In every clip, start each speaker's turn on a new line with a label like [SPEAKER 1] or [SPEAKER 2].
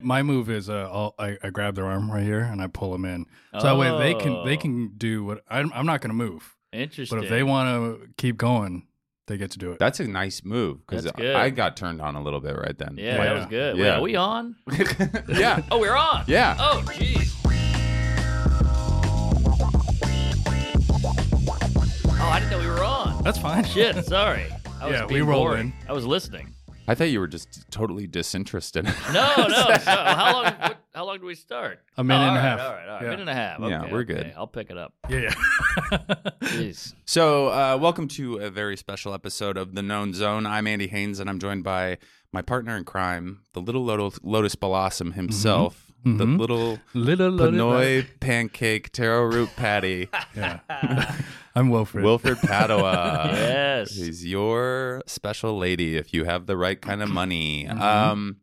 [SPEAKER 1] my move is uh, I'll, I I grab their arm right here and I pull them in, so that way they can they
[SPEAKER 2] Oh.
[SPEAKER 1] can do what I'm I'm not gonna move,
[SPEAKER 2] Interesting.
[SPEAKER 1] but if they want to keep going, they get to do it.
[SPEAKER 3] That's a nice move because
[SPEAKER 2] That's good.
[SPEAKER 3] I got turned on a little bit right then.
[SPEAKER 2] yeah,
[SPEAKER 1] Yeah.
[SPEAKER 2] that was good.
[SPEAKER 3] Yeah.
[SPEAKER 2] Wait, are we on?
[SPEAKER 3] yeah,
[SPEAKER 2] Oh, we're on.
[SPEAKER 3] yeah.
[SPEAKER 2] Oh, jeez. Oh, I didn't know we were on.
[SPEAKER 1] That's fine.
[SPEAKER 2] Shit, sorry. I was
[SPEAKER 1] Yeah, we
[SPEAKER 2] being
[SPEAKER 1] roll
[SPEAKER 2] boring.
[SPEAKER 1] in.
[SPEAKER 2] I was listening.
[SPEAKER 3] I thought you were just totally disinterested.
[SPEAKER 2] No, no. so, how long? What, how long do we start?
[SPEAKER 1] A minute
[SPEAKER 2] Oh,
[SPEAKER 1] and a
[SPEAKER 2] all right,
[SPEAKER 1] half.
[SPEAKER 2] All right, all right.
[SPEAKER 1] Yeah.
[SPEAKER 2] Minute and a half.
[SPEAKER 3] Yeah,
[SPEAKER 2] Okay,
[SPEAKER 3] we're
[SPEAKER 2] okay.
[SPEAKER 3] good.
[SPEAKER 2] I'll pick it up.
[SPEAKER 1] Yeah, yeah.
[SPEAKER 2] Jeez.
[SPEAKER 3] so, uh, welcome to a very special episode of the Known Zone. I'm Andy Haynes, and I'm joined by my partner in crime, the little Lotus, Lotus Blossom himself, the
[SPEAKER 1] Mhm.
[SPEAKER 3] little
[SPEAKER 1] little little-
[SPEAKER 3] Pinoy pancake taro root patty,
[SPEAKER 1] Yeah. I'm Wilfred.
[SPEAKER 3] Wilfred Padua.
[SPEAKER 2] yes.
[SPEAKER 3] Is your special lady if you have the right kind of money.
[SPEAKER 2] Mm-hmm.
[SPEAKER 3] Um,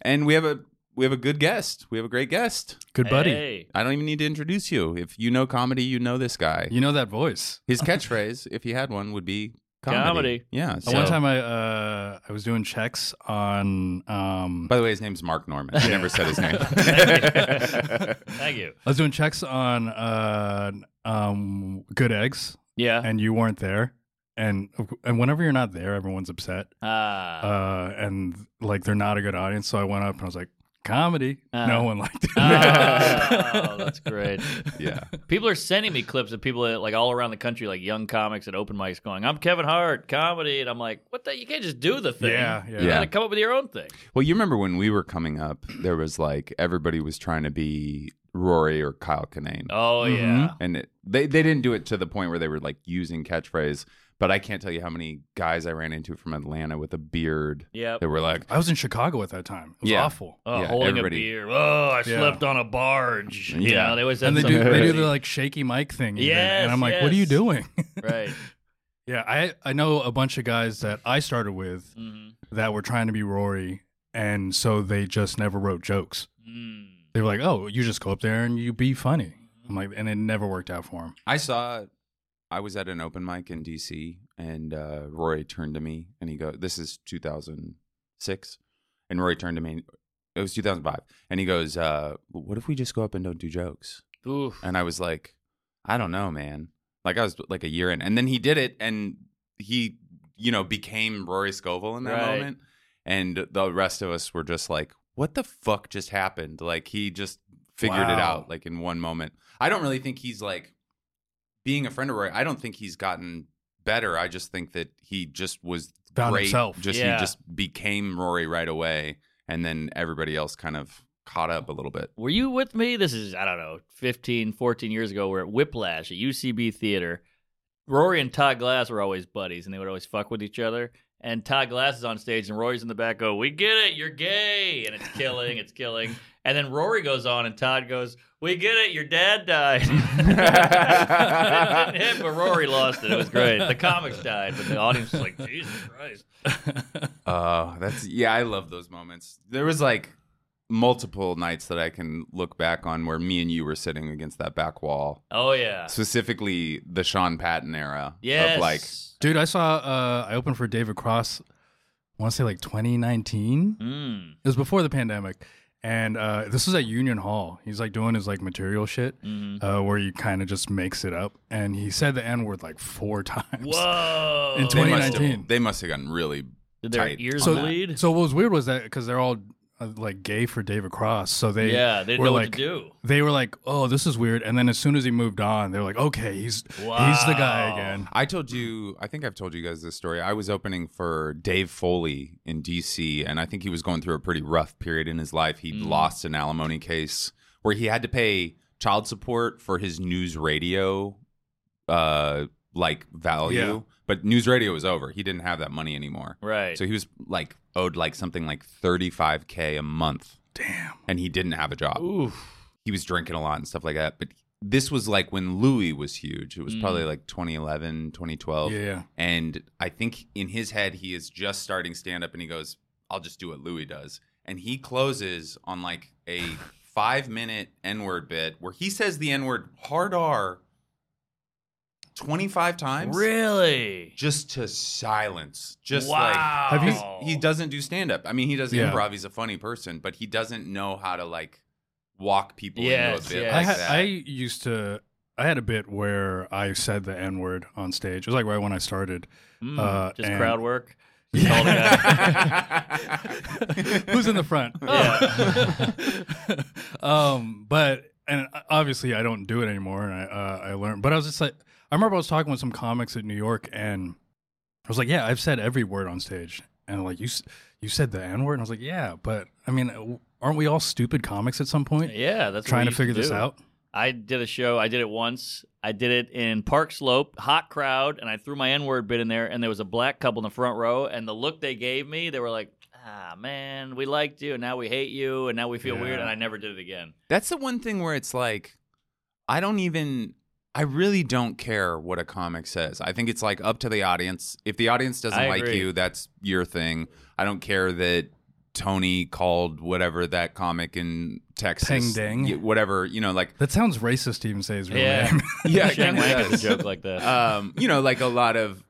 [SPEAKER 3] and we have a we have a good guest. We have a great guest.
[SPEAKER 1] Good buddy.
[SPEAKER 2] Hey.
[SPEAKER 3] I don't even need to introduce you. If you know comedy, you know this guy.
[SPEAKER 1] You know that voice.
[SPEAKER 3] His catchphrase, if he had one, would be comedy.
[SPEAKER 2] Comedy.
[SPEAKER 3] Yeah.
[SPEAKER 1] Uh,
[SPEAKER 3] So,
[SPEAKER 1] One time I uh, I was doing checks on um,
[SPEAKER 3] by the way, his name's Mark Norman. I never said his name.
[SPEAKER 2] Thank you.
[SPEAKER 1] I was doing checks on uh, um, good eggs,
[SPEAKER 2] Yeah.
[SPEAKER 1] and you weren't there. And and whenever you're not there, everyone's upset,
[SPEAKER 2] Ah.
[SPEAKER 1] uh, and like they're not a good audience. So I went up and I was like, comedy.
[SPEAKER 2] Uh.
[SPEAKER 1] no one liked it.
[SPEAKER 2] Oh, that's great.
[SPEAKER 3] yeah.
[SPEAKER 2] People are sending me clips of people that, like all around the country, like young comics at open mics, going, "I'm Kevin Hart, comedy," and I'm like, "What the? You can't just do the thing.
[SPEAKER 1] Yeah, yeah.
[SPEAKER 2] You
[SPEAKER 3] Yeah.
[SPEAKER 2] gotta come up with your own thing."
[SPEAKER 3] Well, you remember when we were coming up, there was like everybody was trying to be Rory or Kyle Kinane.
[SPEAKER 2] Oh
[SPEAKER 1] Mm-hmm.
[SPEAKER 2] yeah.
[SPEAKER 3] and it, they they didn't do it to the point where they were like using catchphrase. But I can't tell you how many guys I ran into from Atlanta with a beard
[SPEAKER 2] Yep.
[SPEAKER 3] that were like,
[SPEAKER 1] I was in Chicago at that time. It was
[SPEAKER 3] Yeah.
[SPEAKER 1] awful.
[SPEAKER 2] Oh,
[SPEAKER 3] Yeah,
[SPEAKER 2] holding
[SPEAKER 3] everybody-
[SPEAKER 2] a beer. Oh, I
[SPEAKER 1] Yeah.
[SPEAKER 2] slept on a barge. You
[SPEAKER 3] Yeah.
[SPEAKER 2] know, they always said
[SPEAKER 1] And they do
[SPEAKER 2] something
[SPEAKER 1] they do
[SPEAKER 2] crazy.
[SPEAKER 1] the like shaky mic thing. even,
[SPEAKER 2] Yes,
[SPEAKER 1] and I'm like, what are you
[SPEAKER 2] yes.
[SPEAKER 1] doing?
[SPEAKER 2] right.
[SPEAKER 1] yeah, I I know a bunch of guys that I started with
[SPEAKER 2] hmm
[SPEAKER 1] that were trying to be Rory, and so they just never wrote jokes.
[SPEAKER 2] Mm-hmm.
[SPEAKER 1] They were like, "Oh, you just go up there and you be funny." I'm like, and it never worked out for him.
[SPEAKER 3] I saw, I was at an open mic in DC, and uh, Rory turned to me and he goes, "This is 2006," and Rory turned to me. It was 2005, and he goes, uh, "What if we just go up and don't do jokes?"
[SPEAKER 2] Oof.
[SPEAKER 3] And I was like, I don't know, man. Like I was like a year in, and then he did it, and he, you know, became Rory Scovel in that
[SPEAKER 2] Right.
[SPEAKER 3] moment. And the rest of us were just like, what the fuck just happened? Like he just figured it
[SPEAKER 1] Wow.
[SPEAKER 3] out, like in one moment. I don't really think he's like being a friend of Rory. I don't think he's gotten better. I just think that he just was
[SPEAKER 1] Found
[SPEAKER 3] great.
[SPEAKER 1] himself.
[SPEAKER 3] Just
[SPEAKER 2] Yeah.
[SPEAKER 3] he just became Rory right away, and then everybody else kind of caught up a little bit.
[SPEAKER 2] Were you with me? This is, I don't know, 15, 14 years ago. We're at Whiplash at UCB Theater. Rory and Todd Glass were always buddies, and they would always fuck with each other. And Todd Glass is on stage, and Rory's in the back, go, We get it, you're gay. And it's killing, it's killing. And then Rory goes on, and Todd goes, We get it, your dad died. it didn't hit, but Rory lost it. It was great. The comics died, but the audience was like, Jesus Christ.
[SPEAKER 3] Oh, that's yeah, I love those moments. There was like multiple nights that I can look back on where me and you were sitting against that back wall.
[SPEAKER 2] Oh, yeah.
[SPEAKER 3] Specifically the Sean Patton era
[SPEAKER 2] Yes.
[SPEAKER 3] of like
[SPEAKER 1] Dude, I saw uh I opened for David Cross I want to say like 2019.
[SPEAKER 2] Mm,
[SPEAKER 1] It was before the pandemic. And uh this was at Union Hall. He's like doing his like material shit
[SPEAKER 2] mhm.
[SPEAKER 1] uh where he kind of just makes it up and he said the n-word like 4 times.
[SPEAKER 2] Whoa.
[SPEAKER 1] In
[SPEAKER 3] they must
[SPEAKER 1] 2019.
[SPEAKER 3] have they must have gotten really
[SPEAKER 2] Did their
[SPEAKER 3] tight
[SPEAKER 2] ears
[SPEAKER 3] on
[SPEAKER 1] So
[SPEAKER 3] that.
[SPEAKER 2] bleed?
[SPEAKER 1] so what was weird was that cuz they're all uh, like gay for David Cross. So they
[SPEAKER 2] yeah, they didn't
[SPEAKER 1] were
[SPEAKER 2] know
[SPEAKER 1] like-
[SPEAKER 2] what to do.
[SPEAKER 1] they were like, "Oh, this is weird." And then as soon as he moved on, they were like, "Okay, he's he's the guy
[SPEAKER 2] Wow.
[SPEAKER 1] again."
[SPEAKER 3] I told you, I think I've told you guys this story. I was opening for Dave Foley in DC, and I think he was going through a pretty rough period in his life. He
[SPEAKER 2] Mm.
[SPEAKER 3] lost an alimony case where he had to pay child support for his news radio, uh, like value.
[SPEAKER 1] Yeah.
[SPEAKER 3] But news radio was over. He didn't have that money anymore.
[SPEAKER 2] Right.
[SPEAKER 3] So he was like owed like something like 35K a month. Damn. And he didn't have a job
[SPEAKER 2] Oof.
[SPEAKER 3] he was drinking a lot and stuff like that. But this was like when Louis was huge. It was
[SPEAKER 2] Mm.
[SPEAKER 3] probably like 2011, 2012.
[SPEAKER 1] Yeah, yeah.
[SPEAKER 3] And I think in his head, he is just starting stand up and he goes, I'll just do what Louis does. And he closes on like a five minute N word bit where he says the N word hard R 25 times
[SPEAKER 2] Really?
[SPEAKER 3] just to silence. Just like
[SPEAKER 2] wow.
[SPEAKER 1] Have you-
[SPEAKER 3] He's- he doesn't do stand up. I mean, he does
[SPEAKER 1] Oh. Yeah.
[SPEAKER 3] improv. He's a funny person, but he doesn't know how to like walk people
[SPEAKER 2] Yes,
[SPEAKER 3] into a bit
[SPEAKER 2] yes.
[SPEAKER 1] I,
[SPEAKER 3] like
[SPEAKER 1] had,
[SPEAKER 3] that.
[SPEAKER 1] I used to. I had a bit where I said the N word on stage. It was like right when I started.
[SPEAKER 2] Mm,
[SPEAKER 1] uh,
[SPEAKER 2] just
[SPEAKER 1] and-
[SPEAKER 2] crowd work.
[SPEAKER 1] Yeah.
[SPEAKER 2] Called it out.
[SPEAKER 1] Who's in the front?
[SPEAKER 2] Yeah.
[SPEAKER 1] um, but and obviously I don't do it anymore, and I uh, I learned. But I was just like, I remember I was talking with some comics at New York, and I was like, yeah, I've said every word on stage, and like you s- you said the N word, and I was like, yeah, but I mean, aren't we all stupid comics at some point?
[SPEAKER 2] Yeah, that's what
[SPEAKER 1] Trying to
[SPEAKER 2] we used
[SPEAKER 1] figure this
[SPEAKER 2] do.
[SPEAKER 1] out.
[SPEAKER 2] I did a show. I did it once. I did it in Park Slope, hot crowd, and I threw my N word bit in there. And there was a black couple in the front row, and the look they gave me, they were like, "Ah, man, we liked you, and now we hate you, and now we feel
[SPEAKER 1] Yeah.
[SPEAKER 2] weird." And I never did it again.
[SPEAKER 3] That's the one thing where it's like, I don't even, I really don't care what a comic says. I think it's like up to the audience. If the audience doesn't
[SPEAKER 2] I
[SPEAKER 3] like
[SPEAKER 2] agree.
[SPEAKER 3] you, that's your thing. I don't care that Tony called whatever that comic in Texas,
[SPEAKER 1] Peng Dang.
[SPEAKER 3] y- whatever, you know, like,
[SPEAKER 1] That sounds racist to even say his real
[SPEAKER 2] Yeah.
[SPEAKER 1] name.
[SPEAKER 3] yeah, it
[SPEAKER 2] Shane
[SPEAKER 3] kinda
[SPEAKER 2] Lang has
[SPEAKER 3] does.
[SPEAKER 2] a joke like that.
[SPEAKER 3] um, you know, like a lot of,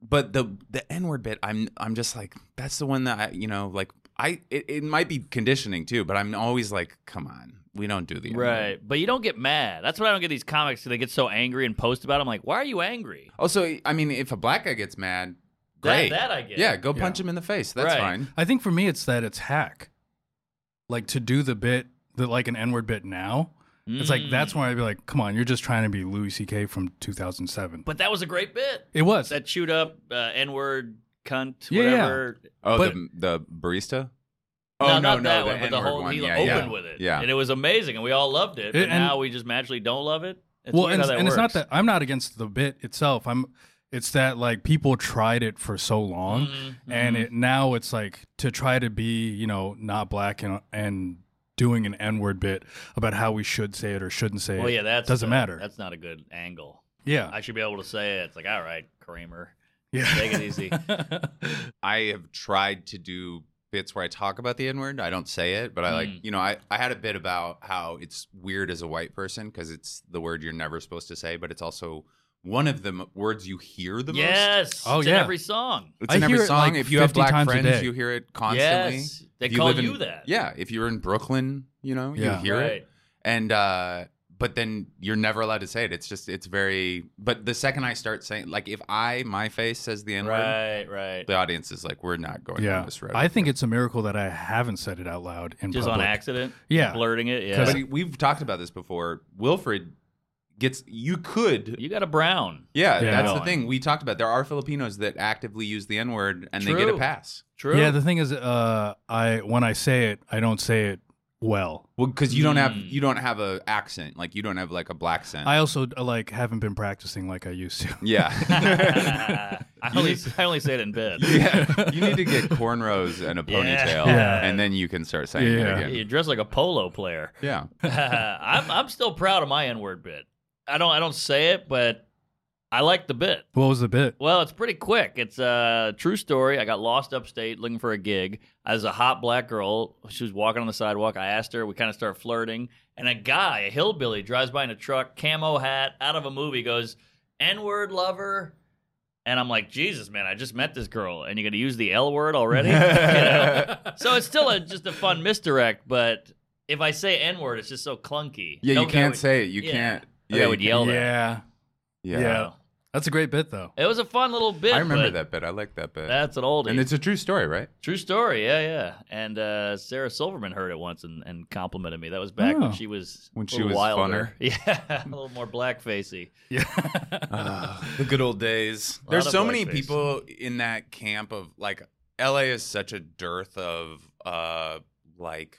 [SPEAKER 3] but the the N word bit, I'm I'm just like that's the one that I, you know, like I it, it might be conditioning too, but I'm always like, come on, we don't do the N-word.
[SPEAKER 2] Right, but you don't get mad. That's what I don't get these comics. They get so angry and post about. It. I'm like, why are you angry?
[SPEAKER 3] Also, I mean, if a black guy gets mad,
[SPEAKER 2] That,
[SPEAKER 3] great,
[SPEAKER 2] that I get.
[SPEAKER 3] yeah, go
[SPEAKER 1] Yeah.
[SPEAKER 3] punch him in the face. That's
[SPEAKER 2] Right.
[SPEAKER 3] fine.
[SPEAKER 1] I think for me, it's that it's hack. Like to do the bit, the like an N word bit now. It's
[SPEAKER 2] Mm.
[SPEAKER 1] like that's when I'd be like, come on, you're just trying to be Louis C.K. from 2007.
[SPEAKER 2] But that was a great bit.
[SPEAKER 1] it was.
[SPEAKER 2] That shoot up, uh, N word, cunt,
[SPEAKER 1] Yeah, Oh, yeah.
[SPEAKER 2] whatever.
[SPEAKER 3] Oh,
[SPEAKER 1] But-
[SPEAKER 3] the, the barista. Oh,
[SPEAKER 2] no, not that one, but the
[SPEAKER 3] N-word
[SPEAKER 2] whole he
[SPEAKER 3] yeah,
[SPEAKER 2] opened
[SPEAKER 3] yeah.
[SPEAKER 2] with it,
[SPEAKER 3] Yeah.
[SPEAKER 2] and it was amazing, and we all loved it. But
[SPEAKER 1] It- and-
[SPEAKER 2] now we just magically don't love it. It's
[SPEAKER 1] well,
[SPEAKER 2] weird
[SPEAKER 1] and,
[SPEAKER 2] how that
[SPEAKER 1] and it's not
[SPEAKER 2] works.
[SPEAKER 1] that I'm not against the bit itself. I'm. It's that like people tried it for so long,
[SPEAKER 2] Mhm,
[SPEAKER 1] and
[SPEAKER 2] mhm.
[SPEAKER 1] it now it's like to try to be you know not black and and doing an N word bit about how we should say it or shouldn't say
[SPEAKER 2] well,
[SPEAKER 1] it.
[SPEAKER 2] yeah, that's
[SPEAKER 1] doesn't
[SPEAKER 2] uh,
[SPEAKER 1] matter.
[SPEAKER 2] That's not a good angle.
[SPEAKER 1] Yeah,
[SPEAKER 2] I should be able to say it. It's like, all right, Kramer,
[SPEAKER 1] yeah.
[SPEAKER 2] take it easy.
[SPEAKER 3] I have tried to do bits where I talk about the N word. I don't say it, but I like,
[SPEAKER 2] Mm.
[SPEAKER 3] you know, I, I had a bit about how it's weird as a white person because it's the word you're never supposed to say, but it's also one of the m- words you hear the most.
[SPEAKER 2] yes.
[SPEAKER 1] Oh,
[SPEAKER 2] it's in
[SPEAKER 1] yeah.
[SPEAKER 2] every song.
[SPEAKER 3] It's
[SPEAKER 1] I
[SPEAKER 3] in every
[SPEAKER 1] hear it,
[SPEAKER 3] song.
[SPEAKER 1] like,
[SPEAKER 3] if you have
[SPEAKER 1] 50
[SPEAKER 3] black
[SPEAKER 1] times a
[SPEAKER 3] friends,
[SPEAKER 1] day.
[SPEAKER 3] you hear it constantly.
[SPEAKER 2] Yes, they
[SPEAKER 3] If you
[SPEAKER 2] call
[SPEAKER 3] live in-
[SPEAKER 2] you that.
[SPEAKER 3] Yeah. If you're in Brooklyn, you know,
[SPEAKER 1] Yeah.
[SPEAKER 3] you hear
[SPEAKER 2] right.
[SPEAKER 3] it. And, uh, but then you're never allowed to say it. It's just, it's very, but the second I start saying, like, if I, my face says the N word,
[SPEAKER 2] Right, right.
[SPEAKER 3] the audience is like, we're not going
[SPEAKER 1] Yeah.
[SPEAKER 3] on this road.
[SPEAKER 1] I think it's a miracle that I haven't said it out loud in
[SPEAKER 2] Just on
[SPEAKER 1] public.
[SPEAKER 2] accident,
[SPEAKER 1] Yeah,
[SPEAKER 2] blurting it. Yeah,
[SPEAKER 1] 'Cause-
[SPEAKER 3] But he- we've talked about this before. Wilfred gets you could
[SPEAKER 2] you got a brown.
[SPEAKER 3] yeah,
[SPEAKER 1] Yeah.
[SPEAKER 3] that's the
[SPEAKER 2] Going.
[SPEAKER 3] thing we talked about. There are Filipinos that actively use the N word and they get
[SPEAKER 2] True.
[SPEAKER 3] a pass.
[SPEAKER 2] True.
[SPEAKER 1] Yeah, the thing is, uh, I when I say it, I don't say it well.
[SPEAKER 3] Well, because you don't have
[SPEAKER 2] Mm.
[SPEAKER 3] you don't have a accent like you don't have like a black accent.
[SPEAKER 1] I also uh, like haven't been practicing like I used to.
[SPEAKER 3] yeah.
[SPEAKER 2] I only I only say it in bed.
[SPEAKER 3] yeah, you need to get cornrows and a ponytail,
[SPEAKER 1] Yeah.
[SPEAKER 3] and then you can start saying
[SPEAKER 1] Yeah.
[SPEAKER 3] it
[SPEAKER 2] You
[SPEAKER 3] again.
[SPEAKER 2] dress like a polo player.
[SPEAKER 3] Yeah,
[SPEAKER 2] I'm I'm still proud of my N-word bit. I don't I don't say it, but I like the bit.
[SPEAKER 1] What was the bit?
[SPEAKER 2] Well, it's pretty quick. It's a true story. I got lost upstate looking for a gig. As a hot black girl, she was walking on the sidewalk. I asked her. We kind of start flirting, and a guy, a hillbilly, drives by in a truck, camo hat, out of a movie, goes N-word lover. And I'm like, Jesus, man, I just met this girl, and you're gonna use the L word already? You know? So it's still a, just a fun misdirect, but if I say N word, it's just so clunky.
[SPEAKER 3] yeah.
[SPEAKER 2] No
[SPEAKER 3] You
[SPEAKER 2] guy
[SPEAKER 3] can't
[SPEAKER 2] would-
[SPEAKER 3] say it. You
[SPEAKER 2] yeah.
[SPEAKER 3] can't.
[SPEAKER 2] No guy
[SPEAKER 3] Yeah, you
[SPEAKER 2] would
[SPEAKER 3] can't-
[SPEAKER 2] yell that.
[SPEAKER 1] yeah,
[SPEAKER 3] Yeah,
[SPEAKER 1] Yeah. that's a great bit though.
[SPEAKER 2] It was a fun little bit.
[SPEAKER 3] I remember
[SPEAKER 2] but
[SPEAKER 3] that bit. I like that bit.
[SPEAKER 2] That's an oldie.
[SPEAKER 3] and it's a true story, right?
[SPEAKER 2] True story, yeah, yeah. And uh, Sarah Silverman heard it once and, and complimented me. That was back
[SPEAKER 1] Oh.
[SPEAKER 2] when she was
[SPEAKER 3] When
[SPEAKER 2] a
[SPEAKER 3] she
[SPEAKER 2] little
[SPEAKER 3] was
[SPEAKER 2] wilder. yeah, a little more blackfacey.
[SPEAKER 1] Yeah,
[SPEAKER 3] Ah, the good old days.
[SPEAKER 2] A lot
[SPEAKER 3] There's
[SPEAKER 2] of
[SPEAKER 3] so many
[SPEAKER 2] blackface.
[SPEAKER 3] people in that camp of like LA is such a dearth of uh like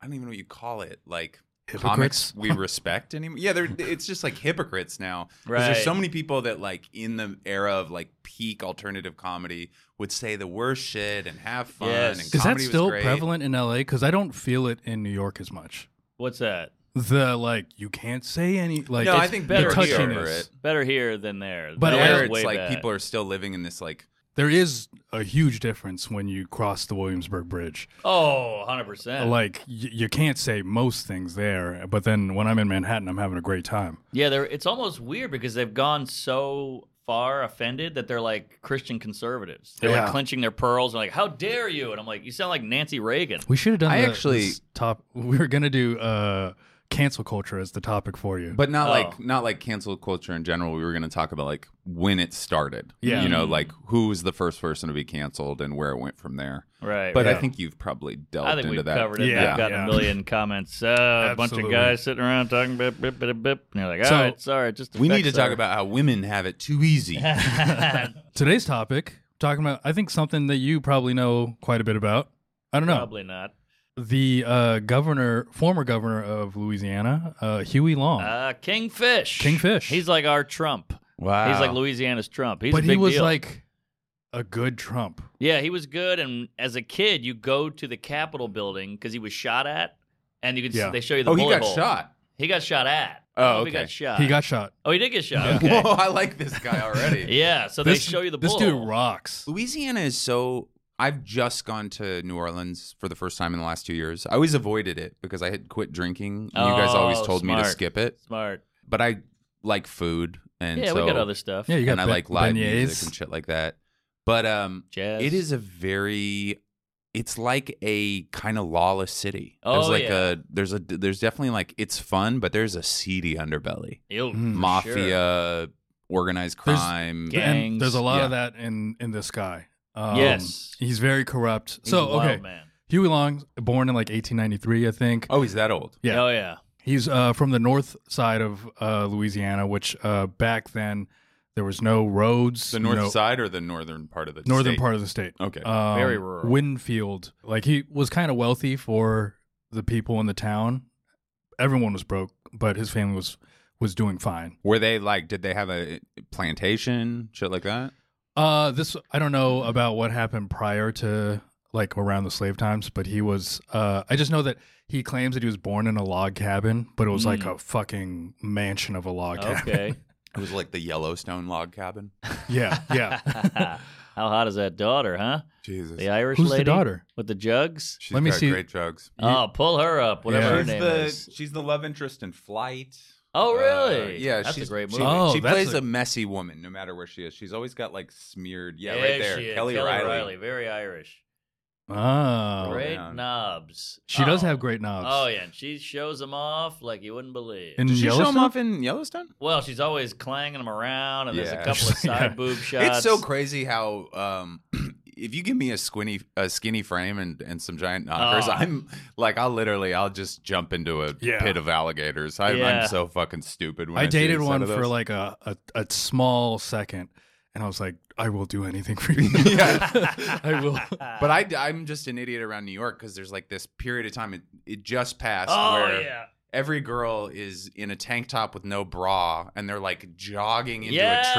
[SPEAKER 3] I don't even know what you call it. Like comics
[SPEAKER 1] Hypocrites.
[SPEAKER 3] we respect anymore. Yeah, they're, it's just like hypocrites now. 'Cause
[SPEAKER 2] Right.
[SPEAKER 3] There's so many people that like in the era of like peak alternative comedy would say the worst shit and have fun.
[SPEAKER 2] Yes.
[SPEAKER 3] And
[SPEAKER 1] Is that
[SPEAKER 3] comedy was
[SPEAKER 1] still
[SPEAKER 3] great.
[SPEAKER 1] prevalent in LA? Because I don't feel it in New York as much.
[SPEAKER 2] What's that?
[SPEAKER 1] The like, you can't say any like.
[SPEAKER 3] no, I
[SPEAKER 1] it's-
[SPEAKER 3] think
[SPEAKER 2] the
[SPEAKER 3] better here
[SPEAKER 1] touchiness.
[SPEAKER 3] over it.
[SPEAKER 2] Better here than there.
[SPEAKER 1] But
[SPEAKER 2] there
[SPEAKER 3] There
[SPEAKER 1] I-
[SPEAKER 2] is
[SPEAKER 3] it's
[SPEAKER 2] way
[SPEAKER 3] like
[SPEAKER 2] bad.
[SPEAKER 3] people are still living in this like
[SPEAKER 1] there is a huge difference when you cross the Williamsburg Bridge.
[SPEAKER 2] Oh, 100 percent.
[SPEAKER 1] Like y- you can't say most things there, but then when I'm in Manhattan, I'm having a great time.
[SPEAKER 2] Yeah, they're, it's almost weird because they've gone so far offended that they're like Christian conservatives. They're
[SPEAKER 1] Yeah.
[SPEAKER 2] like clenching their pearls. They're like, "How dare you?" And I'm like, "You sound like Nancy Reagan."
[SPEAKER 1] We should have done.
[SPEAKER 3] I
[SPEAKER 1] the-
[SPEAKER 3] actually-
[SPEAKER 1] this top. We were gonna do uh, cancel culture as the topic for you,
[SPEAKER 3] But not
[SPEAKER 2] Oh.
[SPEAKER 3] like not like cancel culture in general. We were going to talk about like when it started.
[SPEAKER 1] Yeah.
[SPEAKER 3] you know, like who was the first person to be canceled and where it went from there.
[SPEAKER 2] Right.
[SPEAKER 3] But I
[SPEAKER 1] Yeah.
[SPEAKER 3] think you've probably delved
[SPEAKER 2] I think
[SPEAKER 3] into
[SPEAKER 2] we've
[SPEAKER 3] that.
[SPEAKER 2] covered it.
[SPEAKER 1] Yeah,
[SPEAKER 2] I've gotten
[SPEAKER 1] yeah.
[SPEAKER 2] a million comments. Uh, a bunch of
[SPEAKER 1] Absolutely.
[SPEAKER 2] guys sitting around talking bip bip bip bip. And you're like, all
[SPEAKER 1] So-
[SPEAKER 2] right, it's all right. Just
[SPEAKER 3] We need to
[SPEAKER 2] affects
[SPEAKER 3] talk
[SPEAKER 2] our-
[SPEAKER 3] about how women have it too easy.
[SPEAKER 1] today's topic talking about I think something that you probably know quite a bit about. I don't know.
[SPEAKER 2] Probably not.
[SPEAKER 1] The uh, governor, former governor of Louisiana, uh, Huey
[SPEAKER 3] Oh.
[SPEAKER 1] Long.
[SPEAKER 2] Uh, Kingfish.
[SPEAKER 1] Kingfish.
[SPEAKER 2] He's like our Trump.
[SPEAKER 3] wow,
[SPEAKER 2] He's like Louisiana's Trump. He's a
[SPEAKER 1] but
[SPEAKER 2] big
[SPEAKER 1] he was
[SPEAKER 2] deal.
[SPEAKER 1] like a good Trump.
[SPEAKER 2] yeah, he was good. And as a kid, you go to the Capitol building because he was shot at, and you can
[SPEAKER 1] Yeah.
[SPEAKER 2] see, they show you the
[SPEAKER 3] oh, he
[SPEAKER 2] bullet
[SPEAKER 3] got
[SPEAKER 2] hole.
[SPEAKER 3] shot.
[SPEAKER 2] He got shot at.
[SPEAKER 3] Oh,
[SPEAKER 2] I don't know if
[SPEAKER 3] okay.
[SPEAKER 2] He got shot.
[SPEAKER 1] He got shot.
[SPEAKER 2] Oh, he did get shot. Okay.
[SPEAKER 3] Whoa, I like this guy already.
[SPEAKER 2] yeah. So they show you the
[SPEAKER 1] this
[SPEAKER 2] bullet.
[SPEAKER 1] dude
[SPEAKER 2] hole.
[SPEAKER 1] rocks.
[SPEAKER 3] Louisiana is so. I've just gone to New Orleans for the first time in the last two years. I always avoided it because I had quit drinking. and you guys
[SPEAKER 2] Oh,
[SPEAKER 3] always told me to
[SPEAKER 2] smart.
[SPEAKER 3] skip it,
[SPEAKER 2] Smart.
[SPEAKER 3] but I like food, and
[SPEAKER 2] Yeah,
[SPEAKER 3] so
[SPEAKER 2] we got other stuff.
[SPEAKER 1] Yeah, you got
[SPEAKER 3] and I
[SPEAKER 1] be-
[SPEAKER 3] like live
[SPEAKER 1] beignets.
[SPEAKER 3] music and shit like that. But um,
[SPEAKER 2] Jazz.
[SPEAKER 3] it is a very, it's like a kind of lawless city. there's
[SPEAKER 2] Oh,
[SPEAKER 3] like
[SPEAKER 2] yeah.
[SPEAKER 3] a there's a there's definitely like it's fun, but there's a seedy underbelly,
[SPEAKER 2] Ew,
[SPEAKER 1] Mm.
[SPEAKER 2] for sure.
[SPEAKER 3] mafia, organized
[SPEAKER 1] There's-
[SPEAKER 3] crime.
[SPEAKER 2] Yeah.
[SPEAKER 1] And there's a lot of
[SPEAKER 3] Yeah.
[SPEAKER 1] that in in this guy. Um,
[SPEAKER 2] Yes.
[SPEAKER 1] he's very corrupt.
[SPEAKER 2] He's
[SPEAKER 1] so
[SPEAKER 2] a wild
[SPEAKER 1] okay,
[SPEAKER 2] man.
[SPEAKER 1] Huey Long, born in like 1893, I think.
[SPEAKER 3] Oh, he's that old.
[SPEAKER 1] Yeah.
[SPEAKER 2] Oh yeah.
[SPEAKER 1] He's uh, from the north side of uh, Louisiana, which uh, back then there was no roads.
[SPEAKER 3] The north
[SPEAKER 1] no-
[SPEAKER 3] side or the northern part of the
[SPEAKER 1] northern
[SPEAKER 3] state?
[SPEAKER 1] part of the state.
[SPEAKER 3] Okay.
[SPEAKER 1] Um,
[SPEAKER 2] Very rural.
[SPEAKER 1] Winfield, like he was kind of wealthy for the people in the town. Everyone was broke, but his family was was doing fine.
[SPEAKER 3] Were they like? Did they have a eh, plantation, shit like that?
[SPEAKER 1] Uh, this I don't know about what happened prior to like around the slave times, but he was. Uh, I just know that he claims that he was born in a log cabin, but it was
[SPEAKER 3] Hmm.
[SPEAKER 1] like
[SPEAKER 2] Mm.
[SPEAKER 1] a fucking mansion of a log cabin.
[SPEAKER 2] Okay.
[SPEAKER 3] It was like the Yellowstone log cabin.
[SPEAKER 1] yeah, yeah.
[SPEAKER 2] How hot is that daughter, huh?
[SPEAKER 3] Jesus,
[SPEAKER 2] The Irish
[SPEAKER 1] Who's
[SPEAKER 2] lady
[SPEAKER 1] the daughter?
[SPEAKER 2] with the jugs.
[SPEAKER 3] she's
[SPEAKER 1] Let me
[SPEAKER 3] got
[SPEAKER 1] see-
[SPEAKER 3] great drugs.
[SPEAKER 2] oh, pull her up. Whatever
[SPEAKER 1] Yeah.
[SPEAKER 2] her
[SPEAKER 3] She's
[SPEAKER 2] name
[SPEAKER 3] the
[SPEAKER 2] is.
[SPEAKER 3] she's the love interest in Flight.
[SPEAKER 2] Oh,
[SPEAKER 3] Uh,
[SPEAKER 2] really?
[SPEAKER 3] yeah,
[SPEAKER 2] that's
[SPEAKER 3] she's
[SPEAKER 2] a great
[SPEAKER 3] she-
[SPEAKER 2] movie.
[SPEAKER 1] Oh,
[SPEAKER 3] she
[SPEAKER 1] that's
[SPEAKER 3] plays
[SPEAKER 1] a-
[SPEAKER 3] a messy woman, no matter where she is. She's always got like smeared. Yeah,
[SPEAKER 2] There
[SPEAKER 3] right there,
[SPEAKER 2] she is,
[SPEAKER 3] Kelly, Riley.
[SPEAKER 2] very Irish.
[SPEAKER 1] Oh,
[SPEAKER 2] great
[SPEAKER 3] man.
[SPEAKER 2] knobs.
[SPEAKER 1] she
[SPEAKER 2] oh.
[SPEAKER 1] does have great knobs.
[SPEAKER 2] Oh yeah, and she shows them off like you wouldn't believe.
[SPEAKER 1] In
[SPEAKER 3] Did she show
[SPEAKER 1] Yellowstone?
[SPEAKER 3] him off in Yellowstone?
[SPEAKER 2] well, she's always clanging them around, and there's
[SPEAKER 3] Yeah.
[SPEAKER 2] a couple of
[SPEAKER 1] Yeah.
[SPEAKER 2] side boob shots.
[SPEAKER 3] It's so crazy how um, if you give me a squinty, a skinny frame and and some giant knockers,
[SPEAKER 2] Oh.
[SPEAKER 3] I'm like I'll literally I'll just jump into a
[SPEAKER 1] Yeah.
[SPEAKER 3] pit of alligators. I,
[SPEAKER 2] Yeah.
[SPEAKER 3] I'm so fucking stupid. When
[SPEAKER 1] I
[SPEAKER 3] I, see
[SPEAKER 1] dated
[SPEAKER 3] a set
[SPEAKER 1] one
[SPEAKER 3] of
[SPEAKER 1] for
[SPEAKER 3] those.
[SPEAKER 1] like a, a, a small second, and I was like, I will do anything for you.
[SPEAKER 3] Yeah.
[SPEAKER 1] I will.
[SPEAKER 3] But
[SPEAKER 2] Ah.
[SPEAKER 3] I, am just an idiot around New York because there's like this period of time it, it just passed
[SPEAKER 2] Oh
[SPEAKER 3] where
[SPEAKER 2] yeah.
[SPEAKER 3] every girl is in a tank top with no bra and they're like jogging into
[SPEAKER 2] Yes.
[SPEAKER 3] a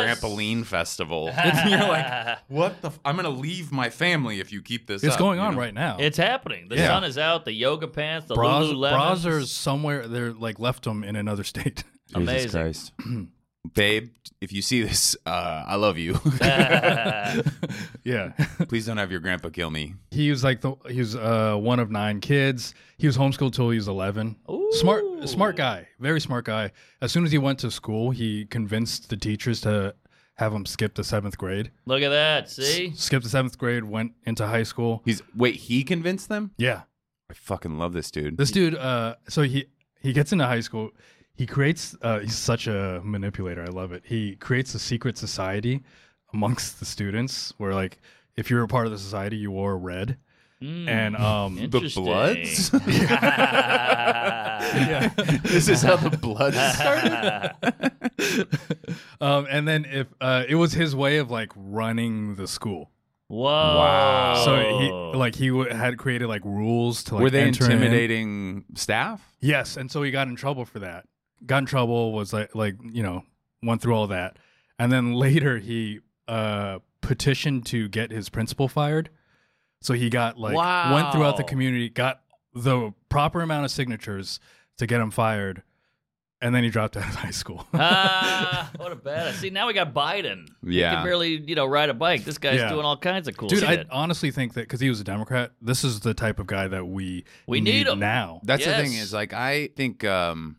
[SPEAKER 3] trampoline festival. and you're like, what the? F- I'm gonna leave my family if you keep this.
[SPEAKER 1] It's
[SPEAKER 3] up,
[SPEAKER 1] going
[SPEAKER 3] you
[SPEAKER 1] on
[SPEAKER 3] know?
[SPEAKER 1] right now.
[SPEAKER 2] It's happening. The
[SPEAKER 1] Yeah.
[SPEAKER 2] sun is out. The yoga pants. The
[SPEAKER 1] Bras-
[SPEAKER 2] Lululemons.
[SPEAKER 1] Brazzers somewhere. They're like left them in another state.
[SPEAKER 2] Amazing.
[SPEAKER 3] Christ. Babe, if you see this, uh, I love you.
[SPEAKER 1] yeah,
[SPEAKER 3] Please don't have your grandpa kill me.
[SPEAKER 1] he was like the he was uh, one of nine kids. He was homeschooled till he was eleven.
[SPEAKER 2] Ooh.
[SPEAKER 1] Smart, smart guy, very smart guy. As soon as he went to school, he convinced the teachers to have him skip the seventh grade.
[SPEAKER 2] Look at that. See.
[SPEAKER 1] Skipped the seventh grade, went into high school.
[SPEAKER 3] He's wait. He convinced them.
[SPEAKER 1] Yeah,
[SPEAKER 3] I fucking love this dude.
[SPEAKER 1] this dude. Uh, so he he gets into high school. He creates. Uh, he's such a manipulator. I love it. He creates a secret society amongst the students where like if you were a part of the society, you wore red
[SPEAKER 2] Mm.
[SPEAKER 1] and um.
[SPEAKER 3] the
[SPEAKER 2] Interesting.
[SPEAKER 3] Bloods?
[SPEAKER 1] yeah.
[SPEAKER 3] this is how the blood started.
[SPEAKER 1] um, and then if uh, it was his way of like running the school,
[SPEAKER 2] Whoa.
[SPEAKER 3] Wow.
[SPEAKER 1] so he
[SPEAKER 2] Oh.
[SPEAKER 1] like he w- had created like rules to like
[SPEAKER 3] Were they
[SPEAKER 1] enter in.
[SPEAKER 3] intimidating staff?
[SPEAKER 1] Yes, and so he got in trouble for that. Got in trouble was like like you know went through all that, and then later he uh petitioned to get his principal fired. So he got like went throughout the
[SPEAKER 2] Wow.
[SPEAKER 1] community, got the proper amount of signatures to get him fired, and then he dropped out of high school.
[SPEAKER 2] Ah, what a badass. See, now we got Biden. He
[SPEAKER 3] Yeah.
[SPEAKER 2] can barely, you know, ride a bike. This guy's
[SPEAKER 1] Yeah.
[SPEAKER 2] doing all kinds of cool
[SPEAKER 1] Dude, I
[SPEAKER 2] shit.
[SPEAKER 1] honestly think that because he was a Democrat, this is the type of guy that we
[SPEAKER 2] We need
[SPEAKER 1] need,
[SPEAKER 2] him.
[SPEAKER 1] now.
[SPEAKER 3] That's the thing
[SPEAKER 2] Yes.
[SPEAKER 3] is like I think um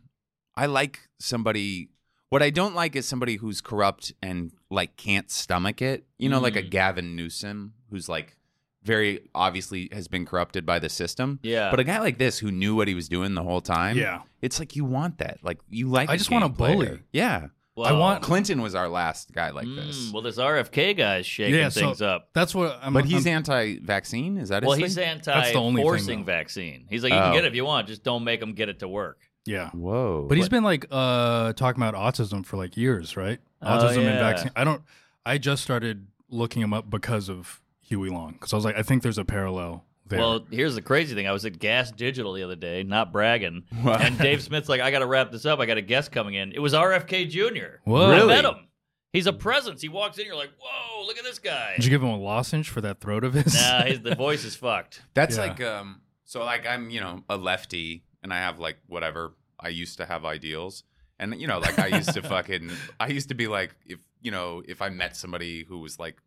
[SPEAKER 3] I like somebody what I don't like is somebody who's corrupt and like can't stomach it. You know, like a
[SPEAKER 2] Mm.
[SPEAKER 3] Gavin Newsom who's like very obviously has been corrupted by the system.
[SPEAKER 2] yeah.
[SPEAKER 3] But a guy like this who knew what he was doing the whole time,
[SPEAKER 1] yeah,
[SPEAKER 3] it's like you want that. Like you like.
[SPEAKER 1] I
[SPEAKER 3] a
[SPEAKER 1] just want
[SPEAKER 3] game
[SPEAKER 1] a bully.
[SPEAKER 3] player. Yeah,
[SPEAKER 1] I want-
[SPEAKER 3] Clinton was our last guy like
[SPEAKER 2] Mm,
[SPEAKER 3] this,
[SPEAKER 2] Well, this RFK guy is shaking
[SPEAKER 1] Yeah, so-
[SPEAKER 2] things up.
[SPEAKER 1] that's what I'm.
[SPEAKER 3] but he's
[SPEAKER 1] I'm-
[SPEAKER 3] anti-vaccine. Is that his
[SPEAKER 2] Well,
[SPEAKER 3] thing?
[SPEAKER 2] he's
[SPEAKER 1] That's the only thing,
[SPEAKER 2] anti-forcing
[SPEAKER 1] though.
[SPEAKER 2] vaccine. He's like, you can
[SPEAKER 3] Oh.
[SPEAKER 2] get it if you want, just don't make them get it to work.
[SPEAKER 1] yeah.
[SPEAKER 3] Whoa!
[SPEAKER 1] But he's been like uh, talking about autism for like years, right?
[SPEAKER 2] Oh,
[SPEAKER 1] Autism
[SPEAKER 2] yeah.
[SPEAKER 1] and vaccine. I don't. I just started looking him up because of Huey Long because I was like, I think there's a parallel there.
[SPEAKER 2] Well, here's the crazy thing. I was at Gas Digital the other day, not bragging.
[SPEAKER 3] Wow.
[SPEAKER 2] And Dave Smith's like, I got to wrap this up. I got a guest coming in. It was RFK Jr.
[SPEAKER 1] Whoa.
[SPEAKER 2] I
[SPEAKER 3] Really?
[SPEAKER 2] met him. He's a presence. He walks in, you're like, whoa, look at this guy.
[SPEAKER 1] Did you give him a lozenge for that throat of his?
[SPEAKER 2] nah, his, the voice is fucked.
[SPEAKER 3] That's
[SPEAKER 1] Yeah.
[SPEAKER 3] like um so like I'm, you know, a lefty and I have like whatever I used to have ideals. And you know, like I used to fucking I used to be like if you know, if I met somebody who was like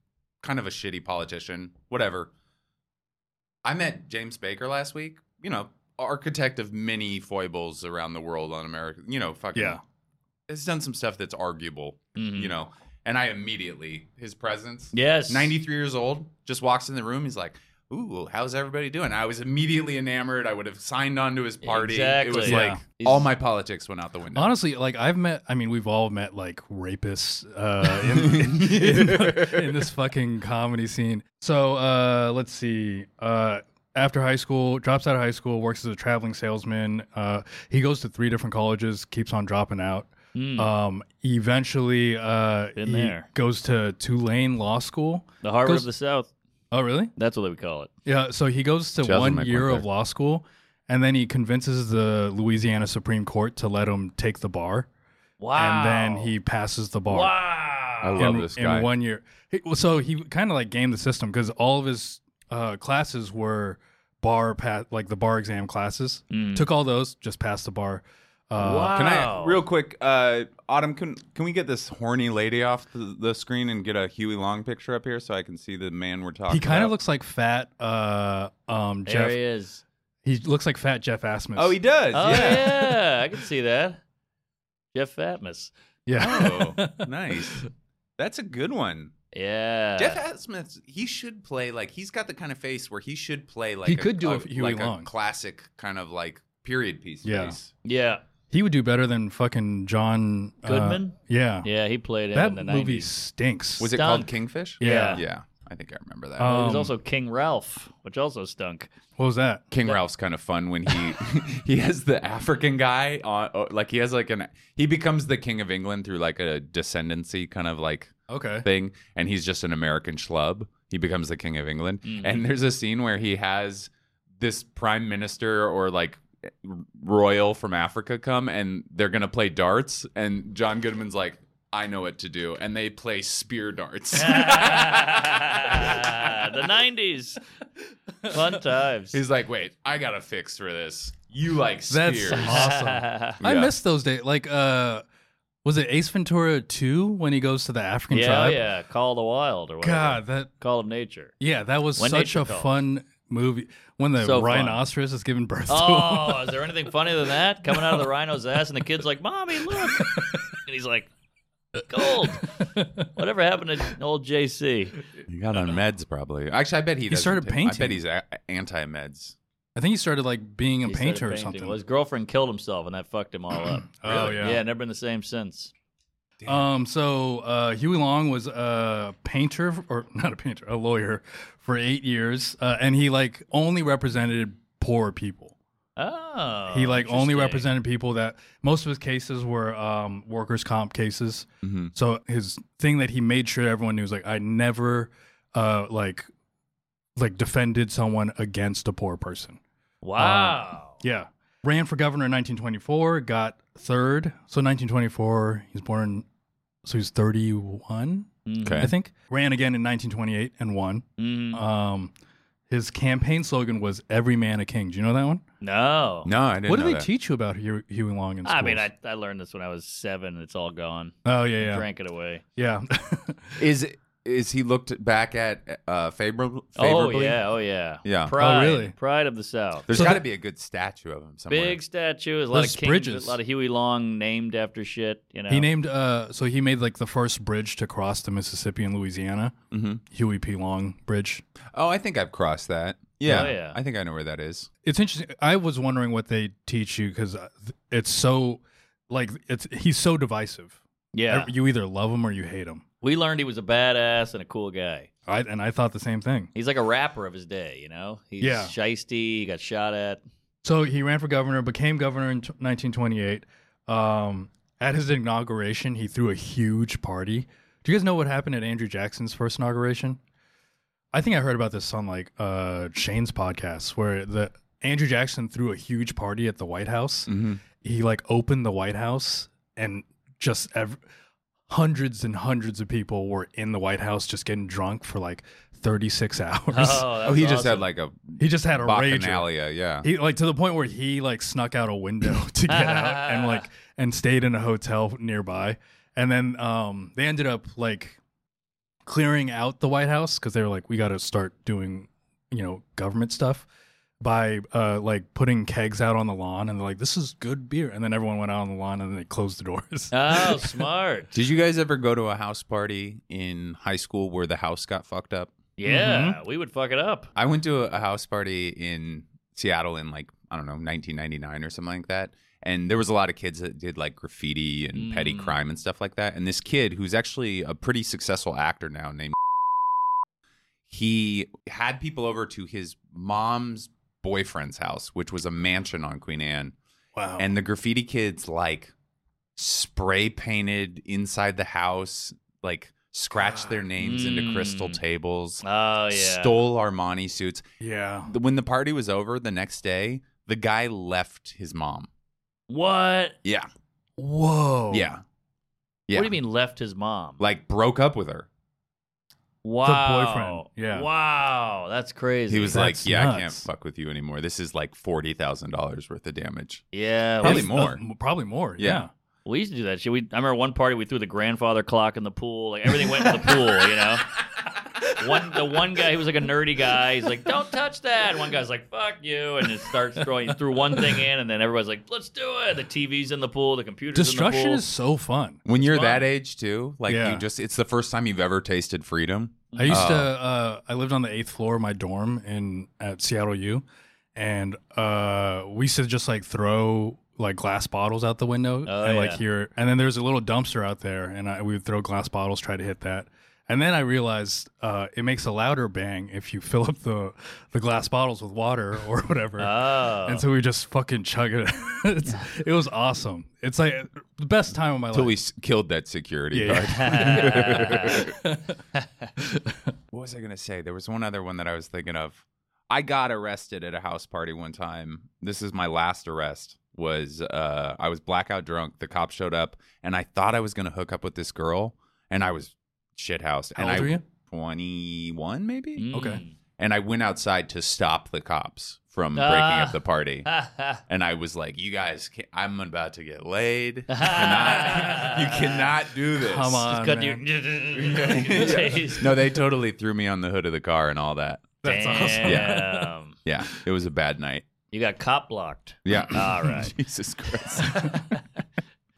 [SPEAKER 3] kind of a shitty politician, whatever. I met James Baker last week, you know, architect of many foibles around the world on America, you know, fucking
[SPEAKER 1] Yeah. Mm.
[SPEAKER 3] Has done some stuff that's arguable,
[SPEAKER 2] Mhm.
[SPEAKER 3] you know. And I immediately his presence
[SPEAKER 2] Yes.
[SPEAKER 3] 93 years old, just walks in the room. He's like, Ooh, how's everybody doing? I was immediately enamored. I would have signed on to his party. It was
[SPEAKER 2] Exactly.
[SPEAKER 3] like
[SPEAKER 2] Yeah.
[SPEAKER 3] all my politics went out the window.
[SPEAKER 1] Honestly, like I've met, I mean, we've all met like rapists uh, in, in,
[SPEAKER 2] Mm-hmm.
[SPEAKER 1] in this fucking comedy scene. So uh, let's see. Uh, after high school, drops out of high school, works as a traveling salesman. Uh, he goes to three different colleges, keeps on dropping out.
[SPEAKER 2] Mm,
[SPEAKER 1] Um, eventually, uh,
[SPEAKER 2] Been
[SPEAKER 1] he
[SPEAKER 2] there.
[SPEAKER 1] goes to Tulane Law School.
[SPEAKER 2] the Harvard
[SPEAKER 1] goes-
[SPEAKER 2] of the South.
[SPEAKER 1] Oh, really?
[SPEAKER 2] That's what they would call it.
[SPEAKER 1] Yeah. So he goes to
[SPEAKER 3] Jasmine
[SPEAKER 1] one
[SPEAKER 3] might
[SPEAKER 1] year
[SPEAKER 3] want
[SPEAKER 1] of
[SPEAKER 3] that.
[SPEAKER 1] law school, and then he convinces the Louisiana Supreme Court to let him take the bar
[SPEAKER 2] Wow.
[SPEAKER 1] and then he passes the bar.
[SPEAKER 2] Wow.
[SPEAKER 3] I
[SPEAKER 1] In,
[SPEAKER 3] love this guy.
[SPEAKER 1] in one year. He- well, so he kind of like gamed the system because all of his uh, classes were bar pa- like the bar exam classes.
[SPEAKER 2] Mm.
[SPEAKER 1] Took all those, just passed the bar. Uh,
[SPEAKER 2] Wow.
[SPEAKER 3] Can
[SPEAKER 2] Wow.
[SPEAKER 3] I real quick, uh, Autumn? Can can we get this horny lady off the, the screen and get a Huey Long picture up here so I can see the man we're talking?
[SPEAKER 1] He kind
[SPEAKER 3] about?
[SPEAKER 1] of looks like fat uh, um,
[SPEAKER 2] there
[SPEAKER 1] Jeff.
[SPEAKER 2] he is.
[SPEAKER 1] He looks like fat Jeff Asmus.
[SPEAKER 3] Oh, he does.
[SPEAKER 2] Oh
[SPEAKER 3] yeah.
[SPEAKER 2] yeah. I can see that. Jeff Fatmus.
[SPEAKER 1] yeah.
[SPEAKER 3] Oh, nice. That's a good one.
[SPEAKER 2] Yeah.
[SPEAKER 3] Jeff Asmuth, he should play like he's got the kind of face where he should play like
[SPEAKER 1] He
[SPEAKER 3] a-
[SPEAKER 1] could do
[SPEAKER 3] a,
[SPEAKER 1] a Huey
[SPEAKER 3] like
[SPEAKER 1] Long.
[SPEAKER 3] a classic kind of like period piece
[SPEAKER 1] Yeah.
[SPEAKER 3] face.
[SPEAKER 2] yeah.
[SPEAKER 1] he would do better than fucking John uh,
[SPEAKER 2] Goodman?
[SPEAKER 1] yeah.
[SPEAKER 2] Yeah, he played him
[SPEAKER 1] That
[SPEAKER 2] in the
[SPEAKER 1] movie
[SPEAKER 2] 90s.
[SPEAKER 1] stinks.
[SPEAKER 3] Was it
[SPEAKER 2] Stunk.
[SPEAKER 3] called Kingfish?
[SPEAKER 1] Yeah.
[SPEAKER 3] Yeah, I think I remember that.
[SPEAKER 1] Uh,
[SPEAKER 2] He was
[SPEAKER 1] Um,
[SPEAKER 2] also King Ralph, which also stunk.
[SPEAKER 1] What was that?
[SPEAKER 3] King Ralph's kind of fun when he he has the African guy on oh, like he has like an he becomes the king of England through like a descendancy kind of like
[SPEAKER 1] Okay.
[SPEAKER 3] thing and he's just an American schlub. He becomes the king of England.
[SPEAKER 2] Mhm.
[SPEAKER 3] And there's a scene where he has this prime minister or like royal from Africa come and they're going to play darts and John Goodman's like I know what to do and they play spear darts.
[SPEAKER 2] the 90s. Fun times.
[SPEAKER 3] He's like, wait, I got a fix for this. You like
[SPEAKER 1] That's
[SPEAKER 3] spears.
[SPEAKER 1] awesome. I
[SPEAKER 3] Yeah.
[SPEAKER 1] missed those days. Like, uh, was it Ace Ventura 2 when he goes to the African
[SPEAKER 2] yeah,
[SPEAKER 1] tribe?
[SPEAKER 2] yeah. Call of the Wild or whatever.
[SPEAKER 1] God, that,
[SPEAKER 2] Call of Nature.
[SPEAKER 1] yeah, that was
[SPEAKER 2] When
[SPEAKER 1] such
[SPEAKER 2] nature
[SPEAKER 1] a
[SPEAKER 2] calls.
[SPEAKER 1] fun movie. When the
[SPEAKER 2] So fun.
[SPEAKER 1] rhinoceros is giving birth to
[SPEAKER 2] Oh,
[SPEAKER 1] him.
[SPEAKER 2] is there anything funnier than that? Coming out of the rhino's ass, and the kid's like, Mommy, look. and he's like, Gold. Whatever happened to old JC?
[SPEAKER 3] He got on meds probably. Actually, I bet he. doesn't
[SPEAKER 1] started
[SPEAKER 3] take- I
[SPEAKER 1] painting.
[SPEAKER 3] bet he's a- anti meds.
[SPEAKER 1] I think he started like being a
[SPEAKER 2] He started
[SPEAKER 1] painter or
[SPEAKER 2] painting.
[SPEAKER 1] something.
[SPEAKER 2] Well, his girlfriend killed himself, and that fucked him all up.
[SPEAKER 1] Oh, yeah.
[SPEAKER 2] Yeah, never been the same since.
[SPEAKER 1] Um, so uh, Huey Long was a painter, or not a painter, a lawyer for eight years, uh, and he like only represented poor people.
[SPEAKER 2] Oh.
[SPEAKER 1] he like only
[SPEAKER 2] interesting.
[SPEAKER 1] represented people that most of his cases were um, workers' comp cases.
[SPEAKER 3] Mhm.
[SPEAKER 1] So his thing that he made sure everyone knew was like, I never uh, like like defended someone against a poor person.
[SPEAKER 2] Wow.
[SPEAKER 1] Yeah, ran for governor in 1924, got third. So 1924, he's born, so he's 31,
[SPEAKER 2] Mm.
[SPEAKER 3] Okay.
[SPEAKER 1] I think. Ran again in 1928 and won.
[SPEAKER 2] Mm.
[SPEAKER 1] Um, His campaign slogan was "Every man a king." Do you know that one?
[SPEAKER 2] No.
[SPEAKER 3] No, I didn't.
[SPEAKER 1] what
[SPEAKER 3] know
[SPEAKER 1] do they
[SPEAKER 3] that.
[SPEAKER 1] teach you about Hugh, Huey Long in school?
[SPEAKER 2] I mean, I, I learned this when I was seven. It's all gone.
[SPEAKER 1] oh yeah, yeah,
[SPEAKER 2] Drank it away.
[SPEAKER 1] yeah.
[SPEAKER 3] Is is he looked back at uh, favorably?
[SPEAKER 2] Oh
[SPEAKER 3] favorably?
[SPEAKER 2] yeah. Oh yeah.
[SPEAKER 3] Yeah.
[SPEAKER 2] Pride.
[SPEAKER 1] really?
[SPEAKER 2] Pride of the South.
[SPEAKER 3] There's
[SPEAKER 1] So
[SPEAKER 3] got to
[SPEAKER 1] that-
[SPEAKER 3] be a good statue of him somewhere.
[SPEAKER 2] Big statues. A lot
[SPEAKER 1] Those
[SPEAKER 2] of kings,
[SPEAKER 1] bridges.
[SPEAKER 2] A lot of Huey Long named after shit. You know.
[SPEAKER 1] He named uh, so he made like the first bridge to cross the Mississippi and Louisiana,
[SPEAKER 3] hmm
[SPEAKER 1] Huey P. Long Bridge.
[SPEAKER 3] Oh, I think I've crossed that. Yeah,
[SPEAKER 2] yeah.
[SPEAKER 3] I think I know where that is.
[SPEAKER 1] It's interesting. I was wondering what they teach you because it's so like it's he's so divisive.
[SPEAKER 2] Yeah.
[SPEAKER 1] You either love him or you hate him.
[SPEAKER 2] We learned he was a badass and a cool guy.
[SPEAKER 1] I, and I thought the same thing.
[SPEAKER 2] He's like a rapper of his day. You know. He's
[SPEAKER 1] Yeah.
[SPEAKER 2] shisty. He got shot at.
[SPEAKER 1] So he ran for governor, became governor in t- 1928. Um, at his inauguration, he threw a huge party. Do you guys know what happened at Andrew Jackson's first inauguration? I think I heard about this on like uh, Shane's podcast, where the Andrew Jackson threw a huge party at the White House. He like opened the White House, and just ev- hundreds and hundreds of people were in the White House just getting drunk for like 36 hours.
[SPEAKER 2] Oh, that
[SPEAKER 3] Oh, he
[SPEAKER 2] was
[SPEAKER 3] just had
[SPEAKER 2] awesome.
[SPEAKER 3] like a
[SPEAKER 1] he just had a rage.
[SPEAKER 3] bacchanalia. Yeah.
[SPEAKER 1] He like to the point where he like snuck out a window to get out and like and stayed in a hotel nearby. And then um they ended up like clearing out the White House because they were like, we got to start doing you know government stuff by uh like putting kegs out on the lawn and they're like this is good beer and then everyone went out on the lawn and then they closed the doors
[SPEAKER 3] Uh,
[SPEAKER 2] Oh, smart.
[SPEAKER 3] Did you guys ever go to a house party in high school where the house got fucked up?
[SPEAKER 2] Mm-hmm. Yeah, we would fuck it up.
[SPEAKER 3] I went to a a house party in Seattle in like I don't know 1999 or something like that, and there was a lot of kids that did like graffiti and petty
[SPEAKER 2] Mm.
[SPEAKER 3] crime and stuff like that. And this kid who's actually a pretty successful actor now named he had people over to his mom's boyfriend's house, which was a mansion on Queen Anne,
[SPEAKER 2] Oh.
[SPEAKER 1] wow
[SPEAKER 3] and the graffiti kids like spray painted inside the house, like scratched their names into crystal
[SPEAKER 2] Ah, Mm.
[SPEAKER 3] tables.
[SPEAKER 2] Oh yeah.
[SPEAKER 3] Stole Armani suits
[SPEAKER 1] yeah
[SPEAKER 3] the- when the party was over the next day, the guy left his mom.
[SPEAKER 2] What?
[SPEAKER 3] Yeah.
[SPEAKER 1] whoa
[SPEAKER 3] Yeah. Yeah.
[SPEAKER 2] What do you mean left his mom?
[SPEAKER 3] Like broke up with her.
[SPEAKER 2] wow.
[SPEAKER 1] boyfriend, yeah.
[SPEAKER 2] Wow, that's crazy.
[SPEAKER 3] He was
[SPEAKER 1] That's
[SPEAKER 3] like, "Yeah, I can't
[SPEAKER 1] nuts.
[SPEAKER 3] fuck with you anymore. This is like forty thousand dollars worth of damage."
[SPEAKER 2] yeah.
[SPEAKER 3] Probably
[SPEAKER 2] we,
[SPEAKER 3] more.
[SPEAKER 1] Uh, probably more
[SPEAKER 3] Yeah.
[SPEAKER 1] yeah.
[SPEAKER 2] we used to do that shit. We, I remember one party we threw the grandfather clock in the pool. Like everything went in the pool. You know. One the one guy who was like a nerdy guy. He's like, "Don't touch that." One guy's like, "Fuck you," and it starts throwing. He threw one thing in, and then everybody's like, "Let's do it." The TV's in the pool. The computer's in the
[SPEAKER 1] destruction
[SPEAKER 2] pool.
[SPEAKER 1] is so fun
[SPEAKER 3] When you're
[SPEAKER 2] fun.
[SPEAKER 3] that age too, like
[SPEAKER 1] Yeah.
[SPEAKER 3] you just it's the first time you've ever tasted freedom.
[SPEAKER 1] I used to.
[SPEAKER 3] Oh.
[SPEAKER 1] Uh, I lived on the eighth floor of my dorm in at Seattle U, and uh, we used to just like throw like glass bottles out the window
[SPEAKER 2] Oh,
[SPEAKER 1] and like
[SPEAKER 2] yeah.
[SPEAKER 1] here, and then there's a little dumpster out there, and I, we would throw glass bottles, try to hit that. And then I realized uh, it makes a louder bang if you fill up the, the glass bottles with water or whatever.
[SPEAKER 2] Oh.
[SPEAKER 1] and so we just fucking chug it. It's- it was awesome. It's like the best time of my
[SPEAKER 3] Until
[SPEAKER 1] life.
[SPEAKER 3] we s- killed that security
[SPEAKER 1] Yeah,
[SPEAKER 3] guard. What was I gonna say? There was one other one that I was thinking of. I got arrested at a house party one time. This is my last arrest. Was uh, I was blackout drunk. The cop showed up, and I thought I was gonna hook up with this girl, and I was shithoused.
[SPEAKER 1] How old
[SPEAKER 3] and I
[SPEAKER 1] were you? Mm.
[SPEAKER 3] Twenty one, maybe.
[SPEAKER 1] Okay.
[SPEAKER 3] And I went outside to stop the cops from breaking
[SPEAKER 2] Ah.
[SPEAKER 3] up the party.
[SPEAKER 2] Mm.
[SPEAKER 3] And I was like, "You guys, can- I'm about to get laid. You cannot, you cannot do this.
[SPEAKER 1] Come on,
[SPEAKER 2] Just cut
[SPEAKER 1] man.
[SPEAKER 2] your taste.
[SPEAKER 3] no, they totally threw me on the hood of the car and all that.
[SPEAKER 1] That's awesome.
[SPEAKER 2] Damn.
[SPEAKER 3] Yeah, it was a bad night.
[SPEAKER 2] You got cop blocked.
[SPEAKER 3] Yeah.
[SPEAKER 2] All right.
[SPEAKER 3] Jesus Christ.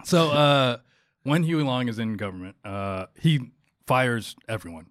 [SPEAKER 1] So uh, when Huey Long is in government, uh, he fires everyone,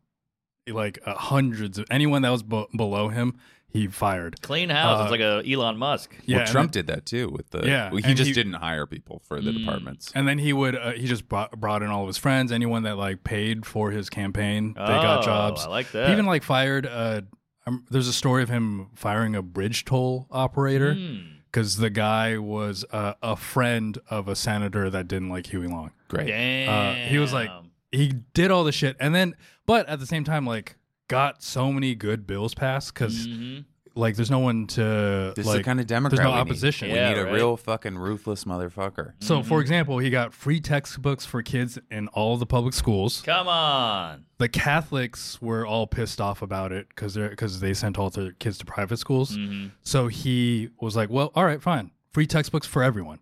[SPEAKER 1] like uh, hundreds of anyone that was b- below him. He fired.
[SPEAKER 2] Clean house.
[SPEAKER 1] Uh,
[SPEAKER 2] it's like a Elon Musk.
[SPEAKER 1] Yeah,
[SPEAKER 3] well,
[SPEAKER 1] and
[SPEAKER 3] Trump did that too with the.
[SPEAKER 1] Yeah,
[SPEAKER 3] well, he
[SPEAKER 1] and
[SPEAKER 3] just
[SPEAKER 1] he-
[SPEAKER 3] didn't hire people for the
[SPEAKER 2] Mm.
[SPEAKER 3] departments.
[SPEAKER 1] And then he would uh, he just brought, brought in all of his friends, anyone that like paid for his campaign. They got
[SPEAKER 2] Oh,
[SPEAKER 1] jobs.
[SPEAKER 2] I like that.
[SPEAKER 1] He even like fired. Uh, um, there's a story of him firing a bridge toll operator
[SPEAKER 2] Mm.
[SPEAKER 1] because the guy was uh, a friend of a senator that didn't like Huey Long.
[SPEAKER 3] Great.
[SPEAKER 2] Damn.
[SPEAKER 1] Uh, he was like- he did all the shit and then but at the same time like got so many good bills passed because
[SPEAKER 2] Mhm.
[SPEAKER 1] like there's no one to
[SPEAKER 3] Mm. This is the
[SPEAKER 1] like.
[SPEAKER 3] kind of Democrat
[SPEAKER 1] there's no
[SPEAKER 3] we need.
[SPEAKER 1] opposition.
[SPEAKER 3] We
[SPEAKER 2] Yeah,
[SPEAKER 3] need a
[SPEAKER 2] right.
[SPEAKER 3] real fucking ruthless motherfucker.
[SPEAKER 1] so, for
[SPEAKER 2] Mhm.
[SPEAKER 1] example, he got free textbooks for kids in all the public schools.
[SPEAKER 2] Come on.
[SPEAKER 1] The Catholics were all pissed off about it because they because they sent all their kids to private schools.
[SPEAKER 3] Mm.
[SPEAKER 2] Mhm.
[SPEAKER 1] So he was like, "Well, all right, fine, free textbooks for everyone."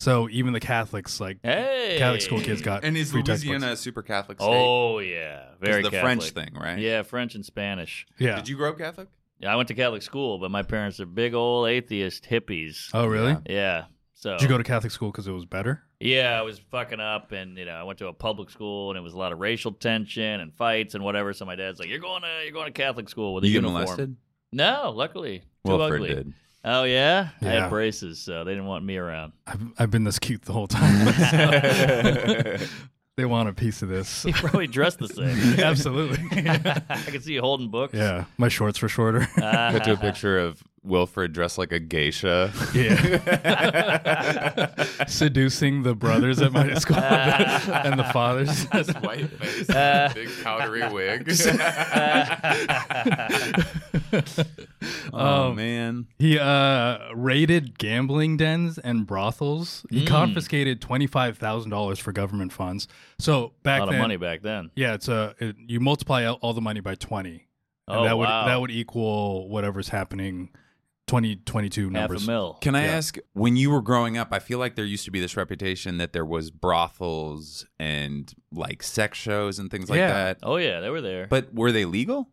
[SPEAKER 1] So even the Catholics, like
[SPEAKER 2] Hey.
[SPEAKER 1] Catholic school kids, got
[SPEAKER 3] And is
[SPEAKER 1] free
[SPEAKER 3] Louisiana
[SPEAKER 1] textbooks.
[SPEAKER 3] a super Catholic state?
[SPEAKER 2] Oh yeah,
[SPEAKER 3] 'Cause
[SPEAKER 2] very
[SPEAKER 3] the
[SPEAKER 2] Catholic.
[SPEAKER 3] French thing, right?
[SPEAKER 2] Yeah, French and Spanish.
[SPEAKER 1] Yeah.
[SPEAKER 3] Did you grow up Catholic?
[SPEAKER 2] Yeah, I went to Catholic school, but my parents are big old atheist hippies.
[SPEAKER 1] oh, really?
[SPEAKER 3] Yeah.
[SPEAKER 2] Yeah. So
[SPEAKER 1] Did you go to Catholic school because it was better?
[SPEAKER 2] Yeah, I was fucking up, and you know, I went to a public school, and it was a lot of racial tension and fights and whatever. So my dad's like, "You're going to you're going to Catholic school with a
[SPEAKER 3] you get
[SPEAKER 2] uniform."
[SPEAKER 3] molested?
[SPEAKER 2] No, luckily, too
[SPEAKER 3] Wilfred
[SPEAKER 2] ugly.
[SPEAKER 3] did.
[SPEAKER 2] Oh yeah? I
[SPEAKER 1] Yeah.
[SPEAKER 2] had braces, so they didn't want me around.
[SPEAKER 1] I've, I've been this cute the whole time. they want a piece of this.
[SPEAKER 2] He probably dressed the same.
[SPEAKER 1] Absolutely.
[SPEAKER 2] I can see you holding books.
[SPEAKER 1] yeah. My shorts were shorter.
[SPEAKER 2] Ah,
[SPEAKER 3] Cut to a picture of Wilfred dressed like a geisha.
[SPEAKER 1] Yeah. Seducing the brothers at my school and the fathers.
[SPEAKER 3] His white face,
[SPEAKER 2] Uh,
[SPEAKER 3] big powdery wig. oh
[SPEAKER 1] Um,
[SPEAKER 3] man!
[SPEAKER 1] He uh, raided gambling dens and brothels. He
[SPEAKER 2] Mm.
[SPEAKER 1] confiscated twenty five thousand dollars for government funds. So
[SPEAKER 2] a
[SPEAKER 1] back
[SPEAKER 2] lot
[SPEAKER 1] then,
[SPEAKER 2] of money back then.
[SPEAKER 1] yeah, it's a it, you multiply out all the money by twenty, and
[SPEAKER 2] Oh
[SPEAKER 1] that would
[SPEAKER 2] wow,
[SPEAKER 1] that would equal whatever's happening twenty twenty two
[SPEAKER 2] half
[SPEAKER 1] numbers.
[SPEAKER 2] a mil.
[SPEAKER 3] Can I
[SPEAKER 1] Yeah.
[SPEAKER 3] ask, when you were growing up, I feel like there used to be this reputation that there was brothels and like sex shows and things like
[SPEAKER 1] Yeah.
[SPEAKER 3] that.
[SPEAKER 2] Oh yeah, they were there.
[SPEAKER 3] But were they legal?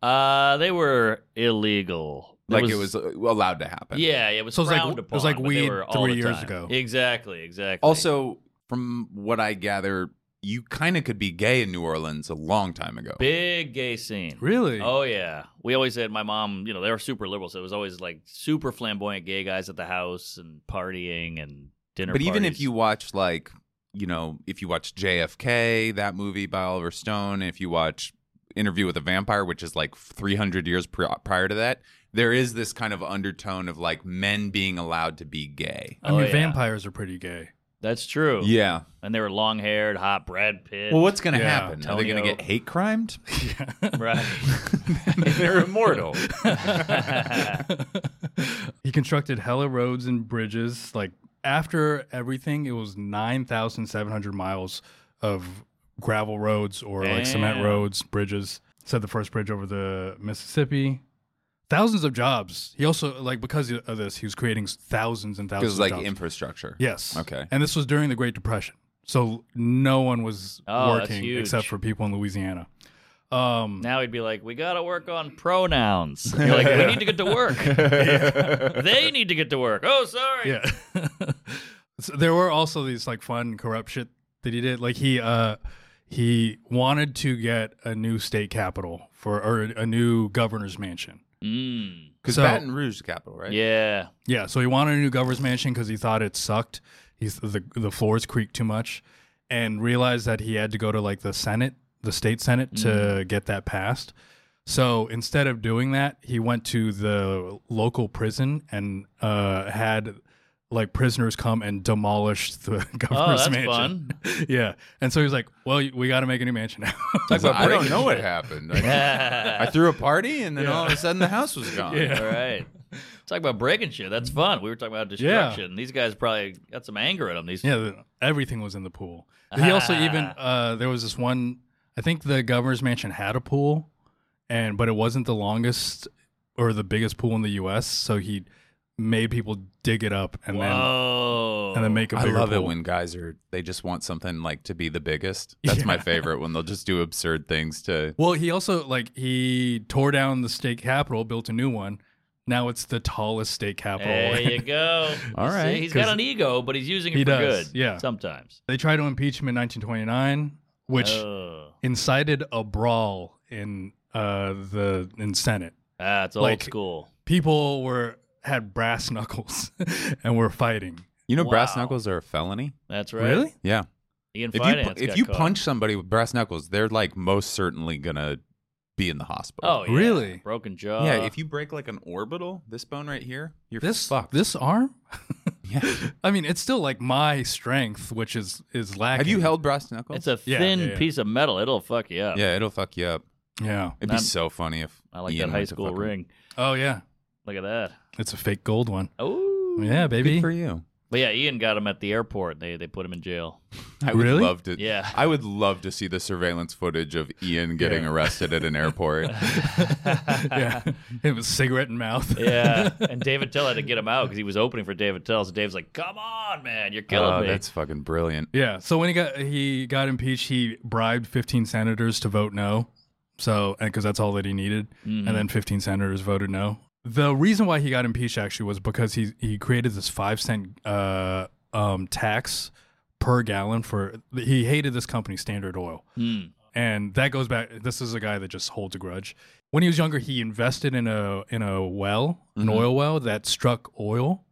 [SPEAKER 2] uh, they were illegal. There
[SPEAKER 3] Like it was uh, allowed to happen.
[SPEAKER 2] Yeah, yeah, it was
[SPEAKER 1] So it was like-
[SPEAKER 2] frowned
[SPEAKER 1] it
[SPEAKER 2] upon.
[SPEAKER 1] was like
[SPEAKER 2] but they
[SPEAKER 1] weed
[SPEAKER 2] were all
[SPEAKER 1] three
[SPEAKER 2] the
[SPEAKER 1] years
[SPEAKER 2] time.
[SPEAKER 1] ago.
[SPEAKER 2] Exactly, exactly.
[SPEAKER 3] Also, from what I gather, you kind of could be gay in New Orleans a long time ago.
[SPEAKER 2] big gay scene.
[SPEAKER 1] Really?
[SPEAKER 2] Oh yeah, we always had my mom. You know, they were super liberal, so it was always like super flamboyant gay guys at the house and partying and dinner.
[SPEAKER 3] But even if
[SPEAKER 2] parties.
[SPEAKER 3] you watch like, you know, if you watch JFK, that movie by Oliver Stone, if you watch Interview with a Vampire, which is like 300 years pr- prior to that, there is this kind of undertone of like men being allowed to be gay.
[SPEAKER 1] I
[SPEAKER 2] Oh,
[SPEAKER 1] mean,
[SPEAKER 2] yeah.
[SPEAKER 1] vampires are pretty gay.
[SPEAKER 2] that's true,
[SPEAKER 3] Yeah.
[SPEAKER 2] and they were long haired, hot Brad Pitt.
[SPEAKER 3] Well, what's going to
[SPEAKER 1] Yeah.
[SPEAKER 3] happen? Are they going to
[SPEAKER 2] Antonio.
[SPEAKER 3] get hate crimed?
[SPEAKER 2] right?
[SPEAKER 3] They're immortal.
[SPEAKER 1] he constructed hella roads and bridges. Like after everything, it was nine thousand seven hundred miles of gravel roads or like cement
[SPEAKER 2] Damn.
[SPEAKER 1] roads, bridges. Said the first bridge over the Mississippi. Thousands of jobs. He also like because of this, he was creating thousands and thousands.
[SPEAKER 3] Because like
[SPEAKER 1] of jobs.
[SPEAKER 3] infrastructure.
[SPEAKER 1] yes,
[SPEAKER 3] Okay.
[SPEAKER 1] and this was during the Great Depression, so no one was
[SPEAKER 2] Oh, that's
[SPEAKER 1] working
[SPEAKER 2] huge.
[SPEAKER 1] except for people in Louisiana. Um,
[SPEAKER 2] Now he'd be like, "We gotta work on pronouns." And you're like, "We need to get to work. they need to get to work." Oh, sorry.
[SPEAKER 1] Yeah. so there were also these like fun corrupt shit that he did. Like he uh he wanted to get a new state capital for or a new governor's mansion.
[SPEAKER 2] Mm.
[SPEAKER 3] Because
[SPEAKER 1] So-
[SPEAKER 3] Baton Rouge is capital, right?
[SPEAKER 2] Yeah.
[SPEAKER 1] Yeah, so he wanted a new governor's mansion because he thought it sucked. He's the the floors creaked too much, and realized that he had to go to like the Senate, the state Senate, to
[SPEAKER 2] Mm.
[SPEAKER 1] get that passed. So instead of doing that, he went to the local prison and uh, had like prisoners come and demolish the
[SPEAKER 2] Oh,
[SPEAKER 1] governor's
[SPEAKER 2] that's
[SPEAKER 1] mansion.
[SPEAKER 2] fun.
[SPEAKER 1] Yeah, and so he was like, "Well, we got to make a new mansion now."
[SPEAKER 3] Talk about
[SPEAKER 2] I don't
[SPEAKER 3] breaking
[SPEAKER 2] know what
[SPEAKER 3] shit. happened. I
[SPEAKER 2] I
[SPEAKER 3] threw a party and then
[SPEAKER 1] Yeah.
[SPEAKER 3] all of a sudden the house was gone.
[SPEAKER 1] Yeah.
[SPEAKER 2] All right. Talk about breaking shit. That's fun. We were talking about destruction. These guys probably got some anger in them. These
[SPEAKER 1] Yeah, the, everything was in the pool.
[SPEAKER 2] Ah.
[SPEAKER 1] He also even uh, there was this one. I think the governor's mansion had a pool, and but it wasn't the longest or the biggest pool in the U.S. So he made people dig it up and
[SPEAKER 2] Whoa.
[SPEAKER 1] then and then make a
[SPEAKER 3] I
[SPEAKER 1] bigger
[SPEAKER 3] love
[SPEAKER 1] pool.
[SPEAKER 3] it when guys are they just want something like to be the biggest. That's my
[SPEAKER 1] Yeah.
[SPEAKER 3] favorite when they'll just do absurd things to
[SPEAKER 1] well, he also like he tore down the state capitol, built a new one. Now it's the tallest state capitol.
[SPEAKER 2] There you go.
[SPEAKER 3] All
[SPEAKER 2] You see,
[SPEAKER 3] right.
[SPEAKER 2] he's got
[SPEAKER 1] 'Cause
[SPEAKER 2] an ego, but he's using it
[SPEAKER 1] he
[SPEAKER 2] for
[SPEAKER 1] does,
[SPEAKER 2] good.
[SPEAKER 1] yeah.
[SPEAKER 2] Sometimes.
[SPEAKER 1] they tried to impeach him in 1929, which
[SPEAKER 2] Oh.
[SPEAKER 1] incited a brawl in uh, the in Senate.
[SPEAKER 2] Ah, it's
[SPEAKER 1] Like-
[SPEAKER 2] old school.
[SPEAKER 1] people were had brass knuckles and were fighting.
[SPEAKER 3] You know brass
[SPEAKER 2] Wow.
[SPEAKER 3] knuckles are a felony?
[SPEAKER 2] That's right.
[SPEAKER 3] Yeah.
[SPEAKER 2] Ian
[SPEAKER 3] If you
[SPEAKER 2] Finance
[SPEAKER 3] pu- if
[SPEAKER 2] got
[SPEAKER 3] you
[SPEAKER 2] caught.
[SPEAKER 3] punch somebody with brass knuckles, they're like most certainly going to be in the hospital.
[SPEAKER 2] Oh, yeah.
[SPEAKER 1] Really?
[SPEAKER 2] Broken jaw.
[SPEAKER 3] yeah, if you break like an orbital, this bone right here, you're
[SPEAKER 1] This
[SPEAKER 3] fucked.
[SPEAKER 1] this arm?
[SPEAKER 3] yeah.
[SPEAKER 1] I mean, it's still like my strength, which is is lacking.
[SPEAKER 3] Have you held brass knuckles?
[SPEAKER 2] It's a
[SPEAKER 1] Yeah,
[SPEAKER 2] thin
[SPEAKER 1] yeah, yeah.
[SPEAKER 2] piece of metal. It'll fuck you up.
[SPEAKER 3] yeah, it'll fuck you up.
[SPEAKER 1] Yeah.
[SPEAKER 3] It'd
[SPEAKER 2] Not-
[SPEAKER 3] be so funny if
[SPEAKER 2] I like
[SPEAKER 3] Ian
[SPEAKER 2] that high
[SPEAKER 3] went to
[SPEAKER 2] school
[SPEAKER 3] fucking-
[SPEAKER 2] ring.
[SPEAKER 1] Oh yeah.
[SPEAKER 2] Look at that.
[SPEAKER 1] It's a fake gold one.
[SPEAKER 2] Oh.
[SPEAKER 1] Yeah,
[SPEAKER 3] Good
[SPEAKER 1] baby.
[SPEAKER 3] for you.
[SPEAKER 2] But yeah, Ian got him at the airport. They they put him in jail.
[SPEAKER 3] I would
[SPEAKER 1] Really?
[SPEAKER 3] love to.
[SPEAKER 2] Yeah.
[SPEAKER 3] I would love to see the surveillance footage of Ian getting
[SPEAKER 1] Yeah.
[SPEAKER 3] arrested at an airport.
[SPEAKER 1] yeah. It was cigarette in mouth.
[SPEAKER 2] yeah. And David Tell had to get him out because he was opening for David Tell. So Dave's like, "Come on, man, you're killing
[SPEAKER 3] Oh,
[SPEAKER 2] me."
[SPEAKER 3] that's fucking brilliant.
[SPEAKER 1] Yeah. So when he got he got impeached, he bribed 15 senators to vote no. So because that's all that he needed,
[SPEAKER 2] Mhm.
[SPEAKER 1] and
[SPEAKER 3] Mm-hmm.
[SPEAKER 1] then 15 senators voted no. The reason why he got impeached actually was because he he created this five cent uh, um, tax per gallon for he hated this company Standard Oil.
[SPEAKER 2] Hmm.
[SPEAKER 1] and that goes back this is a guy that just holds a grudge when he was younger he invested in a in a well an
[SPEAKER 3] Mhm.
[SPEAKER 1] oil well that struck oil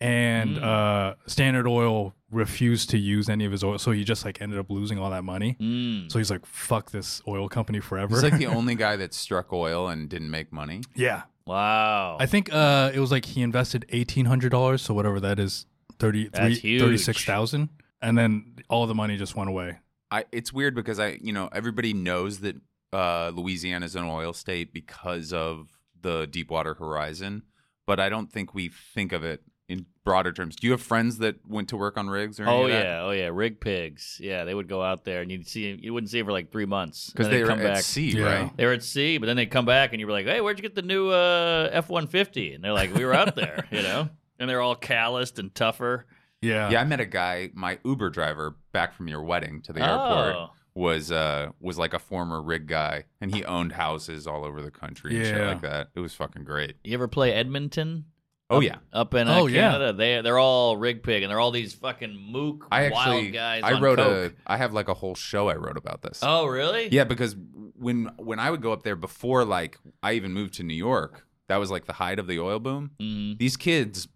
[SPEAKER 1] and
[SPEAKER 2] Mm.
[SPEAKER 1] uh standard oil refused to use any of his oil so he just like ended up losing all that money
[SPEAKER 2] Hmm.
[SPEAKER 1] so he's like fuck this oil company forever
[SPEAKER 3] He's like the only guy that struck oil and didn't make money.
[SPEAKER 1] yeah
[SPEAKER 2] Wow.
[SPEAKER 1] i think uh it was like he invested $1800 so whatever that is 30
[SPEAKER 2] That's huge.
[SPEAKER 1] 36000 and then all the money just went away
[SPEAKER 3] I it's weird because I you know everybody knows that uh, Louisiana is an oil state because of the Deepwater Horizon, but I don't think we think of it in broader terms. Do you have friends that went to work on rigs or? Any
[SPEAKER 2] Oh
[SPEAKER 3] of that?
[SPEAKER 2] yeah, oh yeah, rig pigs. Yeah, they would go out there and you'd see you wouldn't see them for like three months
[SPEAKER 3] because
[SPEAKER 2] And they'd
[SPEAKER 3] they were
[SPEAKER 2] come
[SPEAKER 3] at
[SPEAKER 2] back.
[SPEAKER 3] sea,
[SPEAKER 1] Yeah.
[SPEAKER 3] right?
[SPEAKER 2] They were at sea, but then they'd come back and you were like, "Hey, where'd you get the new uh, F-150?" And they're like, "We were out there," you know. And they're all calloused and tougher.
[SPEAKER 1] yeah
[SPEAKER 3] yeah, I met a guy, my Uber driver, back from your wedding to the airport.
[SPEAKER 2] Oh.
[SPEAKER 3] was uh was like a former rig guy and he owned houses all over the country and shit
[SPEAKER 1] Yeah.
[SPEAKER 3] like that. It was fucking great.
[SPEAKER 2] You ever play Edmonton?
[SPEAKER 3] Oh
[SPEAKER 2] Up-
[SPEAKER 3] yeah.
[SPEAKER 2] up in uh,
[SPEAKER 1] Oh, yeah.
[SPEAKER 2] Canada. They they're all rig pig, and they're all these fucking mook
[SPEAKER 3] I
[SPEAKER 2] wild
[SPEAKER 3] actually
[SPEAKER 2] guys.
[SPEAKER 3] I
[SPEAKER 2] on
[SPEAKER 3] wrote
[SPEAKER 2] coke.
[SPEAKER 3] a I have like a whole show I wrote about this.
[SPEAKER 2] Oh really?
[SPEAKER 3] Yeah, because when when I would go up there before like I even moved to New York, that was like the height of the oil boom.
[SPEAKER 2] Mhm.
[SPEAKER 3] These kids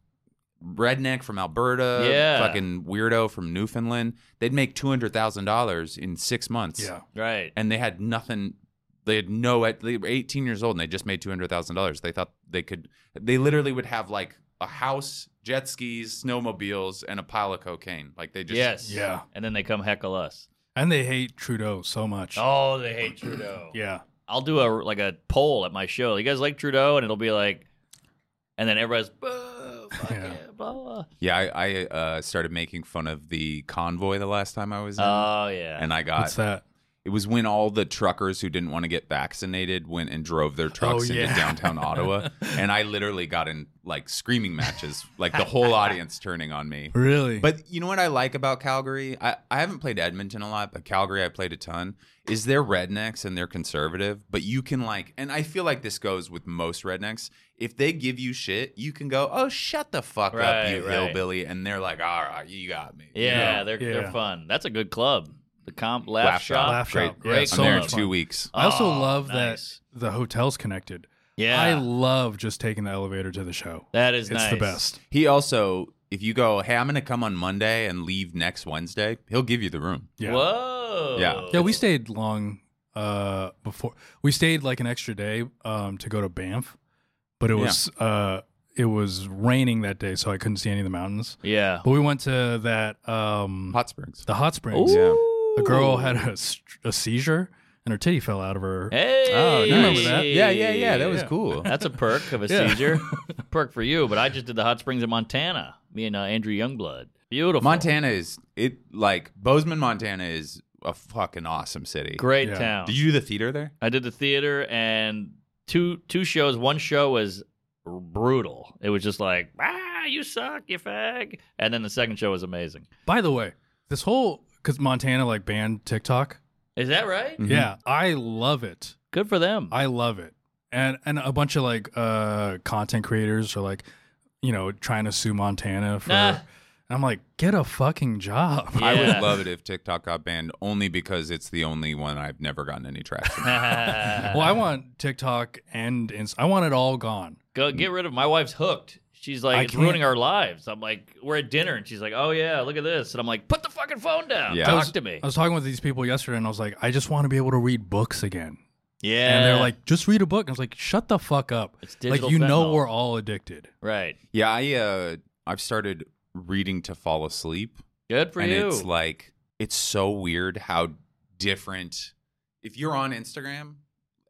[SPEAKER 3] redneck from Alberta,
[SPEAKER 2] Yeah.
[SPEAKER 3] fucking weirdo from Newfoundland, they'd make $200,000 in 6 months.
[SPEAKER 1] yeah
[SPEAKER 2] Right.
[SPEAKER 3] and they had nothing. They had no. They were 18 years old and they just made two hundred thousand dollars. They thought they could. They literally would have like a house, jet skis, snowmobiles, and a pile of cocaine. Like they just.
[SPEAKER 2] yes.
[SPEAKER 1] yeah
[SPEAKER 2] And then they come heckle us.
[SPEAKER 1] and they hate trudeau so much
[SPEAKER 2] Oh, they hate Trudeau.
[SPEAKER 1] yeah
[SPEAKER 2] I'll do a like a poll at my show. You guys like Trudeau, and it'll be like, and then everybody's boo, fuck
[SPEAKER 1] Yeah.
[SPEAKER 2] it, blah blah.
[SPEAKER 3] Yeah, I, I uh, started making fun of the convoy the last time I was in,
[SPEAKER 2] Oh yeah.
[SPEAKER 3] and I
[SPEAKER 1] what's
[SPEAKER 3] got.
[SPEAKER 1] that
[SPEAKER 3] It was when all the truckers who didn't want to get vaccinated went and drove their trucks into
[SPEAKER 1] Oh, yeah.
[SPEAKER 3] downtown Ottawa, and I literally got in like screaming matches, like the whole audience turning on me.
[SPEAKER 1] really
[SPEAKER 3] But you know what I like about Calgary? I, I haven't played Edmonton a lot, but Calgary I played a ton. Is they're rednecks and they're conservative, but you can like, and I feel like this goes with most rednecks. If they give you shit, you can go, oh, shut the fuck
[SPEAKER 2] Right,
[SPEAKER 3] up, you
[SPEAKER 2] right.
[SPEAKER 3] hillbilly. And they're like, all right, you got me.
[SPEAKER 2] yeah,
[SPEAKER 1] Yeah.
[SPEAKER 2] they're
[SPEAKER 1] Yeah.
[SPEAKER 2] they're fun. That's a good club. The comp laugh,
[SPEAKER 3] Laugh Shop.
[SPEAKER 2] shop.
[SPEAKER 1] Laugh Shop.
[SPEAKER 3] Great.
[SPEAKER 1] Yeah,
[SPEAKER 2] Great
[SPEAKER 1] so
[SPEAKER 3] I'm there in
[SPEAKER 1] much
[SPEAKER 2] club.
[SPEAKER 3] two weeks.
[SPEAKER 1] I also
[SPEAKER 2] Oh,
[SPEAKER 1] love
[SPEAKER 2] nice.
[SPEAKER 1] that the hotel's connected.
[SPEAKER 2] Yeah,
[SPEAKER 1] I love just taking the elevator to the show.
[SPEAKER 2] that is
[SPEAKER 1] It's
[SPEAKER 2] nice.
[SPEAKER 1] the best.
[SPEAKER 3] He also, if you go, hey, I'm going to come on Monday and leave next Wednesday, he'll give you the room.
[SPEAKER 1] Yeah.
[SPEAKER 2] Whoa.
[SPEAKER 3] Yeah.
[SPEAKER 1] Yeah, we stayed long uh before we stayed like an extra day um to go to Banff, but it
[SPEAKER 3] Yeah.
[SPEAKER 1] was uh it was raining that day so I couldn't see any of the mountains.
[SPEAKER 2] Yeah.
[SPEAKER 1] But we went to that um
[SPEAKER 3] Hot Springs.
[SPEAKER 1] the hot springs.
[SPEAKER 3] Ooh.
[SPEAKER 1] The girl had a, st- a seizure and her titty fell out of her.
[SPEAKER 2] Hey.
[SPEAKER 3] Oh, nice.
[SPEAKER 1] remember that?
[SPEAKER 3] Yeah, yeah, yeah. That was
[SPEAKER 1] Yeah.
[SPEAKER 3] cool.
[SPEAKER 2] That's a perk of a
[SPEAKER 1] Yeah.
[SPEAKER 2] seizure. perk for you, but I just did the hot springs in Montana. Me and uh, Andrew Youngblood. Beautiful.
[SPEAKER 3] Montana is it like Bozeman, Montana is a fucking awesome city.
[SPEAKER 2] Great
[SPEAKER 1] Yeah.
[SPEAKER 2] town.
[SPEAKER 3] Did you do the theater there?
[SPEAKER 2] I did the theater and two two shows. One show was brutal. It was just like, ah, you suck, you fag. And then the second show was amazing.
[SPEAKER 1] By the way, this whole cuz Montana like banned TikTok.
[SPEAKER 2] Is that right?
[SPEAKER 3] Mm-hmm.
[SPEAKER 1] Yeah, I love it.
[SPEAKER 2] Good for them.
[SPEAKER 1] I love it. And and a bunch of like uh content creators are like, you know, trying to sue Montana for
[SPEAKER 2] Nah.
[SPEAKER 1] and I'm like, get a fucking job.
[SPEAKER 3] I would
[SPEAKER 2] Yeah.
[SPEAKER 3] love it if TikTok got banned only because it's the only one I've never gotten any traction.
[SPEAKER 1] Well, I want TikTok and Inst- I want it all gone.
[SPEAKER 2] Go get rid of my wife's hooked. She's like,
[SPEAKER 1] I
[SPEAKER 2] it's ruining
[SPEAKER 1] can't-
[SPEAKER 2] our lives. I'm like, we're at dinner, and she's like, oh yeah, look at this, and I'm like, put the fucking phone down.
[SPEAKER 3] Yeah.
[SPEAKER 2] Talk
[SPEAKER 1] I was-
[SPEAKER 2] to me.
[SPEAKER 1] I was talking with these people yesterday and I was like, I just want to be able to read books again.
[SPEAKER 2] yeah,
[SPEAKER 1] And they're like, just read a book. I was like, shut the fuck up.
[SPEAKER 2] Uh, it's
[SPEAKER 1] Like
[SPEAKER 2] digital.
[SPEAKER 1] you know
[SPEAKER 2] fentanyl.
[SPEAKER 1] we're all addicted.
[SPEAKER 2] right.
[SPEAKER 3] yeah, I uh I've started reading to fall asleep.
[SPEAKER 2] Good for
[SPEAKER 3] and
[SPEAKER 2] you.
[SPEAKER 3] it's like it's so weird how different if you're on Instagram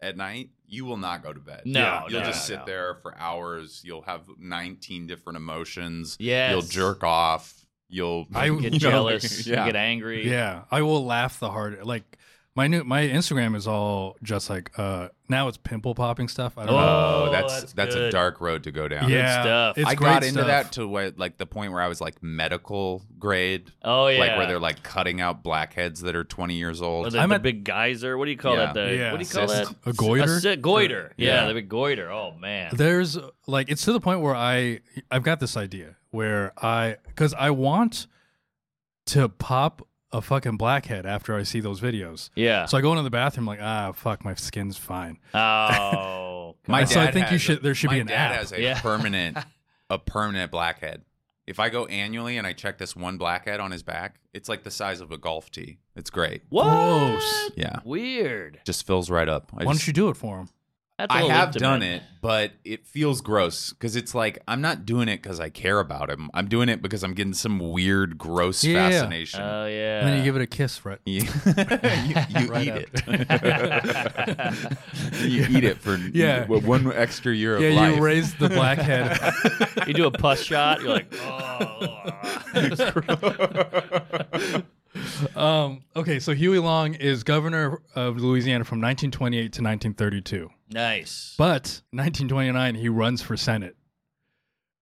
[SPEAKER 3] at night, you will not go to bed.
[SPEAKER 2] No,
[SPEAKER 1] Yeah,
[SPEAKER 3] You'll
[SPEAKER 2] no,
[SPEAKER 3] just
[SPEAKER 2] no,
[SPEAKER 3] sit
[SPEAKER 2] no.
[SPEAKER 3] there for hours. You'll have 19 different emotions.
[SPEAKER 2] Yes.
[SPEAKER 3] You'll jerk off. You'll
[SPEAKER 1] I-
[SPEAKER 2] You get
[SPEAKER 1] you know,
[SPEAKER 2] jealous.
[SPEAKER 3] yeah.
[SPEAKER 2] You get angry.
[SPEAKER 1] Yeah, I will laugh the hard. Like my new my Instagram is all just like uh now it's pimple popping stuff. I don't know.
[SPEAKER 3] oh,
[SPEAKER 2] Oh,
[SPEAKER 3] that's
[SPEAKER 2] that's
[SPEAKER 3] that's,
[SPEAKER 2] good.
[SPEAKER 3] a dark road to go down.
[SPEAKER 1] yeah,
[SPEAKER 2] stuff.
[SPEAKER 1] It's
[SPEAKER 3] I
[SPEAKER 1] great
[SPEAKER 3] got into
[SPEAKER 1] stuff.
[SPEAKER 3] that to where, like the point where I was like medical grade,
[SPEAKER 2] Oh yeah.
[SPEAKER 3] like where they're like cutting out blackheads that are 20 years
[SPEAKER 2] Or
[SPEAKER 3] old.
[SPEAKER 2] the,
[SPEAKER 1] I'm
[SPEAKER 2] the
[SPEAKER 1] at-
[SPEAKER 2] big geyser. What do you call
[SPEAKER 3] Yeah.
[SPEAKER 2] that? The,
[SPEAKER 1] Yeah.
[SPEAKER 2] What do you call
[SPEAKER 3] Cyst.
[SPEAKER 2] that?
[SPEAKER 1] A goiter?
[SPEAKER 2] A, cy- goiter. Yeah,
[SPEAKER 3] Yeah.
[SPEAKER 2] the big goiter. Oh man.
[SPEAKER 1] There's like it's to the point where I I've got this idea where I because I want to pop a fucking blackhead after I see those videos.
[SPEAKER 2] yeah.
[SPEAKER 1] So I go into the bathroom like ah fuck my skin's fine.
[SPEAKER 2] Oh.
[SPEAKER 3] My
[SPEAKER 1] so I
[SPEAKER 3] dad
[SPEAKER 1] think you
[SPEAKER 3] has
[SPEAKER 1] should there should
[SPEAKER 3] My
[SPEAKER 1] be an
[SPEAKER 3] dad
[SPEAKER 1] app.
[SPEAKER 3] has a
[SPEAKER 2] Yeah.
[SPEAKER 3] permanent a permanent blackhead. If I go annually and I check this one blackhead on his back, it's like the size of a golf tee. It's great.
[SPEAKER 2] what?
[SPEAKER 1] Gross.
[SPEAKER 3] Yeah,
[SPEAKER 2] Weird.
[SPEAKER 3] just fills right up. I
[SPEAKER 1] Why
[SPEAKER 3] just-
[SPEAKER 1] don't you do it for him?
[SPEAKER 2] That's a
[SPEAKER 3] I
[SPEAKER 2] little
[SPEAKER 3] have
[SPEAKER 2] intimate.
[SPEAKER 3] done it, but it feels gross because it's like I'm not doing it because I care about him. I'm doing it because I'm getting some weird, gross
[SPEAKER 1] Yeah.
[SPEAKER 3] fascination.
[SPEAKER 2] Oh yeah.
[SPEAKER 1] And then you give it a kiss, right?
[SPEAKER 3] you you, you
[SPEAKER 1] Right
[SPEAKER 3] eat
[SPEAKER 2] after.
[SPEAKER 3] it. you eat it for
[SPEAKER 1] Yeah.
[SPEAKER 3] what, one extra year of
[SPEAKER 1] Yeah,
[SPEAKER 3] life.
[SPEAKER 1] you raise the blackhead.
[SPEAKER 2] You do a pus shot. You're like, oh.
[SPEAKER 1] um, okay, so Huey Long is governor of Louisiana from 1928 to 1932.
[SPEAKER 2] nice.
[SPEAKER 1] But 1929, he runs for Senate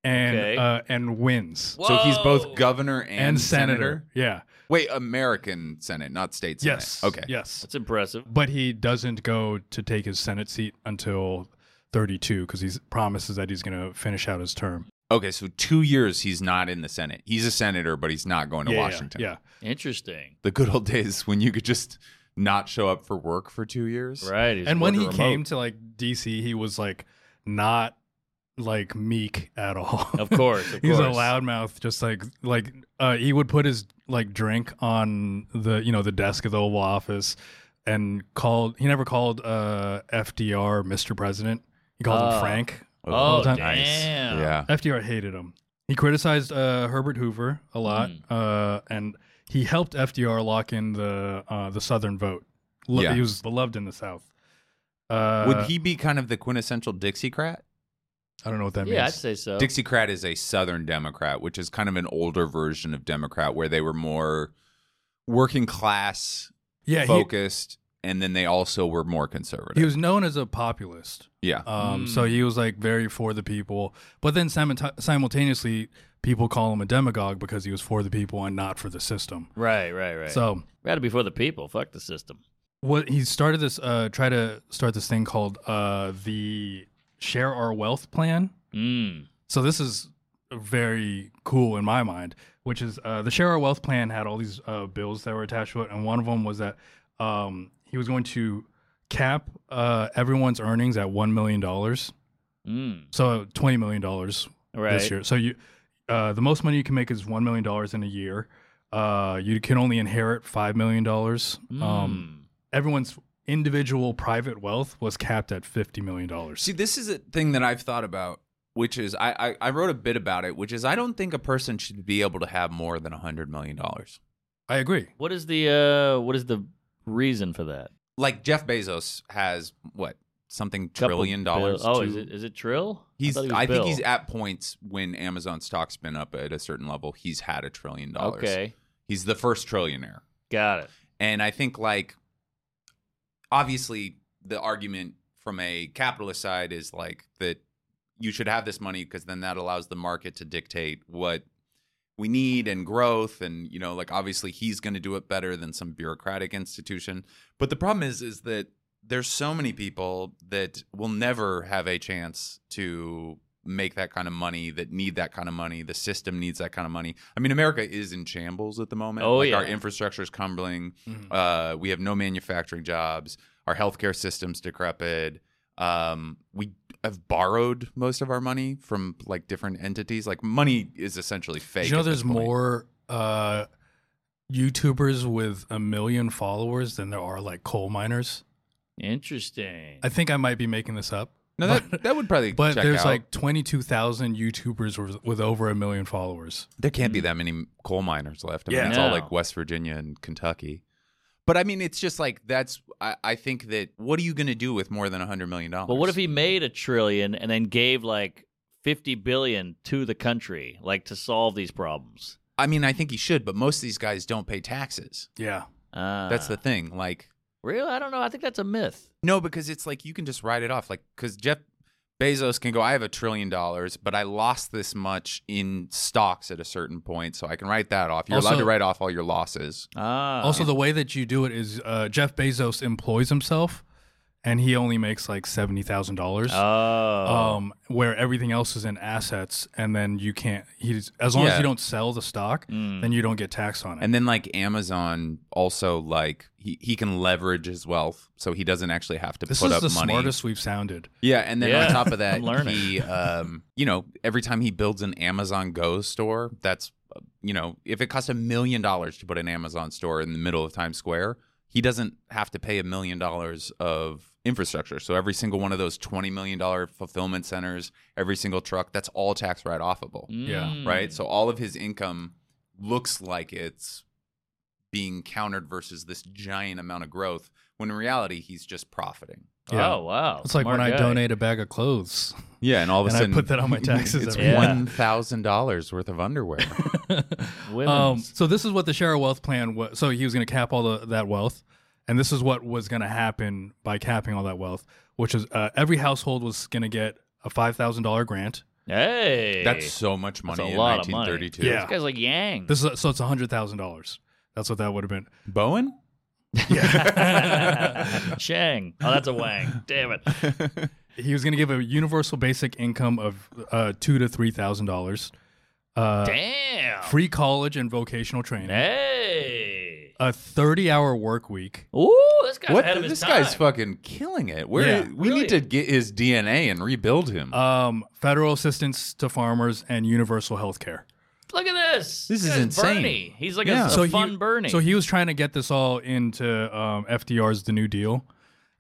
[SPEAKER 1] and
[SPEAKER 2] Okay.
[SPEAKER 1] uh, and wins
[SPEAKER 2] Whoa.
[SPEAKER 3] so he's both governor and,
[SPEAKER 1] and senator. Yeah.
[SPEAKER 3] Wait, American Senate, not state Senate.
[SPEAKER 1] Yes.
[SPEAKER 3] Okay.
[SPEAKER 1] Yes.
[SPEAKER 2] That's impressive.
[SPEAKER 1] But he doesn't go to take his Senate seat until 32 because he promises that he's going to finish out his term.
[SPEAKER 3] Okay, so two years he's not in the Senate. He's a senator, but he's not going to
[SPEAKER 1] Yeah, yeah,
[SPEAKER 3] Washington.
[SPEAKER 1] Yeah.
[SPEAKER 2] Interesting.
[SPEAKER 3] The good old days when you could just not show up for work for two years.
[SPEAKER 2] Right. he's
[SPEAKER 1] and when he
[SPEAKER 2] working
[SPEAKER 1] came
[SPEAKER 2] remote.
[SPEAKER 1] to like DC, he was like not like meek at all.
[SPEAKER 2] Of course, of
[SPEAKER 1] He's
[SPEAKER 2] course.
[SPEAKER 1] a loudmouth, just like like uh, he would put his like drink on the you know the desk of the Oval Office, and called he never called uh, FDR Mr. President. He called
[SPEAKER 2] Oh.
[SPEAKER 1] him Frank.
[SPEAKER 2] Oh,
[SPEAKER 1] All the time.
[SPEAKER 2] damn.
[SPEAKER 3] Yeah.
[SPEAKER 1] FDR hated him. He criticized uh, Herbert Hoover a lot,
[SPEAKER 2] Mm.
[SPEAKER 1] uh, and he helped FDR lock in the uh, the Southern vote. Lo-
[SPEAKER 3] Yeah.
[SPEAKER 1] He was beloved in the South. Uh,
[SPEAKER 3] Would he be kind of the quintessential Dixiecrat?
[SPEAKER 1] I don't know what that
[SPEAKER 2] yeah, I'd
[SPEAKER 1] means.
[SPEAKER 2] say so.
[SPEAKER 3] Dixiecrat is a Southern Democrat, which is kind of an older version of Democrat where they were more working class
[SPEAKER 1] Yeah, he,
[SPEAKER 3] focused, and then they also were more conservative.
[SPEAKER 1] he was known as a populist.
[SPEAKER 3] yeah.
[SPEAKER 1] Um,
[SPEAKER 2] Mm.
[SPEAKER 1] So he was like very for the people. But then simulta- simultaneously, people call him a demagogue because he was for the people and not for the system.
[SPEAKER 2] Right, right, right.
[SPEAKER 1] So
[SPEAKER 2] gotta be for the people. Fuck the system.
[SPEAKER 1] what he started this, uh, try to start this thing called uh, the Share Our Wealth Plan.
[SPEAKER 2] Mm.
[SPEAKER 1] So this is very cool in my mind, which is uh, the Share Our Wealth plan had all these uh, bills that were attached to it, and one of them was that um, he was going to cap uh, everyone's earnings at one million dollars,
[SPEAKER 2] Mm.
[SPEAKER 1] so twenty million dollars
[SPEAKER 2] Right.
[SPEAKER 1] this year. So you, uh, the most money you can make is one million dollars in a year. Uh, you can only inherit five million dollars. Um,
[SPEAKER 3] Hmm.
[SPEAKER 2] Mm.
[SPEAKER 1] everyone's individual private wealth was capped at fifty million dollars.
[SPEAKER 3] See, this is a thing that I've thought about, which is I, I, I wrote a bit about it, which is I don't think a person should be able to have more than $100 million.
[SPEAKER 1] I agree.
[SPEAKER 2] what is the uh what is the reason for that?
[SPEAKER 3] Like Jeff Bezos has, what, something
[SPEAKER 2] Couple
[SPEAKER 3] trillion
[SPEAKER 2] bill-
[SPEAKER 3] dollars?
[SPEAKER 2] Oh,
[SPEAKER 3] to-
[SPEAKER 2] is it is it trill?
[SPEAKER 3] He's,
[SPEAKER 2] thought
[SPEAKER 3] I,
[SPEAKER 2] he was
[SPEAKER 3] think
[SPEAKER 2] bill.
[SPEAKER 3] he's at points when Amazon stock's been up at a certain level. He's had a trillion dollars.
[SPEAKER 2] Okay.
[SPEAKER 3] He's the first trillionaire.
[SPEAKER 2] Got it.
[SPEAKER 3] And I think, like, obviously, the argument from a capitalist side is like that you should have this money because then that allows the market to dictate what we need and growth and you know like obviously he's going to do it better than some bureaucratic institution but the problem is is that there's so many people that will never have a chance to make that kind of money that need that kind of money the system needs that kind of money i mean america is in shambles at the moment
[SPEAKER 2] Oh,
[SPEAKER 3] like
[SPEAKER 2] yeah.
[SPEAKER 3] our infrastructure is crumbling uh, we have no manufacturing jobs. Our healthcare system's decrepit. Um, we have borrowed most of our money from like different entities. Like money is essentially fake.
[SPEAKER 1] Did you know
[SPEAKER 3] at
[SPEAKER 1] there's
[SPEAKER 3] this point.
[SPEAKER 1] more uh, YouTubers with a million followers than there are like coal miners?
[SPEAKER 2] Interesting.
[SPEAKER 1] I think I might be making this up.
[SPEAKER 3] No, that, that would probably.
[SPEAKER 1] But
[SPEAKER 3] check
[SPEAKER 1] there's
[SPEAKER 3] out.
[SPEAKER 1] like 22,000 YouTubers with, with over a million followers. Mm.
[SPEAKER 3] there can't be that many coal miners left. I mean,
[SPEAKER 1] Yeah.
[SPEAKER 3] it's all
[SPEAKER 2] No.
[SPEAKER 3] like West Virginia and Kentucky. But I mean, it's just like that's. I, I think that what are you going to do with more than a hundred million dollars?
[SPEAKER 2] But what if he made a trillion and then gave like 50 billion to the country, like to solve these problems?
[SPEAKER 3] I mean, I think he should, but most of these guys don't pay taxes.
[SPEAKER 1] Yeah.
[SPEAKER 2] Uh,
[SPEAKER 3] That's the thing. Like,
[SPEAKER 2] real. Ah. I don't know. I think that's a myth.
[SPEAKER 3] no, because it's like you can just write it off. Like, because Jeff Bezos can go, I have a trillion dollars, but I lost this much in stocks at a certain point, so I can write that off. You're allowed
[SPEAKER 1] Also-
[SPEAKER 3] to write off all your losses.
[SPEAKER 2] Ah,
[SPEAKER 1] Also, the way that you do it is uh, Jeff Bezos employs himself, and he only makes like seventy thousand dollars.
[SPEAKER 2] oh,
[SPEAKER 1] Um, where everything else is in assets, and then you can't. He's as long as
[SPEAKER 3] Yeah. Mm-hmm.
[SPEAKER 1] you don't sell the stock,
[SPEAKER 2] Mm.
[SPEAKER 1] then you don't get taxed on it.
[SPEAKER 3] And then like Amazon also like he, he can leverage his wealth, so he doesn't actually have to
[SPEAKER 1] this
[SPEAKER 3] put
[SPEAKER 1] is
[SPEAKER 3] up
[SPEAKER 1] the
[SPEAKER 3] money.
[SPEAKER 1] smartest we've sounded.
[SPEAKER 3] Yeah, and then
[SPEAKER 2] Yeah,
[SPEAKER 3] on top of that,
[SPEAKER 2] I'm learning.
[SPEAKER 3] he, um, you know, every time he builds an Amazon Go store, that's, uh, you know, if it costs a million dollars to put an Amazon store in the middle of Times Square, he doesn't have to pay a million dollars of infrastructure. So every single one of those twenty million dollar fulfillment centers, every single truck, that's all tax write offable,
[SPEAKER 1] yeah,
[SPEAKER 2] Mm.
[SPEAKER 3] right? So all of his income looks like it's being countered versus this giant amount of growth. When in reality, he's just profiting.
[SPEAKER 1] Yeah.
[SPEAKER 2] Oh wow,
[SPEAKER 1] It's like
[SPEAKER 2] Smart
[SPEAKER 1] when I
[SPEAKER 2] guy.
[SPEAKER 1] donate a bag of clothes.
[SPEAKER 3] Yeah, and all of a
[SPEAKER 1] And I
[SPEAKER 3] sudden
[SPEAKER 1] put that on my taxes
[SPEAKER 3] It's
[SPEAKER 2] every
[SPEAKER 3] one
[SPEAKER 2] month.
[SPEAKER 3] thousand dollars worth of underwear.
[SPEAKER 1] Um,
[SPEAKER 2] Women's.
[SPEAKER 1] so this is what the share of wealth plan was. So he was going to cap all the, that wealth, and this is what was going to happen by capping all that wealth, which is uh, every household was going to get a five thousand dollar grant.
[SPEAKER 2] hey,
[SPEAKER 3] That's so much money
[SPEAKER 2] That's a
[SPEAKER 3] in
[SPEAKER 2] lot of
[SPEAKER 3] nineteen
[SPEAKER 2] money.
[SPEAKER 3] thirty-two.
[SPEAKER 1] Yeah.
[SPEAKER 2] This guy's like Yang.
[SPEAKER 1] This is so it's hundred thousand dollars. That's what that would have been.
[SPEAKER 3] Bowen.
[SPEAKER 2] Chang. Oh, that's a Wang. Damn it.
[SPEAKER 1] He was going to give a universal basic income of uh, two to three thousand dollars, uh,
[SPEAKER 2] Damn.
[SPEAKER 1] free college and vocational training,
[SPEAKER 2] Hey.
[SPEAKER 1] a thirty-hour work week.
[SPEAKER 2] Ooh, this guy's
[SPEAKER 3] What?
[SPEAKER 2] ahead of his
[SPEAKER 3] This
[SPEAKER 2] time.
[SPEAKER 3] guy's fucking killing it. Where
[SPEAKER 1] Yeah.
[SPEAKER 3] we need to
[SPEAKER 2] Brilliant.
[SPEAKER 3] get his DNA and rebuild him.
[SPEAKER 1] Um, federal assistance to farmers and universal health care.
[SPEAKER 2] Look at this.
[SPEAKER 3] This
[SPEAKER 2] This
[SPEAKER 3] is
[SPEAKER 2] guy's
[SPEAKER 3] insane.
[SPEAKER 2] Bernie. He's like a,
[SPEAKER 3] Yeah.
[SPEAKER 2] a
[SPEAKER 1] So he-
[SPEAKER 2] fun Bernie.
[SPEAKER 1] So he was trying to get this all into um, FDR's The New Deal.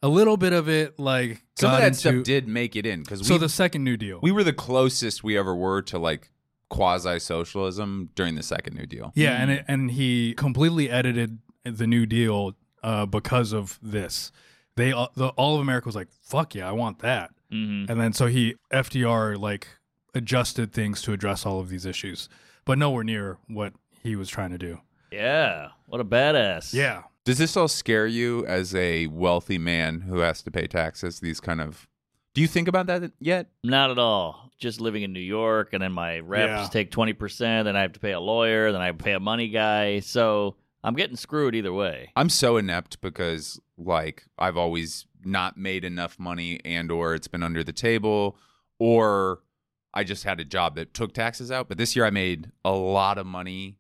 [SPEAKER 1] A little bit of it, like
[SPEAKER 3] Some of
[SPEAKER 1] got
[SPEAKER 3] that
[SPEAKER 1] into-
[SPEAKER 3] stuff did make it in because
[SPEAKER 1] So
[SPEAKER 3] we
[SPEAKER 1] the second New Deal,
[SPEAKER 3] we were the closest we ever were to like quasi socialism during the second New Deal.
[SPEAKER 1] yeah, and it, and he completely edited the New Deal uh, because of this. They all- the, all of America was like, "Fuck yeah, I want that,"
[SPEAKER 2] Mhm.
[SPEAKER 1] and then so he FDR like adjusted things to address all of these issues, but nowhere near what he was trying to do.
[SPEAKER 2] Yeah. What a badass.
[SPEAKER 1] Yeah,
[SPEAKER 3] Does this all scare you as a wealthy man who has to pay taxes? These kind of. Do you think about that yet?
[SPEAKER 2] Not at all. Just living in New York, and then my reps
[SPEAKER 1] Yeah.
[SPEAKER 2] take twenty percent, then I have to pay a lawyer, then I pay a money guy. So I'm getting screwed either way.
[SPEAKER 3] I'm so inept because like I've always not made enough money and or it's been under the table or I just had a job that took taxes out, but this year I made a lot of money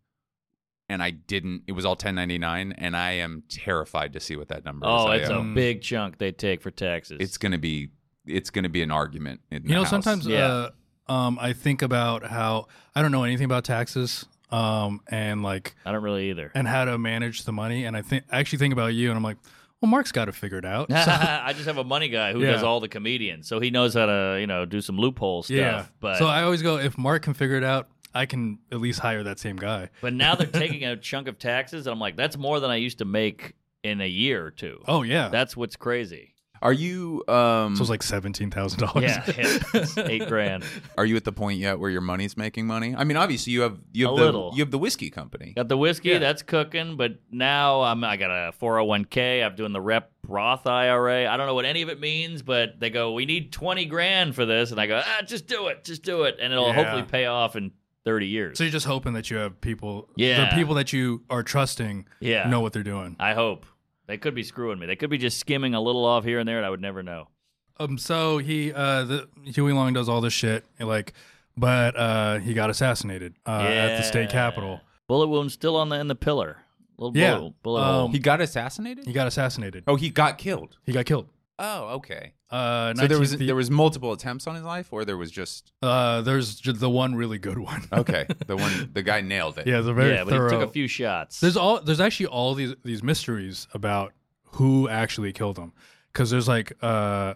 [SPEAKER 3] and I didn't it was all 1099 and I am terrified to see what that number is.
[SPEAKER 2] Oh,
[SPEAKER 3] I
[SPEAKER 2] it's
[SPEAKER 3] am-
[SPEAKER 1] um,
[SPEAKER 2] a big chunk they take for taxes.
[SPEAKER 3] it's going to be it's going to be an argument in the
[SPEAKER 1] you know
[SPEAKER 3] House.
[SPEAKER 1] sometimes
[SPEAKER 2] Yeah.
[SPEAKER 1] uh, um, i think about how i don't know anything about taxes um, and like
[SPEAKER 2] I don't really either.
[SPEAKER 1] and how to manage the money and i think I actually think about you and i'm like well mark's got it figured out So-
[SPEAKER 2] I just have a money guy who
[SPEAKER 1] Yeah.
[SPEAKER 2] does all the comedians, so he knows how to you know do some loophole stuff.
[SPEAKER 1] yeah
[SPEAKER 2] But
[SPEAKER 1] so i always go if mark can figure it out i can at least hire that same guy
[SPEAKER 2] but now they're taking a chunk of taxes, and I'm like, that's more than I used to make in a year or two.
[SPEAKER 1] oh yeah
[SPEAKER 2] That's what's crazy.
[SPEAKER 3] are you um
[SPEAKER 1] so it's like $17000
[SPEAKER 2] Yeah, it's eight grand.
[SPEAKER 3] are you at the point yet where your money's making money? I mean, obviously you have you have
[SPEAKER 2] A
[SPEAKER 3] the
[SPEAKER 2] little.
[SPEAKER 3] you have the whiskey company.
[SPEAKER 2] Got the whiskey,
[SPEAKER 1] Yeah.
[SPEAKER 2] that's cooking, but now I'm I got a 401k, I'm doing the rep Roth IRA. I don't know what any of it means, but they go, "We need 20 grand for this." And I go, "Ah, just do it. Just do it." And it'll
[SPEAKER 1] Yeah.
[SPEAKER 2] hopefully pay off in 30 years.
[SPEAKER 1] so you're just hoping that you have people
[SPEAKER 2] Yeah.
[SPEAKER 1] the people that you are trusting
[SPEAKER 2] yeah.
[SPEAKER 1] know what they're doing
[SPEAKER 2] I hope. They could be screwing me. They could be just skimming a little off here and there and I would never know.
[SPEAKER 1] Um. So he, uh, the Huey Long does all this shit, like, but uh, he got assassinated uh, at the state
[SPEAKER 2] Yeah.
[SPEAKER 1] capitol.
[SPEAKER 2] Bullet wound still on the in the pillar. Little
[SPEAKER 1] Yeah.
[SPEAKER 2] bullet, bullet
[SPEAKER 1] Um,
[SPEAKER 2] hole.
[SPEAKER 3] He got assassinated?
[SPEAKER 1] He got assassinated.
[SPEAKER 3] oh, he got killed.
[SPEAKER 1] He got killed.
[SPEAKER 3] Oh, okay.
[SPEAKER 1] Uh,
[SPEAKER 3] So there was
[SPEAKER 1] 19
[SPEAKER 3] there was multiple attempts on his life, or there was just
[SPEAKER 1] uh, there's ju- the one really good one.
[SPEAKER 3] okay. the one the guy nailed it.
[SPEAKER 1] yeah, the very
[SPEAKER 2] yeah, but
[SPEAKER 1] thorough.
[SPEAKER 2] he took a few shots.
[SPEAKER 1] There's all there's actually all these these mysteries about who actually killed him because there's like uh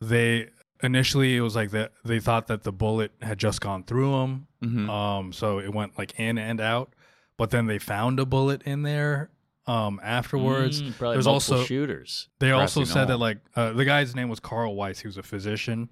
[SPEAKER 1] they initially it was like that they thought that the bullet had just gone through him
[SPEAKER 3] Mhm.
[SPEAKER 1] Um, so it went like in and out, but then they found a bullet in there. um, afterwards.
[SPEAKER 2] Mm, probably
[SPEAKER 1] There's
[SPEAKER 2] multiple
[SPEAKER 1] also-
[SPEAKER 2] shooters.
[SPEAKER 1] They
[SPEAKER 3] Grassy
[SPEAKER 1] also said that
[SPEAKER 3] knoll.
[SPEAKER 1] like uh, the guy's name was Carl Weiss. He was a physician.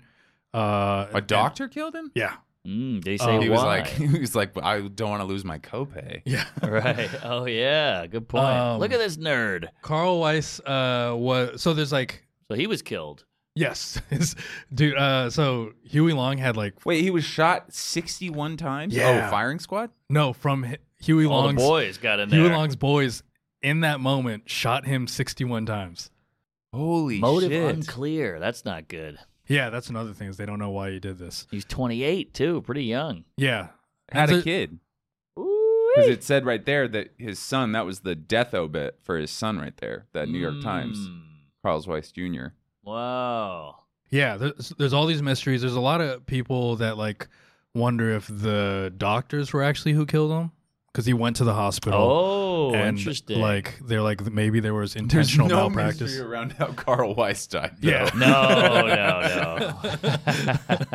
[SPEAKER 1] Uh,
[SPEAKER 3] A doctor killed him.
[SPEAKER 1] Yeah.
[SPEAKER 2] Mm, they say
[SPEAKER 1] Um,
[SPEAKER 3] He
[SPEAKER 2] why.
[SPEAKER 3] was like, he was like, I don't want to lose my copay.
[SPEAKER 1] Yeah.
[SPEAKER 2] right. Oh yeah. Good point.
[SPEAKER 1] Um,
[SPEAKER 2] Look at this nerd.
[SPEAKER 1] Carl Weiss uh, was so there's like
[SPEAKER 2] So he was killed.
[SPEAKER 1] yes, It's- dude. Uh, so Huey Long had like
[SPEAKER 3] Wait, he was shot 61 times?
[SPEAKER 1] Yeah.
[SPEAKER 3] Oh, firing squad?
[SPEAKER 1] no from H- Huey
[SPEAKER 2] All the
[SPEAKER 1] Long's
[SPEAKER 2] boys got in there.
[SPEAKER 1] Huey Long's boys in that moment shot him 61 times.
[SPEAKER 3] Holy
[SPEAKER 2] Motive
[SPEAKER 3] shit.
[SPEAKER 2] unclear. That's not good.
[SPEAKER 1] Yeah, that's another thing is they don't know why he did this.
[SPEAKER 2] He's 28 too. Pretty young.
[SPEAKER 1] Yeah,
[SPEAKER 3] Had a
[SPEAKER 1] That's
[SPEAKER 3] kid. Because it said right there that his son, that was the death obit for his son right there,
[SPEAKER 1] uh,
[SPEAKER 3] that New York Times,
[SPEAKER 2] Mm.
[SPEAKER 3] Carl Weiss Jr.
[SPEAKER 2] Wow.
[SPEAKER 1] Yeah, there's, there's all these mysteries. There's a lot of people that like wonder if the doctors were actually who killed him because he went to the hospital.
[SPEAKER 2] Oh,
[SPEAKER 1] and,
[SPEAKER 2] interesting.
[SPEAKER 1] Like they're like maybe there was intentional malpractice.
[SPEAKER 3] mystery around how Carl Weiss died. though.
[SPEAKER 1] Yeah.
[SPEAKER 2] no,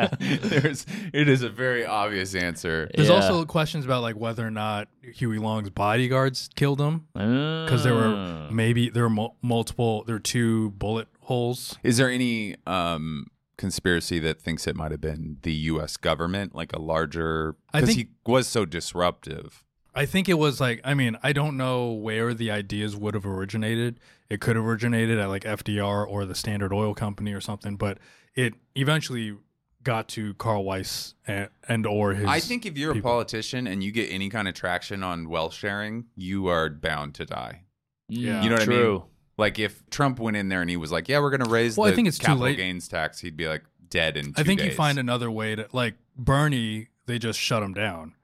[SPEAKER 2] no, no.
[SPEAKER 3] There's, it is a very obvious answer.
[SPEAKER 1] There's
[SPEAKER 2] Yeah.
[SPEAKER 1] also questions about like whether or not Huey Long's bodyguards killed him because
[SPEAKER 2] Because
[SPEAKER 1] there were
[SPEAKER 2] Uh. Mm.
[SPEAKER 1] maybe there were mul- multiple there were two bullet holes.
[SPEAKER 3] Is there any um, conspiracy that thinks it might have been the U.S. government, like a larger?
[SPEAKER 1] I
[SPEAKER 3] Because
[SPEAKER 1] think-
[SPEAKER 3] he was so disruptive.
[SPEAKER 1] I think it was like I mean I don't know where the ideas would have originated. It could have originated at like FDR or the Standard Oil Company or something, but it eventually got to Carl Weiss and, and or his.
[SPEAKER 3] I think if you're
[SPEAKER 1] people.
[SPEAKER 3] a politician and you get any kind of traction on wealth sharing, you are bound to die.
[SPEAKER 1] Yeah.
[SPEAKER 2] you
[SPEAKER 1] You
[SPEAKER 2] know
[SPEAKER 3] know what I mean?
[SPEAKER 2] True.
[SPEAKER 3] Like if Trump went in there and he was like, "Yeah, we're going to raise
[SPEAKER 1] Well, I
[SPEAKER 3] the
[SPEAKER 1] think it's too
[SPEAKER 3] capital
[SPEAKER 1] late.
[SPEAKER 3] gains tax," he'd be like dead in. Two
[SPEAKER 1] I think
[SPEAKER 3] days.
[SPEAKER 1] you find another way to like Bernie. They just shut him down.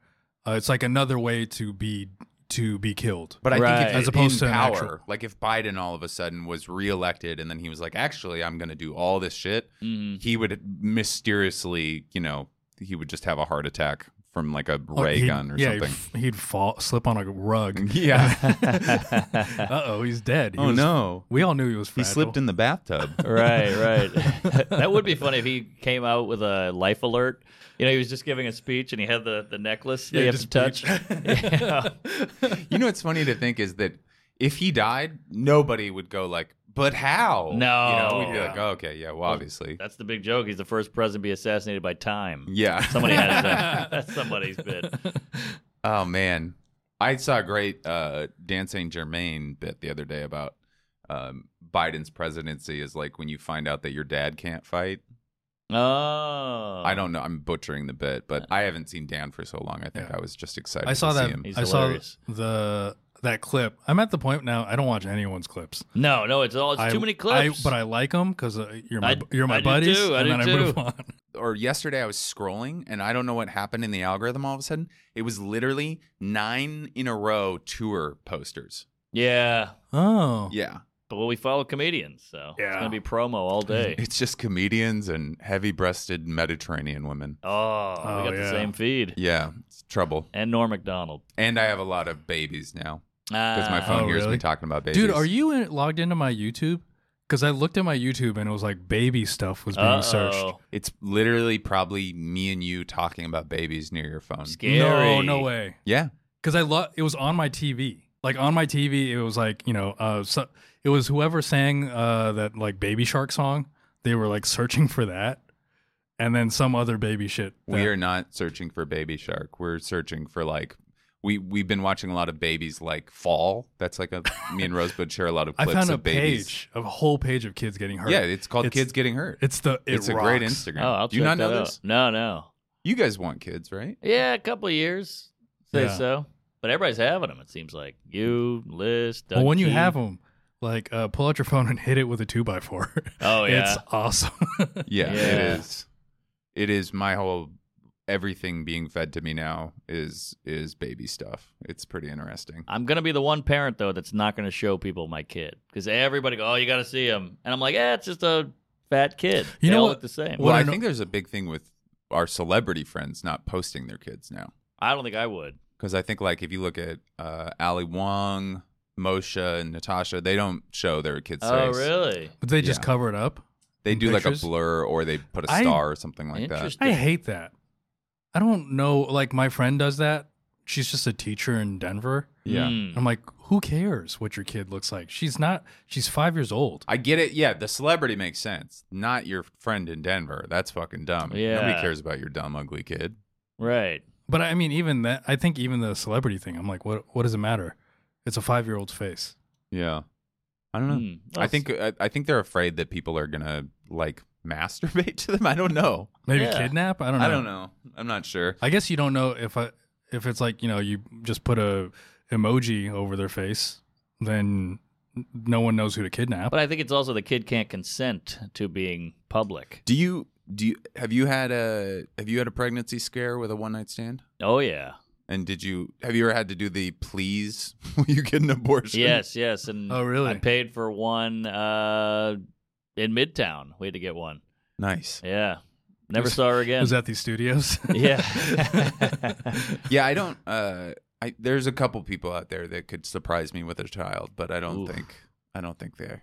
[SPEAKER 1] Uh, it's like another way to be to be killed.
[SPEAKER 3] But I
[SPEAKER 2] Right.
[SPEAKER 3] think if
[SPEAKER 1] As
[SPEAKER 3] as
[SPEAKER 1] opposed
[SPEAKER 3] opposed
[SPEAKER 1] to
[SPEAKER 3] in
[SPEAKER 1] an
[SPEAKER 3] to power,
[SPEAKER 1] actual-
[SPEAKER 3] like if Biden all of a sudden was reelected and then he was like, actually, I'm going to do all this shit,
[SPEAKER 2] Mhm.
[SPEAKER 3] he would mysteriously, you know, he would just have a heart attack from like a
[SPEAKER 1] Oh,
[SPEAKER 3] ray
[SPEAKER 1] he'd-
[SPEAKER 3] gun or
[SPEAKER 1] yeah,
[SPEAKER 3] something.
[SPEAKER 1] He'd, he'd fall, slip on a rug.
[SPEAKER 3] Yeah.
[SPEAKER 2] Mm.
[SPEAKER 1] uh oh, he's dead. He
[SPEAKER 3] oh
[SPEAKER 1] was-
[SPEAKER 3] no.
[SPEAKER 1] We all knew he was.
[SPEAKER 3] He
[SPEAKER 1] Fragile.
[SPEAKER 3] slipped in the bathtub.
[SPEAKER 2] right, right. that would be funny if he came out with a life alert. You know, he was just giving a speech and he had the, the necklace that
[SPEAKER 1] Yeah,
[SPEAKER 2] you have to touch.
[SPEAKER 1] just
[SPEAKER 2] yeah.
[SPEAKER 3] you know what's funny to think is that if he died, nobody would go like, but how?
[SPEAKER 2] No.
[SPEAKER 3] You know, we'd be like,
[SPEAKER 1] Yeah.
[SPEAKER 3] oh, okay, yeah, well, obviously.
[SPEAKER 2] That's the big joke. He's the first president to be assassinated by time.
[SPEAKER 3] Yeah.
[SPEAKER 2] Somebody has that. That's somebody's bit.
[SPEAKER 3] Oh man, I saw a great uh, Dan Saint Germain bit the other day about um, Biden's presidency is like when you find out that your dad can't fight.
[SPEAKER 2] Oh.
[SPEAKER 3] I don't know. I'm butchering the bit, but I haven't seen Dan for so long. I think
[SPEAKER 1] Yeah.
[SPEAKER 3] I was just excited.
[SPEAKER 1] I saw
[SPEAKER 3] to
[SPEAKER 1] that.
[SPEAKER 3] See him.
[SPEAKER 2] He's
[SPEAKER 1] I saw
[SPEAKER 2] hilarious.
[SPEAKER 1] the that clip. I'm at the point now. I don't watch anyone's clips.
[SPEAKER 2] No, no, it's all it's
[SPEAKER 1] I-
[SPEAKER 2] too many clips.
[SPEAKER 1] I, but I like them because uh, you're my
[SPEAKER 2] I-
[SPEAKER 1] bu- you're my
[SPEAKER 2] I do
[SPEAKER 1] buddies,
[SPEAKER 2] too, I
[SPEAKER 1] and
[SPEAKER 2] do
[SPEAKER 1] then
[SPEAKER 2] too.
[SPEAKER 1] I move on.
[SPEAKER 3] Or yesterday, I was scrolling, and I don't know what happened in the algorithm. All of a sudden, it was literally nine in a row tour posters.
[SPEAKER 2] yeah.
[SPEAKER 1] Oh,
[SPEAKER 3] Yeah,
[SPEAKER 2] But well, we follow comedians, so it's
[SPEAKER 1] Yeah.
[SPEAKER 2] gonna be promo all day.
[SPEAKER 3] it's just comedians and heavy-breasted Mediterranean women.
[SPEAKER 2] oh,
[SPEAKER 1] Oh,
[SPEAKER 2] we got the
[SPEAKER 1] yeah.
[SPEAKER 2] same feed.
[SPEAKER 3] Yeah, it's trouble.
[SPEAKER 2] And Norm Macdonald.
[SPEAKER 3] And I have a lot of babies now. because my
[SPEAKER 2] Ah.
[SPEAKER 3] phone
[SPEAKER 1] Oh,
[SPEAKER 3] hears me
[SPEAKER 1] really?
[SPEAKER 3] talking about babies.
[SPEAKER 1] dude, are you in, logged into my YouTube? Because I looked at my YouTube and it was like baby stuff was being
[SPEAKER 2] Uh-oh.
[SPEAKER 1] searched.
[SPEAKER 3] It's literally probably me and you talking about babies near your phone.
[SPEAKER 2] Scary.
[SPEAKER 1] No, no way.
[SPEAKER 3] Yeah,
[SPEAKER 1] Because I love it was on my TV. Like on my TV, it was like you know, uh, so, it was whoever sang uh, that like Baby Shark song. They were like searching for that, and then some other baby shit. that-
[SPEAKER 3] we are not searching for Baby Shark. We're searching for like we we've been watching a lot of babies like fall. That's like a me and Rosebud share a lot of
[SPEAKER 1] I
[SPEAKER 3] clips
[SPEAKER 1] found a
[SPEAKER 3] of babies.
[SPEAKER 1] page, a whole page of kids getting hurt.
[SPEAKER 3] Yeah, it's called
[SPEAKER 1] It's-
[SPEAKER 3] Kids Getting Hurt.
[SPEAKER 1] it's the it
[SPEAKER 3] it's a great
[SPEAKER 1] rocks.
[SPEAKER 3] Instagram.
[SPEAKER 2] Oh, I'll
[SPEAKER 3] Do you
[SPEAKER 2] check
[SPEAKER 3] not know
[SPEAKER 2] that out.
[SPEAKER 3] this?
[SPEAKER 2] No, no.
[SPEAKER 3] You guys want kids, right?
[SPEAKER 2] Yeah, a couple of years. Say
[SPEAKER 1] Yeah.
[SPEAKER 2] so. But everybody's having them, it seems like. You, Liz, Doug
[SPEAKER 1] Well, when you
[SPEAKER 2] Key.
[SPEAKER 1] have them, like uh, pull out your phone and hit it with a two by four.
[SPEAKER 2] Oh, yeah.
[SPEAKER 1] it's awesome.
[SPEAKER 2] Yeah.
[SPEAKER 3] Yeah, it is. It is my whole everything being fed to me now is is baby stuff. It's pretty interesting.
[SPEAKER 2] I'm going to be the one parent, though, that's not going to show people my kid. Because everybody go, oh, you got to see him. And I'm like, eh, it's just a fat kid.
[SPEAKER 1] You
[SPEAKER 2] they
[SPEAKER 1] know
[SPEAKER 2] all
[SPEAKER 1] what-
[SPEAKER 2] look the same.
[SPEAKER 1] what-
[SPEAKER 3] Well, I
[SPEAKER 1] an-
[SPEAKER 3] think there's a big thing with our celebrity friends not posting their kids now.
[SPEAKER 2] I don't think I would.
[SPEAKER 3] Because I think, like, if you look at uh, Ali Wong, Moshe, and Natasha, they don't show their kids'
[SPEAKER 2] Oh,
[SPEAKER 3] face.
[SPEAKER 2] really?
[SPEAKER 1] But they just
[SPEAKER 3] Yeah.
[SPEAKER 1] cover it up.
[SPEAKER 3] They
[SPEAKER 1] In
[SPEAKER 3] do like
[SPEAKER 1] pictures?
[SPEAKER 3] a blur or they put a
[SPEAKER 1] I-
[SPEAKER 3] star or something like that.
[SPEAKER 2] Interesting.
[SPEAKER 1] I hate that. I don't know. Like my friend does that she's just a teacher in Denver.
[SPEAKER 3] Yeah.
[SPEAKER 2] Mm.
[SPEAKER 1] I'm like, who cares what your kid looks like? She's not. She's five years old.
[SPEAKER 3] I get it. Yeah, the celebrity makes sense. Not your friend in Denver. That's fucking dumb. Nobody
[SPEAKER 2] Yeah.
[SPEAKER 3] cares about your dumb, ugly kid.
[SPEAKER 2] Right.
[SPEAKER 1] But I mean, even that. I think even the celebrity thing. I'm like, what? What does it matter? It's a five year old's face.
[SPEAKER 3] Yeah. I don't know.
[SPEAKER 1] Hmm.
[SPEAKER 2] Mm.
[SPEAKER 3] I think I, I think they're afraid that people are gonna like masturbate to them. I don't know.
[SPEAKER 1] Maybe
[SPEAKER 2] Yeah.
[SPEAKER 1] kidnap. I don't know.
[SPEAKER 3] I don't know. I'm not sure.
[SPEAKER 1] I guess you don't know if I if it's like you know you just put a emoji over their face, then no one knows who to kidnap.
[SPEAKER 2] But I think it's also the kid can't consent to being public.
[SPEAKER 3] Do you do you have you had a have you had a pregnancy scare with a one night stand?
[SPEAKER 2] Oh yeah.
[SPEAKER 3] And did you have you ever had to do the please will you get an abortion?
[SPEAKER 2] Yes, yes. And
[SPEAKER 1] Oh, really?
[SPEAKER 2] I paid for one uh, in Midtown. We had to get one.
[SPEAKER 3] Nice.
[SPEAKER 2] Yeah. Never saw her again.
[SPEAKER 1] Was at these studios?
[SPEAKER 2] yeah.
[SPEAKER 3] Yeah, I don't uh I there's a couple people out there that could surprise me with a child, but I don't
[SPEAKER 2] Oof.
[SPEAKER 3] think I don't think they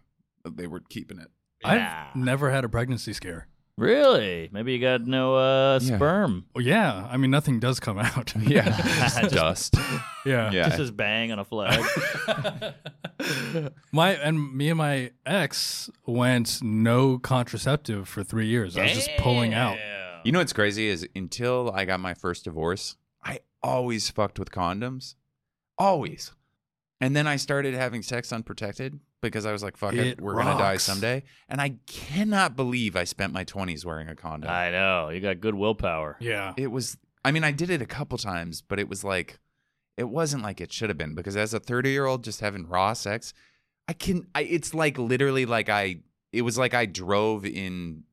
[SPEAKER 3] they were keeping it.
[SPEAKER 2] Yeah.
[SPEAKER 1] I've never had a pregnancy scare.
[SPEAKER 2] really? Maybe you got no uh,
[SPEAKER 3] Yeah.
[SPEAKER 2] sperm.
[SPEAKER 1] Well, Oh, yeah, I mean nothing does come out.
[SPEAKER 2] Just-
[SPEAKER 3] dust.
[SPEAKER 1] yeah.
[SPEAKER 3] Yeah.
[SPEAKER 2] Just this bang on a flag.
[SPEAKER 1] My and me and my ex went no contraceptive for three years. I was just pulling out.
[SPEAKER 2] Damn.
[SPEAKER 3] You know what's crazy is until I got my first divorce, I always fucked with condoms. Always. And then I started having sex unprotected because I was like, fuck it,
[SPEAKER 1] It
[SPEAKER 3] we're going to die
[SPEAKER 1] rocks.
[SPEAKER 3] someday. And I cannot believe I spent my 20s wearing a condom.
[SPEAKER 2] I know. You got good willpower.
[SPEAKER 1] Yeah.
[SPEAKER 3] it was, I mean, I did it a couple times, but it was like, it wasn't like it should have been because as a 30 year old just having raw sex, I can, I, it's like literally like I, it was like I drove in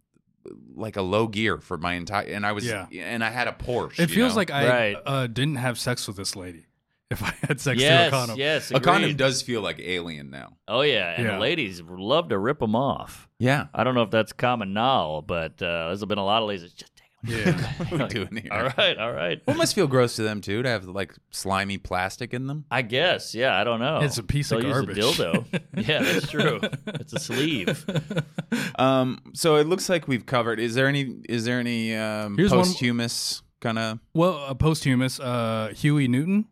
[SPEAKER 3] like a low gear for my entire, and I was,
[SPEAKER 1] Yeah.
[SPEAKER 3] and I had a Porsche.
[SPEAKER 1] It
[SPEAKER 3] you
[SPEAKER 1] feels
[SPEAKER 3] know?
[SPEAKER 1] like I
[SPEAKER 2] Right.
[SPEAKER 1] uh, didn't have sex with this lady. If I had sex through a
[SPEAKER 2] yes,
[SPEAKER 1] condom,
[SPEAKER 2] yes.
[SPEAKER 3] A condom
[SPEAKER 2] agreed.
[SPEAKER 3] does feel like alien now.
[SPEAKER 2] Oh yeah, and
[SPEAKER 1] Yeah.
[SPEAKER 2] the ladies love to rip them off.
[SPEAKER 3] Yeah.
[SPEAKER 2] I don't know if that's common now, but uh, there's been a lot of ladies. that Just take
[SPEAKER 1] yeah.
[SPEAKER 3] What are we doing here?
[SPEAKER 2] it. All right, all right.
[SPEAKER 3] Well, it must feel gross to them too to have like slimy plastic in them.
[SPEAKER 2] I guess. Yeah, I don't know.
[SPEAKER 1] It's a piece of
[SPEAKER 2] They'll
[SPEAKER 1] garbage.
[SPEAKER 2] Use a dildo. yeah, that's true. It's a sleeve.
[SPEAKER 3] Um, so it looks like we've covered. Is there any? Is there any um,
[SPEAKER 1] Here's one-
[SPEAKER 3] posthumous kind of?
[SPEAKER 1] Well, a posthumous uh, Huey Newton,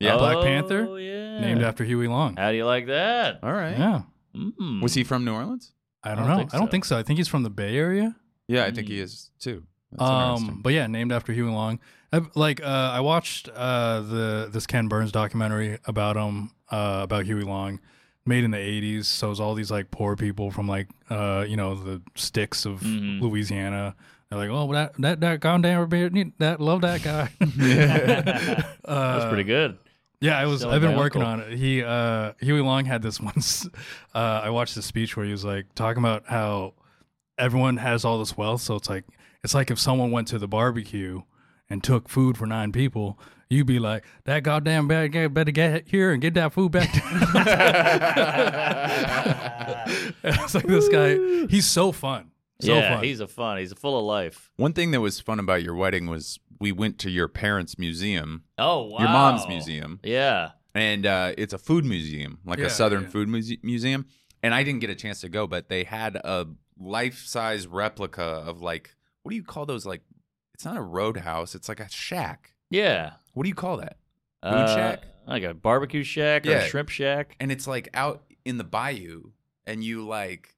[SPEAKER 3] Yeah.
[SPEAKER 1] Black
[SPEAKER 2] Oh,
[SPEAKER 1] Panther,
[SPEAKER 2] Yeah.
[SPEAKER 1] named after Huey Long.
[SPEAKER 2] How do you like that?
[SPEAKER 3] All right.
[SPEAKER 1] Yeah,
[SPEAKER 2] Mm.
[SPEAKER 3] Was he
[SPEAKER 1] Hmm.
[SPEAKER 3] from New Orleans?
[SPEAKER 1] I don't, know.
[SPEAKER 2] think
[SPEAKER 1] I don't
[SPEAKER 2] so.
[SPEAKER 1] think so. I think he's from the Bay Area.
[SPEAKER 3] Yeah, I think he is too. That's
[SPEAKER 1] Mm. Um,
[SPEAKER 3] interesting.
[SPEAKER 1] but yeah, named after Huey Long. I, like uh, I watched uh, the this Ken Burns documentary about him uh, about Huey Long, made in the '80s. So it's all these like poor people from like uh, you know the sticks of
[SPEAKER 2] Mhm.
[SPEAKER 1] Louisiana. They're like, oh, that that that goddamn beard, that love that guy. Uh,
[SPEAKER 2] That's pretty good.
[SPEAKER 1] Yeah, I was.
[SPEAKER 2] Still
[SPEAKER 1] I've been
[SPEAKER 2] my
[SPEAKER 1] working
[SPEAKER 2] uncle.
[SPEAKER 1] on it. He uh, Huey Long had this once. Uh, I watched this speech where he was like talking about how everyone has all this wealth, so it's like it's like if someone went to the barbecue and took food for nine people, you'd be like, "That goddamn bad guy better get here and get that food back." to-" it's like this guy. He's so fun. So
[SPEAKER 2] yeah,
[SPEAKER 1] fun.
[SPEAKER 2] he's a fun. He's full of life.
[SPEAKER 3] one thing that was fun about your wedding was we went to your parents' museum,
[SPEAKER 2] Oh wow.
[SPEAKER 3] your mom's museum,
[SPEAKER 2] Yeah.
[SPEAKER 3] and uh, it's a food museum, like
[SPEAKER 1] Yeah,
[SPEAKER 3] a southern
[SPEAKER 1] yeah.
[SPEAKER 3] food muse- museum. And I didn't get a chance to go, but they had a life-size replica of like what do you call those? Like it's not a roadhouse; it's like a shack.
[SPEAKER 2] Yeah.
[SPEAKER 3] What do you call that? Food
[SPEAKER 2] Uh,
[SPEAKER 3] shack?
[SPEAKER 2] Like a barbecue shack or
[SPEAKER 3] Yeah.
[SPEAKER 2] a shrimp shack.
[SPEAKER 3] And it's like out in the bayou, and you like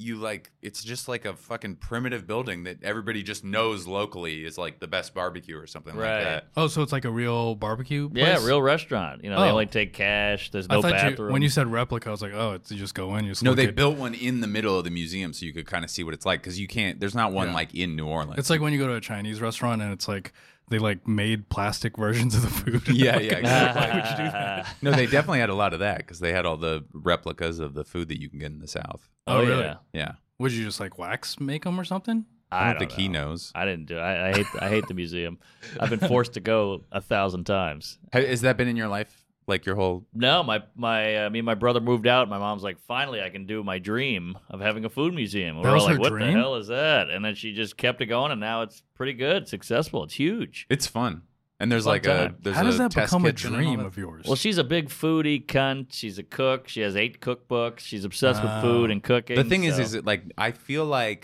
[SPEAKER 3] you like it's just like a fucking primitive building that everybody just knows locally is like the best barbecue or something
[SPEAKER 2] Right.
[SPEAKER 3] like that.
[SPEAKER 1] oh, so it's like a real barbecue. Place?
[SPEAKER 2] Yeah, real restaurant. You know, they
[SPEAKER 1] Oh.
[SPEAKER 2] only take cash. There's
[SPEAKER 1] I
[SPEAKER 2] no
[SPEAKER 1] thought
[SPEAKER 2] bathroom.
[SPEAKER 1] You, when you said replica, I was like, "Oh, it's, you just go in." You just
[SPEAKER 3] No,
[SPEAKER 1] look
[SPEAKER 3] they
[SPEAKER 1] at-
[SPEAKER 3] built one in the middle of the museum so you could kind of see what it's like because you can't. There's not one
[SPEAKER 1] Yeah.
[SPEAKER 3] like in New Orleans.
[SPEAKER 1] It's like when you go to a Chinese restaurant and it's like they like made plastic versions of the food.
[SPEAKER 3] Yeah,
[SPEAKER 1] Like,
[SPEAKER 3] yeah, exactly.
[SPEAKER 1] Why would you do that?
[SPEAKER 3] no, they definitely had a lot of that because they had all the replicas of the food that you can get in the South.
[SPEAKER 1] Oh, really?
[SPEAKER 2] yeah.
[SPEAKER 3] Yeah,
[SPEAKER 1] Would you just like wax make them or something?
[SPEAKER 3] I
[SPEAKER 2] I
[SPEAKER 3] don't
[SPEAKER 2] don't
[SPEAKER 3] think he
[SPEAKER 2] know.
[SPEAKER 3] knows.
[SPEAKER 2] I didn't do. I, I hate. I hate the museum. I've been forced to go a thousand times.
[SPEAKER 3] Ha- Has that been in your life, like your whole?
[SPEAKER 2] No, my my. Uh, me and my brother moved out. My mom's like, finally, I can do my dream of having a food museum. And
[SPEAKER 1] That
[SPEAKER 2] We're
[SPEAKER 1] was
[SPEAKER 2] all like,
[SPEAKER 1] her
[SPEAKER 2] what
[SPEAKER 1] dream?
[SPEAKER 2] the hell is that? And then she just kept it going, and now it's pretty good, successful. It's huge.
[SPEAKER 3] It's fun, and there's
[SPEAKER 2] Fun
[SPEAKER 3] like
[SPEAKER 2] time.
[SPEAKER 3] a. There's
[SPEAKER 1] How
[SPEAKER 3] a
[SPEAKER 1] does that
[SPEAKER 3] test
[SPEAKER 1] become a
[SPEAKER 3] kitchen and all
[SPEAKER 1] dream
[SPEAKER 3] that.
[SPEAKER 1] of yours?
[SPEAKER 2] Well, she's a big foodie cunt. She's a cook. She has eight cookbooks. She's obsessed
[SPEAKER 1] Wow.
[SPEAKER 2] with food and cooking.
[SPEAKER 3] The thing is,
[SPEAKER 2] so-
[SPEAKER 3] is it like I feel like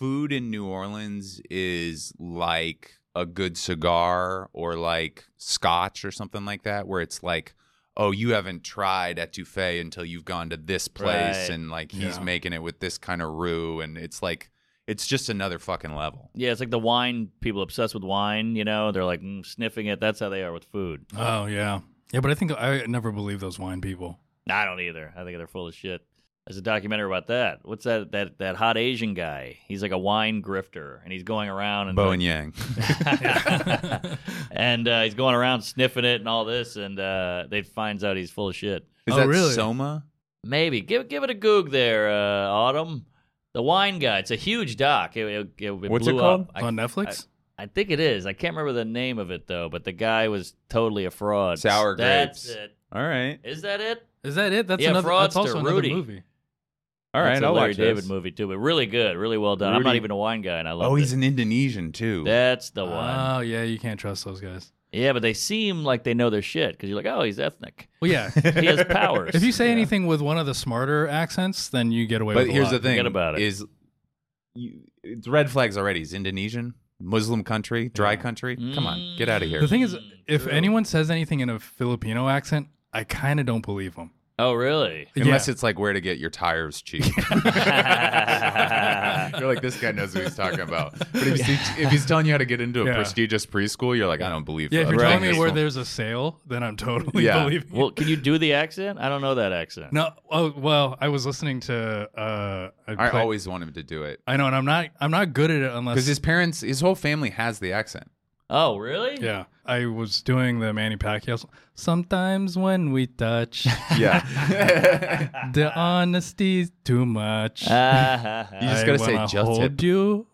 [SPEAKER 3] food in New Orleans is like a good cigar or like scotch or something like that, where it's like, oh, you haven't tried etouffee until you've gone to this place,
[SPEAKER 2] Right.
[SPEAKER 3] and like he's
[SPEAKER 1] Yeah.
[SPEAKER 3] making it with this kind of roux, and it's like it's just another fucking level.
[SPEAKER 2] Yeah, it's like the wine people obsessed with wine. You know, they're like mm, sniffing it. That's how they are with food.
[SPEAKER 1] Oh yeah, yeah. But I think I never believe those wine people.
[SPEAKER 2] I don't either. I think they're full of shit. There's a documentary about that. What's that? That that hot Asian guy. He's like a wine grifter, and he's going around and
[SPEAKER 3] Bo and Yang.
[SPEAKER 2] and uh, he's going around sniffing it and all this, and uh, they finds out he's full of shit.
[SPEAKER 3] Is
[SPEAKER 1] Oh,
[SPEAKER 3] that
[SPEAKER 1] really?
[SPEAKER 3] Soma?
[SPEAKER 2] Maybe give give it a goog there, uh, Autumn. The wine guy. It's a huge doc. It, it, it
[SPEAKER 3] What's
[SPEAKER 2] blew
[SPEAKER 3] it called?
[SPEAKER 2] Up. I,
[SPEAKER 1] on Netflix.
[SPEAKER 2] I think it is. I can't remember the name of it though, but the guy was totally a fraud.
[SPEAKER 3] Sour
[SPEAKER 2] That's
[SPEAKER 3] grapes.
[SPEAKER 2] it.
[SPEAKER 3] All right,
[SPEAKER 2] Is that it?
[SPEAKER 1] Is that it? That's
[SPEAKER 2] Yeah,
[SPEAKER 1] another. That's
[SPEAKER 2] Fraudster,
[SPEAKER 1] also another
[SPEAKER 2] Rudy.
[SPEAKER 1] movie.
[SPEAKER 3] all
[SPEAKER 2] That's
[SPEAKER 3] right.
[SPEAKER 2] a
[SPEAKER 3] I'll
[SPEAKER 2] Larry
[SPEAKER 3] watch
[SPEAKER 2] David
[SPEAKER 3] this.
[SPEAKER 2] movie too, but really good, really well done. I'm
[SPEAKER 3] Rudy-
[SPEAKER 2] not even a wine guy, and I love.
[SPEAKER 3] Oh, he's Uh, an Indonesian too.
[SPEAKER 2] That's the one.
[SPEAKER 1] Oh yeah, you can't trust those guys.
[SPEAKER 2] yeah, but they seem like they know their shit because you're like, oh, he's ethnic.
[SPEAKER 1] Well, yeah.
[SPEAKER 2] He has powers.
[SPEAKER 1] if you say anything with one of the smarter accents, then you get away.
[SPEAKER 3] but
[SPEAKER 1] with a
[SPEAKER 3] here's the
[SPEAKER 1] lot.
[SPEAKER 3] thing:
[SPEAKER 2] Forget about it.
[SPEAKER 3] is you, it's red flags already. He's Indonesian, Muslim country, dry
[SPEAKER 1] Yeah.
[SPEAKER 3] country. Come on, get out of here.
[SPEAKER 1] The thing is,
[SPEAKER 2] Mm,
[SPEAKER 1] if
[SPEAKER 2] true.
[SPEAKER 1] anyone says anything in a Filipino accent, I kind of don't believe them.
[SPEAKER 2] Oh, really?
[SPEAKER 3] Unless it's like where to get your tires cheap. you're like, this guy knows what he's talking about. But if, he's, if he's telling you how to get into a
[SPEAKER 1] Yeah.
[SPEAKER 3] prestigious preschool, you're like, I don't believe
[SPEAKER 1] yeah, if
[SPEAKER 3] that.
[SPEAKER 1] you're
[SPEAKER 2] Right.
[SPEAKER 1] telling me where there's a sale, then I'm totally
[SPEAKER 3] Yeah.
[SPEAKER 1] believing. it.
[SPEAKER 2] Well, can you do the accent? I don't know that accent.
[SPEAKER 1] no, oh well, I was listening to. Uh,
[SPEAKER 3] I
[SPEAKER 1] play-
[SPEAKER 3] always want him to do it.
[SPEAKER 1] I know, and I'm not. I'm not good at it unless.
[SPEAKER 3] Because his parents, his whole family has the accent.
[SPEAKER 2] Oh, really?
[SPEAKER 1] yeah, I was doing the Manny Pacquiao. song. Sometimes when we touch,
[SPEAKER 3] Yeah.
[SPEAKER 1] the uh, honesty's too much.
[SPEAKER 2] Ah, ha, ha.
[SPEAKER 3] Uh, You just
[SPEAKER 1] I
[SPEAKER 3] gotta say
[SPEAKER 1] wanna
[SPEAKER 3] just
[SPEAKER 1] hold
[SPEAKER 3] it.
[SPEAKER 1] you.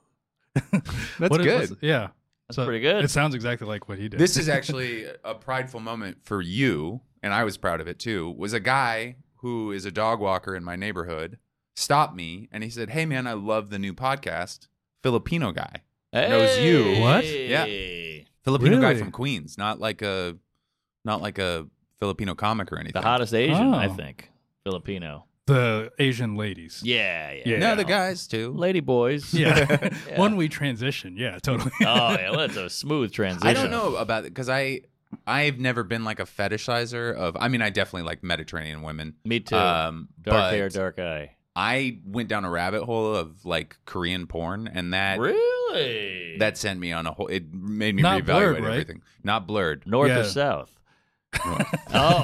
[SPEAKER 3] That's
[SPEAKER 1] What it
[SPEAKER 3] good.
[SPEAKER 1] was- yeah,
[SPEAKER 2] That's
[SPEAKER 1] So
[SPEAKER 2] pretty good.
[SPEAKER 1] It sounds exactly like what he did.
[SPEAKER 3] this is actually a prideful moment for you and i was proud of it too was a guy who is a dog walker in my neighborhood stopped me and he said hey man i love the new podcast filipino guy knows you.
[SPEAKER 1] What?
[SPEAKER 3] Yeah. filipino guy
[SPEAKER 1] Really?
[SPEAKER 3] from queens not like a not like a filipino comic or anything
[SPEAKER 2] The hottest Asian, I
[SPEAKER 1] Oh.
[SPEAKER 2] think. Filipino.
[SPEAKER 1] the Asian ladies.
[SPEAKER 2] Yeah, yeah.
[SPEAKER 1] Yeah.
[SPEAKER 3] no the guys too
[SPEAKER 2] Lady boys.
[SPEAKER 1] Yeah.
[SPEAKER 2] Yeah.
[SPEAKER 1] When we transition, yeah, totally.
[SPEAKER 2] oh, yeah. Well, that's a smooth transition.
[SPEAKER 3] i don't know about it because i i've never been like a fetishizer of i mean i definitely like mediterranean women
[SPEAKER 2] Me too.
[SPEAKER 1] Uh,
[SPEAKER 3] um
[SPEAKER 2] dark
[SPEAKER 3] but
[SPEAKER 2] hair, dark eye.
[SPEAKER 3] i went down a rabbit hole of like korean porn and that
[SPEAKER 2] really?
[SPEAKER 3] that sent me on a whole. It made me
[SPEAKER 1] Not
[SPEAKER 3] reevaluate
[SPEAKER 1] blurred, right?
[SPEAKER 3] everything. Not blurred.
[SPEAKER 2] North
[SPEAKER 1] Yeah.
[SPEAKER 2] or South? oh,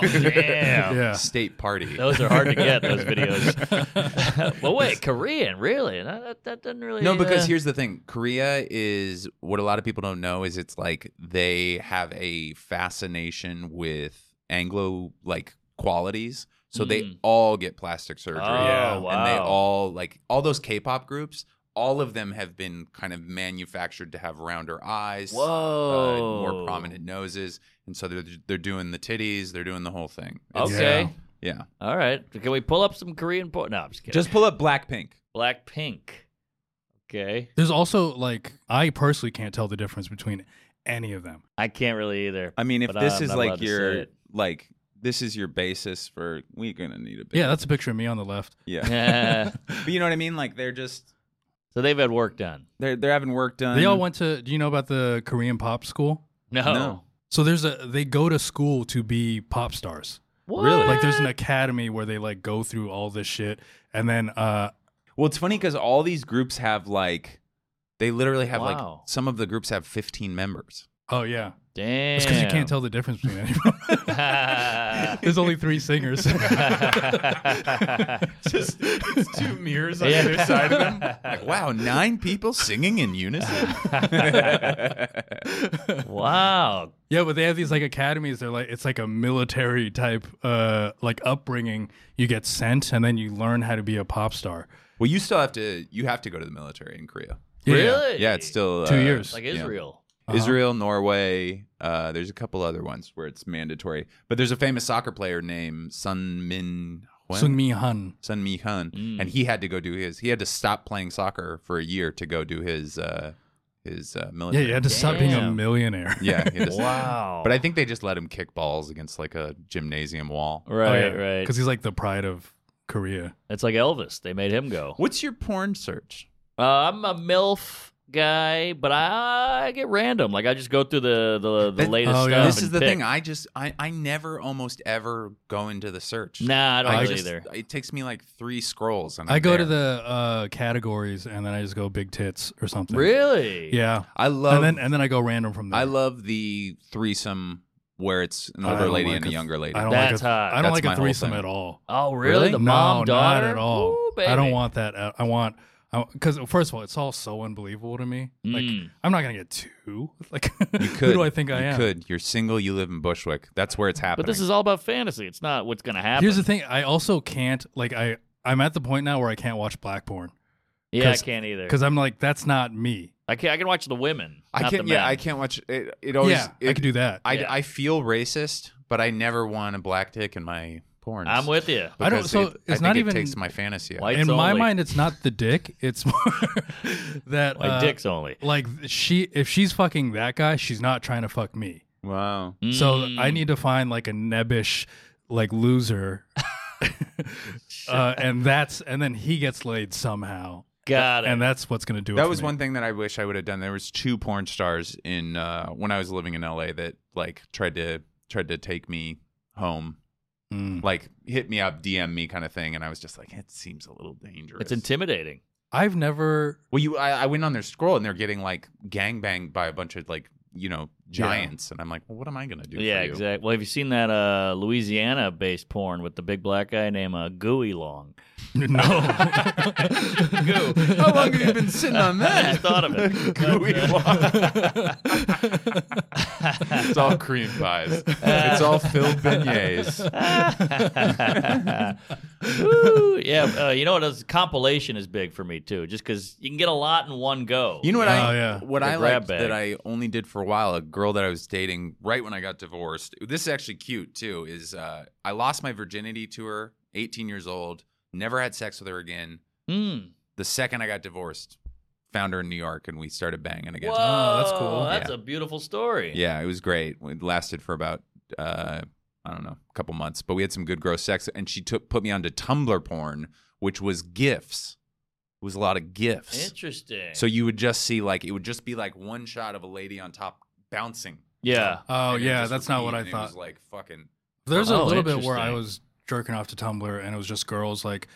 [SPEAKER 2] damn.
[SPEAKER 1] yeah.
[SPEAKER 3] State party.
[SPEAKER 2] Those are hard to get, those videos. well, wait, Korean, really? That, that, that doesn't really.
[SPEAKER 3] no, because
[SPEAKER 2] uh,
[SPEAKER 3] here's the thing. Korea is what a lot of people don't know is it's like they have a fascination with Anglo like qualities. So they
[SPEAKER 2] Mm.
[SPEAKER 3] all get plastic surgery.
[SPEAKER 2] Oh,
[SPEAKER 1] Yeah.
[SPEAKER 2] wow.
[SPEAKER 3] And they all like all those K-pop groups, all of them have been kind of manufactured to have rounder eyes, uh,
[SPEAKER 2] Whoa.
[SPEAKER 3] more prominent noses, and so they're they're doing the titties, they're doing the whole thing. It's-
[SPEAKER 2] Okay.
[SPEAKER 1] Yeah.
[SPEAKER 3] Yeah.
[SPEAKER 2] All right. Can we pull up some Korean porn? No, I'm just kidding.
[SPEAKER 3] Just pull up Blackpink.
[SPEAKER 2] Black Pink. Okay.
[SPEAKER 1] There's also like I personally can't tell the difference between any of them.
[SPEAKER 2] I can't really either.
[SPEAKER 3] I mean, if
[SPEAKER 2] But
[SPEAKER 3] this
[SPEAKER 2] I'm
[SPEAKER 3] is
[SPEAKER 2] not allowed
[SPEAKER 3] like
[SPEAKER 2] to say
[SPEAKER 3] your
[SPEAKER 2] it.
[SPEAKER 3] like this is your basis for we're gonna need a bit.
[SPEAKER 1] Yeah, that's a picture of me on the left.
[SPEAKER 3] yeah.
[SPEAKER 2] so
[SPEAKER 3] but you know what I mean? Like they're just
[SPEAKER 2] they've had work done.
[SPEAKER 3] they're they're having work done.
[SPEAKER 2] Um,
[SPEAKER 1] They all went to. Do you know about the Korean pop school?
[SPEAKER 2] No.
[SPEAKER 3] No.
[SPEAKER 1] So there's a they go to school to be pop stars.
[SPEAKER 2] What?
[SPEAKER 1] Like there's an academy where they like go through all this shit and then uh
[SPEAKER 3] Well, it's funny because all these groups have like they literally have
[SPEAKER 2] Wow.
[SPEAKER 3] like some of the groups have 15 members.
[SPEAKER 1] oh yeah.
[SPEAKER 2] Damn.
[SPEAKER 1] It's cuz you can't tell the difference between any of them. There's only 3 singers.
[SPEAKER 3] Just it's two mirrors
[SPEAKER 2] on Yeah. either side of them.
[SPEAKER 3] Like wow, nine people singing in unison.
[SPEAKER 2] wow.
[SPEAKER 1] Yeah, but they have these like academies. They're like it's like a military type uh like upbringing. You get sent and then you learn how to be a pop star.
[SPEAKER 3] well, you still have to you have to go to the military in Korea.
[SPEAKER 1] Yeah.
[SPEAKER 2] Really?
[SPEAKER 3] Yeah, it's still
[SPEAKER 1] Two
[SPEAKER 3] uh,
[SPEAKER 1] years.
[SPEAKER 2] like
[SPEAKER 3] yeah.
[SPEAKER 2] Israel.
[SPEAKER 1] Uh-huh.
[SPEAKER 3] Israel, Norway. Uh, there's a couple other ones where it's mandatory. But there's a famous soccer player named Sun Min Hwan-
[SPEAKER 1] Sung Mi Han.
[SPEAKER 3] Sun Mi Hun,
[SPEAKER 2] Mm.
[SPEAKER 3] and he had to go do his. He had to stop playing soccer for a year to go do his uh, his uh,
[SPEAKER 1] Yeah,
[SPEAKER 3] military.
[SPEAKER 1] you had to stop being a
[SPEAKER 2] Damn.
[SPEAKER 1] millionaire.
[SPEAKER 3] yeah. he had to-
[SPEAKER 2] Wow.
[SPEAKER 3] But I think they just let him kick balls against like a gymnasium wall.
[SPEAKER 1] Oh,
[SPEAKER 2] Right, right.
[SPEAKER 1] Because he's like the pride of Korea.
[SPEAKER 2] It's like Elvis. They made him go.
[SPEAKER 3] What's your porn search?
[SPEAKER 2] Uh, I'm a MILF guy, but I get random. Like I just go through the the, the
[SPEAKER 3] That-
[SPEAKER 2] latest
[SPEAKER 1] Oh, yeah.
[SPEAKER 2] stuff.
[SPEAKER 3] This
[SPEAKER 2] and
[SPEAKER 3] is the
[SPEAKER 2] pick.
[SPEAKER 3] thing. I just I I never almost ever go into the search.
[SPEAKER 2] Nah, I don't
[SPEAKER 3] I
[SPEAKER 2] really
[SPEAKER 3] just-
[SPEAKER 2] either.
[SPEAKER 3] It takes me like three scrolls, and
[SPEAKER 1] I
[SPEAKER 3] I'm
[SPEAKER 1] go to
[SPEAKER 3] there.
[SPEAKER 1] the uh, categories and then I just go big tits or something.
[SPEAKER 2] Really?
[SPEAKER 1] Yeah.
[SPEAKER 3] I
[SPEAKER 1] and
[SPEAKER 3] love.
[SPEAKER 1] then and then I go random from there.
[SPEAKER 3] I love the threesome where it's an
[SPEAKER 1] I
[SPEAKER 3] older
[SPEAKER 1] don't
[SPEAKER 3] lady
[SPEAKER 1] like
[SPEAKER 3] and a
[SPEAKER 1] a-
[SPEAKER 3] younger lady.
[SPEAKER 1] I don't like
[SPEAKER 2] That's
[SPEAKER 1] a,
[SPEAKER 2] hot.
[SPEAKER 1] I don't
[SPEAKER 3] That's
[SPEAKER 1] like
[SPEAKER 3] my
[SPEAKER 1] a
[SPEAKER 3] whole
[SPEAKER 1] threesome
[SPEAKER 3] thing.
[SPEAKER 1] at all.
[SPEAKER 2] Oh, really?
[SPEAKER 3] Really?
[SPEAKER 2] The
[SPEAKER 1] no,
[SPEAKER 2] mom daughter?
[SPEAKER 1] not at all.
[SPEAKER 2] Ooh,
[SPEAKER 1] I don't
[SPEAKER 2] baby.
[SPEAKER 1] want that. at- I want because first of all, it's all so unbelievable to me. Like
[SPEAKER 2] Mm.
[SPEAKER 1] I'm not gonna get two. Like
[SPEAKER 3] You
[SPEAKER 1] who
[SPEAKER 3] could.
[SPEAKER 1] do I think I
[SPEAKER 3] you
[SPEAKER 1] am?
[SPEAKER 3] could. You're single. You live in Bushwick. That's where it's happening.
[SPEAKER 2] But this is all about fantasy. It's not what's going to happen.
[SPEAKER 1] Here's the thing. I also can't like I I'm at the point now where I can't watch black porn
[SPEAKER 2] yeah, I
[SPEAKER 1] 'cause-
[SPEAKER 2] can't either.
[SPEAKER 1] because I'm like that's not me.
[SPEAKER 2] I can I can watch the women.
[SPEAKER 3] I
[SPEAKER 2] not
[SPEAKER 3] can't.
[SPEAKER 2] The
[SPEAKER 3] Yeah,
[SPEAKER 2] men.
[SPEAKER 3] I can't watch it. It always.
[SPEAKER 1] yeah,
[SPEAKER 3] it,
[SPEAKER 1] I could do that.
[SPEAKER 3] I,
[SPEAKER 2] Yeah.
[SPEAKER 3] I feel racist, but I never want a black dick in my porn.
[SPEAKER 2] I'm with you.
[SPEAKER 1] I don't-
[SPEAKER 3] Because
[SPEAKER 1] so
[SPEAKER 3] it-
[SPEAKER 1] it's
[SPEAKER 3] I think
[SPEAKER 1] not
[SPEAKER 3] it
[SPEAKER 1] even-
[SPEAKER 3] takes my fantasy. out.
[SPEAKER 2] White-
[SPEAKER 1] In
[SPEAKER 2] It's
[SPEAKER 1] my
[SPEAKER 2] only-
[SPEAKER 1] mind, it's not the dick. It's more that
[SPEAKER 2] Like
[SPEAKER 1] uh,
[SPEAKER 2] dicks only.
[SPEAKER 1] Like she, if she's fucking that guy, she's not trying to fuck me.
[SPEAKER 3] Wow.
[SPEAKER 1] So
[SPEAKER 2] Mm.
[SPEAKER 1] I need to find like a nebbish, like loser, uh, and that's and then he gets laid somehow,
[SPEAKER 2] Got it.
[SPEAKER 1] and that's what's gonna do it.
[SPEAKER 3] That
[SPEAKER 1] for
[SPEAKER 3] was
[SPEAKER 1] me.
[SPEAKER 3] one thing that I wish I would have done. There was two porn stars in uh, when I was living in LA that like tried to tried to take me home,
[SPEAKER 1] Mm.
[SPEAKER 3] like hit me up, DM me kind of thing, and I was just like, it seems a little dangerous.
[SPEAKER 2] it's intimidating.
[SPEAKER 1] I've never.
[SPEAKER 3] Well, you, I, I went on their scroll and they're getting like gangbanged by a bunch of like you know giants, and I'm like, well, what am I gonna do?
[SPEAKER 2] Yeah,
[SPEAKER 3] for you?
[SPEAKER 2] exactly. Well, have you seen that uh, Louisiana-based porn with the big black guy named uh, Gooey Long?
[SPEAKER 1] No.
[SPEAKER 2] Goo.
[SPEAKER 3] How long have you been sitting on
[SPEAKER 2] I
[SPEAKER 3] that?
[SPEAKER 2] just thought of it.
[SPEAKER 3] Gooey It's all cream pies. it's all filled
[SPEAKER 1] Oh,
[SPEAKER 3] beignets.
[SPEAKER 2] Ooh, yeah, uh, you know what? else? Compilation is big for me too, just because you can get a lot in one go.
[SPEAKER 3] You know what
[SPEAKER 1] Oh,
[SPEAKER 3] I
[SPEAKER 1] yeah.
[SPEAKER 3] what
[SPEAKER 2] The
[SPEAKER 3] I
[SPEAKER 2] grab
[SPEAKER 3] liked
[SPEAKER 2] bag.
[SPEAKER 3] that I only did for a while. A girl that I was dating right when I got divorced. This is actually cute too. Is uh, I lost my virginity to her, 18 years old. Never had sex with her again.
[SPEAKER 2] Mm.
[SPEAKER 3] The second I got divorced, found her in New York, and we started banging again.
[SPEAKER 2] Whoa,
[SPEAKER 1] Oh, that's cool.
[SPEAKER 2] That's
[SPEAKER 3] Yeah.
[SPEAKER 2] a beautiful story.
[SPEAKER 3] Yeah, it was great. It lasted for about uh, I don't know, a couple months, but we had some good gross sex. And she took put me onto Tumblr porn, which was gifs. It was a lot of gifs.
[SPEAKER 2] Interesting.
[SPEAKER 3] So you would just see like it would just be like one shot of a lady on top bouncing.
[SPEAKER 2] yeah.
[SPEAKER 1] oh
[SPEAKER 3] And it
[SPEAKER 1] yeah,
[SPEAKER 3] just
[SPEAKER 1] that's not what
[SPEAKER 3] repeat,
[SPEAKER 1] I
[SPEAKER 3] and It
[SPEAKER 1] thought.
[SPEAKER 3] was like fucking.
[SPEAKER 1] There's a
[SPEAKER 2] Oh,
[SPEAKER 1] little bit where I
[SPEAKER 2] interesting.
[SPEAKER 1] was jerking off to Tumblr, and it was just girls like,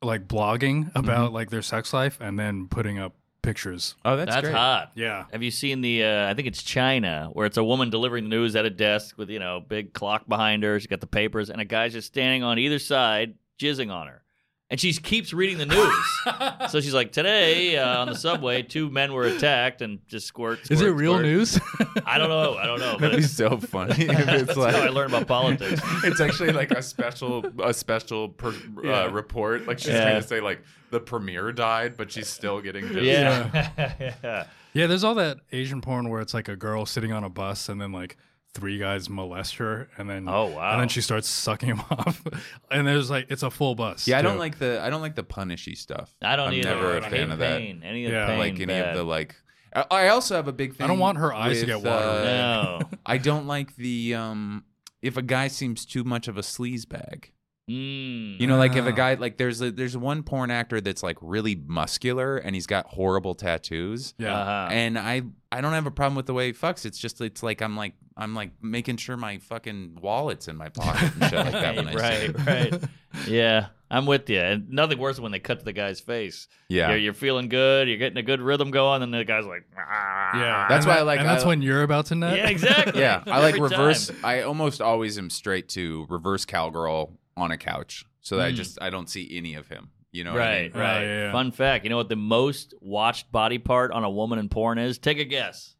[SPEAKER 1] like blogging
[SPEAKER 2] Mm-hmm.
[SPEAKER 1] about like their sex life, and then putting up pictures.
[SPEAKER 3] Oh,
[SPEAKER 2] That's, hot.
[SPEAKER 1] Yeah.
[SPEAKER 2] Have you seen the? Uh, I think it's China, where it's a woman delivering the news at a desk with you know big clock behind her. She's got the papers, and a guy's just standing on either side, jizzing on her, and she keeps reading the news. so she's like, "Today uh, on the subway, two men were attacked," and just squirt.
[SPEAKER 1] Is it
[SPEAKER 2] squirt,
[SPEAKER 1] real
[SPEAKER 2] squirt.
[SPEAKER 1] news?
[SPEAKER 2] I don't know. I don't know. But
[SPEAKER 3] That'd be so funny. if
[SPEAKER 2] it's,
[SPEAKER 3] it's
[SPEAKER 2] that's
[SPEAKER 3] like
[SPEAKER 2] how I learned about politics.
[SPEAKER 3] it's actually like a special a special per,
[SPEAKER 1] Yeah.
[SPEAKER 3] uh, report. Like she's
[SPEAKER 2] Yeah.
[SPEAKER 3] trying to say like the premier died, but she's still getting. Just,
[SPEAKER 2] Yeah. yeah.
[SPEAKER 1] Yeah, there's all that Asian porn where it's like a girl sitting on a bus and then like three guys molest her and then
[SPEAKER 2] Oh, wow.
[SPEAKER 1] and then she starts sucking him off and there's like it's a full bus.
[SPEAKER 3] Yeah, I don't
[SPEAKER 1] too.
[SPEAKER 3] like the I don't like the punishy stuff.
[SPEAKER 2] I don't
[SPEAKER 3] I'm
[SPEAKER 2] either.
[SPEAKER 3] never
[SPEAKER 2] I
[SPEAKER 3] a
[SPEAKER 2] don't
[SPEAKER 3] fan
[SPEAKER 2] hate
[SPEAKER 3] of that.
[SPEAKER 2] pain, Any of the
[SPEAKER 1] Yeah.
[SPEAKER 2] pain,
[SPEAKER 3] Like any
[SPEAKER 2] bad.
[SPEAKER 3] of the like. I- I also have a big thing.
[SPEAKER 1] I don't want her eyes to
[SPEAKER 3] with,
[SPEAKER 1] get watery.
[SPEAKER 3] uh,
[SPEAKER 2] No.
[SPEAKER 3] I don't like the um if a guy seems too much of a sleaze bag.
[SPEAKER 2] Mm.
[SPEAKER 3] You know, like if
[SPEAKER 1] Ah.
[SPEAKER 3] a guy like there's a, there's one porn actor that's like really muscular and he's got horrible tattoos.
[SPEAKER 1] Yeah.
[SPEAKER 2] Uh-huh.
[SPEAKER 3] And I I don't have a problem with the way he fucks. It's just it's like I'm like I'm like making sure my fucking wallet's in my pocket and shit like that when I see it.
[SPEAKER 2] right, right. yeah, I'm with you. And nothing worse than when they cut to the guy's face.
[SPEAKER 3] Yeah.
[SPEAKER 2] You're, you're feeling good. You're getting a good rhythm going, and the guy's like,
[SPEAKER 1] Yeah.
[SPEAKER 3] That's
[SPEAKER 1] and
[SPEAKER 3] why I
[SPEAKER 1] that-
[SPEAKER 3] like-
[SPEAKER 1] and that's
[SPEAKER 3] I-
[SPEAKER 1] when you're about to nut.
[SPEAKER 2] yeah, exactly.
[SPEAKER 3] Yeah, I like
[SPEAKER 2] Every
[SPEAKER 3] reverse.
[SPEAKER 2] time.
[SPEAKER 3] I almost always am straight to reverse cowgirl on a couch, so that I
[SPEAKER 2] Mm.
[SPEAKER 3] just I don't see any of him. You know,
[SPEAKER 2] Right,
[SPEAKER 3] What I mean?
[SPEAKER 2] right.
[SPEAKER 1] Oh, yeah, yeah.
[SPEAKER 2] Fun fact: you know what the most watched body part on a woman in porn is? Take a guess.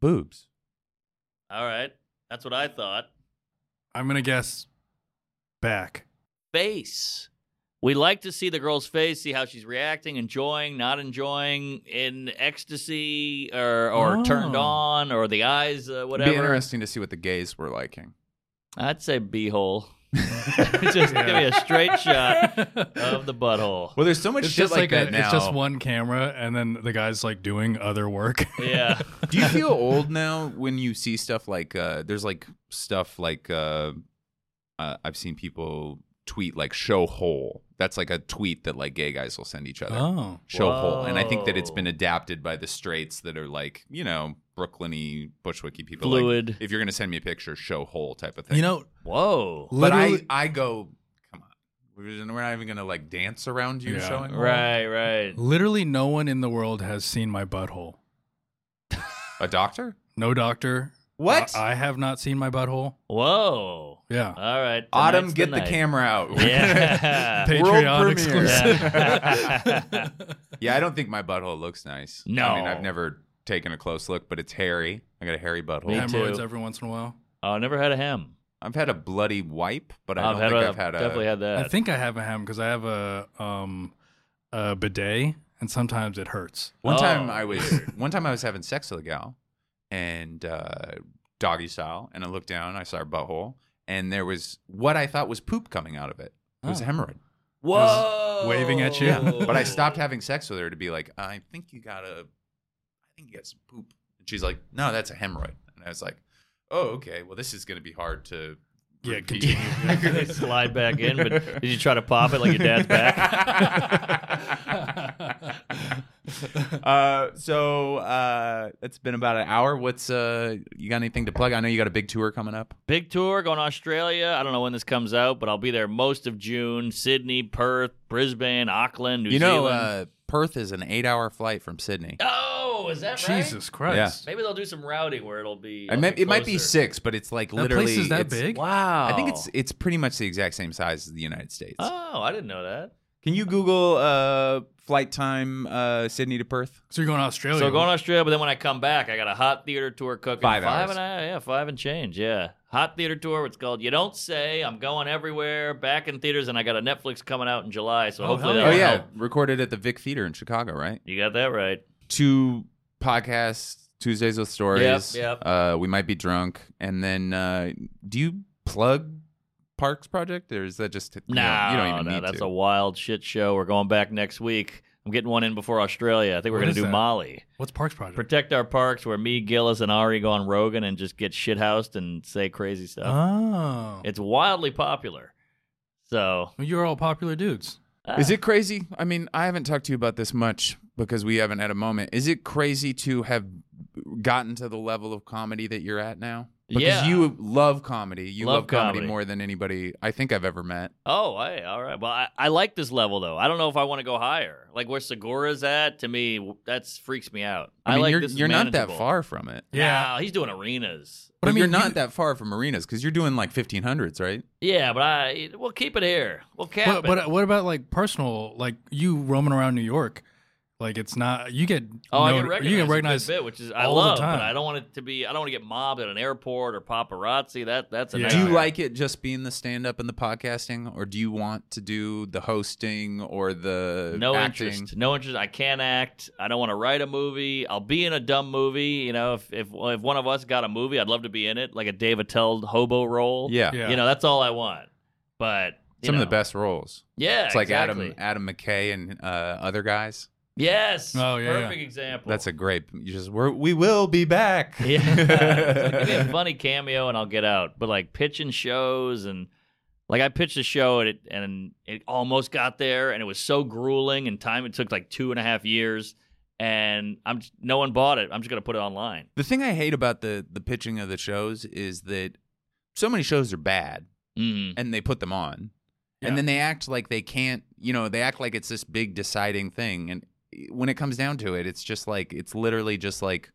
[SPEAKER 3] Boobs.
[SPEAKER 2] All right, that's what I thought.
[SPEAKER 1] I'm gonna guess back.
[SPEAKER 2] Face. We like to see the girl's face, see how she's reacting, enjoying, not enjoying, in ecstasy or, or
[SPEAKER 1] Oh.
[SPEAKER 2] turned on, or the eyes, uh, whatever.
[SPEAKER 3] It'd be interesting to see what the gays were liking.
[SPEAKER 2] I'd say beehole. just give me a straight shot of the butthole.
[SPEAKER 3] Well, there's so much
[SPEAKER 1] It's
[SPEAKER 3] shit
[SPEAKER 1] just
[SPEAKER 3] like,
[SPEAKER 1] like,
[SPEAKER 3] that
[SPEAKER 1] a,
[SPEAKER 3] now.
[SPEAKER 1] it's just one camera and then the guy's like doing other work.
[SPEAKER 2] Yeah.
[SPEAKER 3] Do you feel old now when you see stuff like uh, there's like stuff like uh, uh, I've seen people tweet like show hole. That's like a tweet that like gay guys will send each other.
[SPEAKER 1] Oh,
[SPEAKER 3] Show hole. And I think that it's
[SPEAKER 2] Whoa.
[SPEAKER 3] been adapted by the straights that are like, you know, Brooklyn y, Bushwicky people. like,
[SPEAKER 2] Fluid.
[SPEAKER 3] if you're going to send me a picture, show hole type of thing.
[SPEAKER 1] you know,
[SPEAKER 2] Whoa.
[SPEAKER 3] but I,
[SPEAKER 1] literally-
[SPEAKER 3] I go, come on. We're we're not even going to like dance around you
[SPEAKER 1] Yeah.
[SPEAKER 3] showing hole.
[SPEAKER 2] Right, right.
[SPEAKER 1] literally no one in the world has seen my butthole.
[SPEAKER 3] A doctor?
[SPEAKER 1] No doctor.
[SPEAKER 3] What?
[SPEAKER 1] I, I have not seen my butthole.
[SPEAKER 2] Whoa.
[SPEAKER 1] Yeah.
[SPEAKER 2] All right.
[SPEAKER 3] Autumn,
[SPEAKER 2] tonight's
[SPEAKER 3] get the,
[SPEAKER 2] night.
[SPEAKER 3] camera out.
[SPEAKER 2] Yeah.
[SPEAKER 1] Patreon
[SPEAKER 3] Uh, premiere.
[SPEAKER 1] exclusive.
[SPEAKER 2] Yeah.
[SPEAKER 3] Yeah, I don't think my butthole looks nice. I mean,
[SPEAKER 2] No.
[SPEAKER 3] I've never taken a close look, but it's hairy. I got a hairy butthole.
[SPEAKER 2] Me
[SPEAKER 1] Hemorrhoids
[SPEAKER 2] too.
[SPEAKER 1] every once in a while.
[SPEAKER 2] oh, never had a hem.
[SPEAKER 3] I've had a bloody wipe, but I
[SPEAKER 2] I've
[SPEAKER 3] don't
[SPEAKER 2] had
[SPEAKER 3] think
[SPEAKER 2] a-
[SPEAKER 3] I've had a.
[SPEAKER 2] definitely had that.
[SPEAKER 1] I think I have a hem because I have a um a bidet, and sometimes it hurts.
[SPEAKER 3] One time
[SPEAKER 2] Oh,
[SPEAKER 3] I was one time I was having sex with a gal, and uh, doggy style, and I looked down, I saw her butthole, and there was what I thought was poop coming out of it. It was
[SPEAKER 1] Oh.
[SPEAKER 3] a hemorrhoid.
[SPEAKER 2] Whoa.
[SPEAKER 1] waving at you. Yeah,
[SPEAKER 3] But I stopped having sex with her to be like, I think you got a, I think you got some poop. And she's like, No, that's a hemorrhoid. And I was like, Oh, okay. Well, this is going to be hard to.
[SPEAKER 1] Yeah,
[SPEAKER 3] repeat."
[SPEAKER 1] continue.
[SPEAKER 2] They slide back in, but did you try to pop it like your dad's back?
[SPEAKER 3] uh, so uh, it's been about an hour. What's uh, you got anything to plug? I know you got a big tour coming up.
[SPEAKER 2] Big tour going to Australia. I don't know when this comes out, but I'll be there most of June. Sydney, Perth, Brisbane, Auckland, New
[SPEAKER 3] you know,
[SPEAKER 2] Zealand.
[SPEAKER 3] uh, Perth is an eight-hour flight from Sydney.
[SPEAKER 2] oh, is that right?
[SPEAKER 1] Jesus Christ!
[SPEAKER 2] Maybe they'll do some routing where it'll be.
[SPEAKER 3] I mean, it might be
[SPEAKER 2] closer.
[SPEAKER 3] six, but it's like
[SPEAKER 1] That
[SPEAKER 3] literally
[SPEAKER 1] place is that
[SPEAKER 3] it's-
[SPEAKER 1] big? Oh.
[SPEAKER 2] Wow.
[SPEAKER 3] I think it's it's pretty much the exact same size as the United States.
[SPEAKER 2] Oh, I didn't know that.
[SPEAKER 3] Can you Google uh, flight time uh, Sydney to Perth?
[SPEAKER 1] So you're going to Australia?
[SPEAKER 2] So going to Australia, but then when I come back, I got a hot theater tour cooking.
[SPEAKER 3] Five hours.
[SPEAKER 2] and a, yeah, five and change. Yeah, hot theater tour. It's called You Don't Say. I'm going everywhere, back in theaters, and I got a Netflix coming out in July. So
[SPEAKER 1] Oh,
[SPEAKER 2] hopefully,
[SPEAKER 1] hell
[SPEAKER 2] that'll
[SPEAKER 3] oh yeah,
[SPEAKER 2] help.
[SPEAKER 3] recorded at the Vic Theater in Chicago, right?
[SPEAKER 2] you got that right.
[SPEAKER 3] Two podcasts, Tuesdays with
[SPEAKER 2] Yep,
[SPEAKER 3] Stories.
[SPEAKER 2] yep.
[SPEAKER 3] Uh, we might be drunk, and then uh, do you plug Parks Project, or is that just you
[SPEAKER 2] No,
[SPEAKER 3] Know, you don't even
[SPEAKER 2] no,
[SPEAKER 3] need
[SPEAKER 2] that's
[SPEAKER 3] to.
[SPEAKER 2] a wild shit show. We're going back next week. I'm getting one in before Australia. I think we're
[SPEAKER 1] What
[SPEAKER 2] going
[SPEAKER 1] is
[SPEAKER 2] to do
[SPEAKER 1] that?
[SPEAKER 2] Molly.
[SPEAKER 1] What's Parks Project?
[SPEAKER 2] Protect Our Parks, where me, Gillis, and Ari go on Rogan and just get shithoused and say crazy stuff.
[SPEAKER 1] oh,
[SPEAKER 2] It's wildly popular. So,
[SPEAKER 1] Well, you're all popular dudes.
[SPEAKER 2] uh,
[SPEAKER 3] Is it crazy? I mean, I haven't talked to you about this much because we haven't had a moment. Is it crazy to have gotten to the level of comedy that you're at now? Because
[SPEAKER 2] Yeah.
[SPEAKER 3] you love comedy. You love,
[SPEAKER 2] Love
[SPEAKER 3] comedy.
[SPEAKER 2] comedy.
[SPEAKER 3] more than anybody I think I've ever met.
[SPEAKER 2] Oh, I, all right. Well, I, I like this level though. I don't know if I want to go higher. Like where Segura's at, to me, w- that's freaks me out.
[SPEAKER 3] I, mean,
[SPEAKER 2] like
[SPEAKER 3] you're,
[SPEAKER 2] this. is
[SPEAKER 3] you're not that
[SPEAKER 2] manageable.
[SPEAKER 3] far from it.
[SPEAKER 2] Yeah, he's doing arenas.
[SPEAKER 3] But,
[SPEAKER 1] But I
[SPEAKER 3] you're
[SPEAKER 1] mean,
[SPEAKER 3] not
[SPEAKER 1] you-
[SPEAKER 3] that far from arenas because you're doing like 1500s, right?
[SPEAKER 2] Yeah, but I we'll keep it here. We'll cap
[SPEAKER 1] But,
[SPEAKER 2] it.
[SPEAKER 1] but what about like personal? Like you roaming around New York? Like it's not you get
[SPEAKER 2] oh, I
[SPEAKER 1] no-
[SPEAKER 2] get recognized.
[SPEAKER 1] you
[SPEAKER 2] a
[SPEAKER 1] get
[SPEAKER 2] good
[SPEAKER 1] recognized.
[SPEAKER 2] bit, which is I
[SPEAKER 1] all the
[SPEAKER 2] love.
[SPEAKER 1] time.
[SPEAKER 2] But I don't want it to be. I don't want to get mobbed at an airport or paparazzi. That that's a
[SPEAKER 1] Yeah.
[SPEAKER 3] Do you
[SPEAKER 2] nightmare.
[SPEAKER 3] like it just being the stand up and the podcasting, or do you want to do the hosting or the
[SPEAKER 2] No
[SPEAKER 3] acting?
[SPEAKER 2] interest. No interest. I can't act. I don't want to write a movie. I'll be in a dumb movie. You know, if if if one of us got a movie, I'd love to be in it, like a Dave Attell hobo role.
[SPEAKER 3] Yeah.
[SPEAKER 1] Yeah.
[SPEAKER 2] You know, that's all I want. But you
[SPEAKER 3] Some
[SPEAKER 2] know.
[SPEAKER 3] of the best roles.
[SPEAKER 2] Yeah,
[SPEAKER 3] It's like
[SPEAKER 2] exactly.
[SPEAKER 3] Adam Adam McKay and uh, other guys.
[SPEAKER 2] Yes.
[SPEAKER 1] Oh, yeah,
[SPEAKER 2] Perfect
[SPEAKER 1] yeah.
[SPEAKER 2] example.
[SPEAKER 3] That's a great. You just we're, we will be back.
[SPEAKER 2] yeah. Give me a funny cameo and I'll get out. But like pitching shows and like I pitched a show and it and it almost got there and it was so grueling and time it took like two and a half years and I'm just- no one bought it. I'm just gonna put it online.
[SPEAKER 3] the thing I hate about the the pitching of the shows is that so many shows are bad
[SPEAKER 2] Mm.
[SPEAKER 3] and they put them on, and
[SPEAKER 1] Yeah.
[SPEAKER 3] then they act like they can't. You know, they act like it's this big deciding thing, and when it comes down to it, it's just like it's literally just like,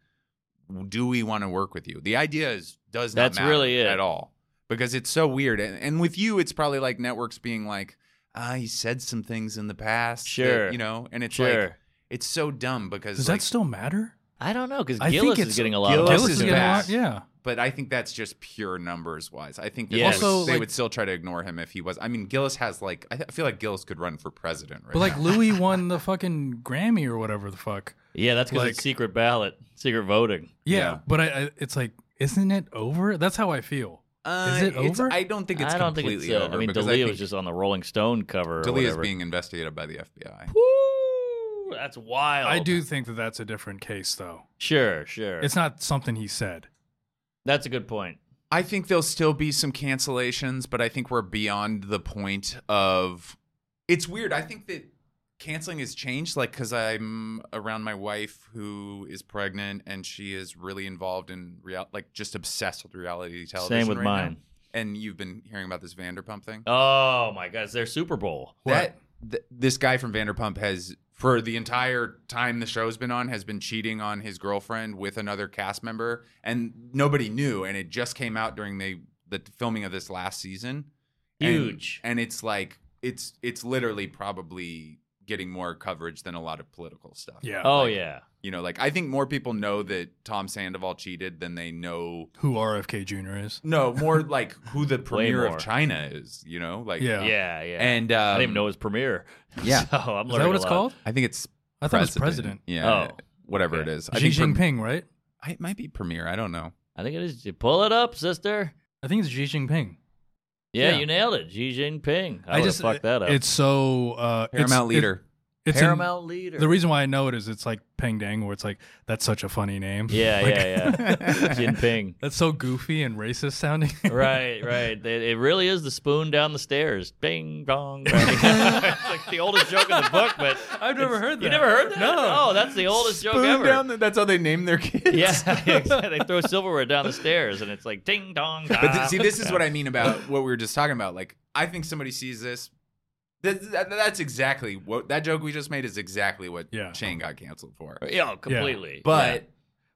[SPEAKER 3] do we want to work with you? The idea is does not
[SPEAKER 2] That's
[SPEAKER 3] matter
[SPEAKER 2] really it.
[SPEAKER 3] at all because it's so weird. And, and with you, it's probably like networks being like, ah, you said some things in the past, that,"
[SPEAKER 2] Sure.
[SPEAKER 3] you know, and it's
[SPEAKER 2] Sure.
[SPEAKER 3] like. It's so dumb because
[SPEAKER 1] Does
[SPEAKER 3] like,
[SPEAKER 1] that still matter?
[SPEAKER 2] I don't know because
[SPEAKER 1] I think
[SPEAKER 2] Gillis is
[SPEAKER 1] it's-
[SPEAKER 2] getting a lot
[SPEAKER 3] Gillis
[SPEAKER 2] of
[SPEAKER 3] Gillis is
[SPEAKER 2] publicity.
[SPEAKER 3] getting a bad. lot-
[SPEAKER 1] Yeah.
[SPEAKER 3] but I think that's just pure numbers wise. I think that
[SPEAKER 2] Yes.
[SPEAKER 3] they, would,
[SPEAKER 1] Also,
[SPEAKER 3] they
[SPEAKER 1] like-
[SPEAKER 3] would still try to ignore him if he was. I mean, Gillis has like I th- I feel like Gillis could run for president, right?
[SPEAKER 1] But like
[SPEAKER 3] now.
[SPEAKER 1] Louis won the fucking Grammy or whatever the fuck.
[SPEAKER 2] Yeah, that's because it's
[SPEAKER 1] Like-
[SPEAKER 2] secret ballot, secret voting.
[SPEAKER 1] Yeah,
[SPEAKER 3] Yeah.
[SPEAKER 1] but I, I, it's like, isn't it over? That's how I feel.
[SPEAKER 3] Uh,
[SPEAKER 1] is it
[SPEAKER 3] it's-
[SPEAKER 1] over?
[SPEAKER 3] I don't think it's
[SPEAKER 2] I don't think
[SPEAKER 3] completely
[SPEAKER 2] it's. Uh,
[SPEAKER 3] over.
[SPEAKER 2] I mean,
[SPEAKER 3] because
[SPEAKER 2] D'Elia
[SPEAKER 3] think
[SPEAKER 2] was just on the Rolling Stone cover. or
[SPEAKER 3] D'Elia's
[SPEAKER 2] whatever.
[SPEAKER 3] being investigated by the FBI.
[SPEAKER 2] Woo! That's wild.
[SPEAKER 1] I do think that that's a different case, though.
[SPEAKER 2] Sure, sure.
[SPEAKER 1] It's not something he said.
[SPEAKER 2] That's a good point.
[SPEAKER 3] I think there'll still be some cancellations, but I think we're beyond the point of it's weird. I think that canceling has changed, like, because I'm around my wife who is pregnant and she is really involved in real, like, just obsessed with reality television.
[SPEAKER 2] Same with
[SPEAKER 3] right now.
[SPEAKER 2] mine.
[SPEAKER 3] And you've been hearing about this Vanderpump thing.
[SPEAKER 2] Oh my god, it's their Super Bowl.
[SPEAKER 3] That th- this guy from Vanderpump has for the entire time the show's been on has been cheating on his girlfriend with another cast member and nobody knew and it just came out during the the filming of this last season. And-
[SPEAKER 2] Huge.
[SPEAKER 3] And, it's like it's it's literally probably getting more coverage than a lot of political stuff.
[SPEAKER 1] Yeah.
[SPEAKER 2] oh
[SPEAKER 3] Like,
[SPEAKER 2] yeah.
[SPEAKER 3] You know, like I think more people know that Tom Sandoval cheated than they know
[SPEAKER 1] Who RFK Jr. is.
[SPEAKER 3] no, more like who the premier
[SPEAKER 2] more.
[SPEAKER 3] of China is, you know? Like
[SPEAKER 1] Yeah.
[SPEAKER 2] Yeah, yeah.
[SPEAKER 3] And um,
[SPEAKER 2] I didn't even know it was premiere.
[SPEAKER 3] yeah.
[SPEAKER 2] So I'm
[SPEAKER 1] Is
[SPEAKER 2] learning
[SPEAKER 1] that
[SPEAKER 2] a
[SPEAKER 1] what it's
[SPEAKER 2] lot.
[SPEAKER 1] called?
[SPEAKER 3] I think it's
[SPEAKER 1] I thought it was president.
[SPEAKER 3] Yeah.
[SPEAKER 2] Oh.
[SPEAKER 3] Whatever
[SPEAKER 2] Okay.
[SPEAKER 3] it is. I
[SPEAKER 1] Xi
[SPEAKER 3] think
[SPEAKER 1] Jinping,
[SPEAKER 3] prem-
[SPEAKER 1] right?
[SPEAKER 3] I- it might be premier. I don't know.
[SPEAKER 2] I think it is. Pull it up, sister.
[SPEAKER 1] I think it's Xi Jinping.
[SPEAKER 2] Yeah,
[SPEAKER 3] Yeah.
[SPEAKER 2] you nailed it. Xi Jinping. I,
[SPEAKER 1] I
[SPEAKER 2] would
[SPEAKER 1] just-
[SPEAKER 2] fucked that up.
[SPEAKER 1] It's so uh, it's-
[SPEAKER 3] Paramount
[SPEAKER 1] it-
[SPEAKER 3] leader.
[SPEAKER 1] it's in-
[SPEAKER 2] Paramount leader.
[SPEAKER 1] the reason why I know it is it's like Peng Dang, where it's like that's such a funny name.
[SPEAKER 2] yeah,
[SPEAKER 1] Like,
[SPEAKER 2] yeah, yeah. Jinping.
[SPEAKER 1] That's so goofy and racist sounding.
[SPEAKER 2] Right, right. It, it really is the spoon down the stairs. Bing, bong. bong. it's like the oldest joke in the book, but
[SPEAKER 1] I've never heard that.
[SPEAKER 2] you never heard that?
[SPEAKER 1] No.
[SPEAKER 2] Oh, that's the oldest joke
[SPEAKER 3] Spoon
[SPEAKER 2] ever.
[SPEAKER 3] down the- that's how they name their kids.
[SPEAKER 2] yeah, exactly. they throw silverware down the stairs, and it's like ding dong.
[SPEAKER 3] But th- see, this is what I mean about what we were just talking about. Like, I think somebody sees this. Th- th- that's exactly what that joke we just made is exactly what
[SPEAKER 1] Yeah.
[SPEAKER 3] Shane got canceled for.
[SPEAKER 2] Yeah, oh, completely.
[SPEAKER 3] But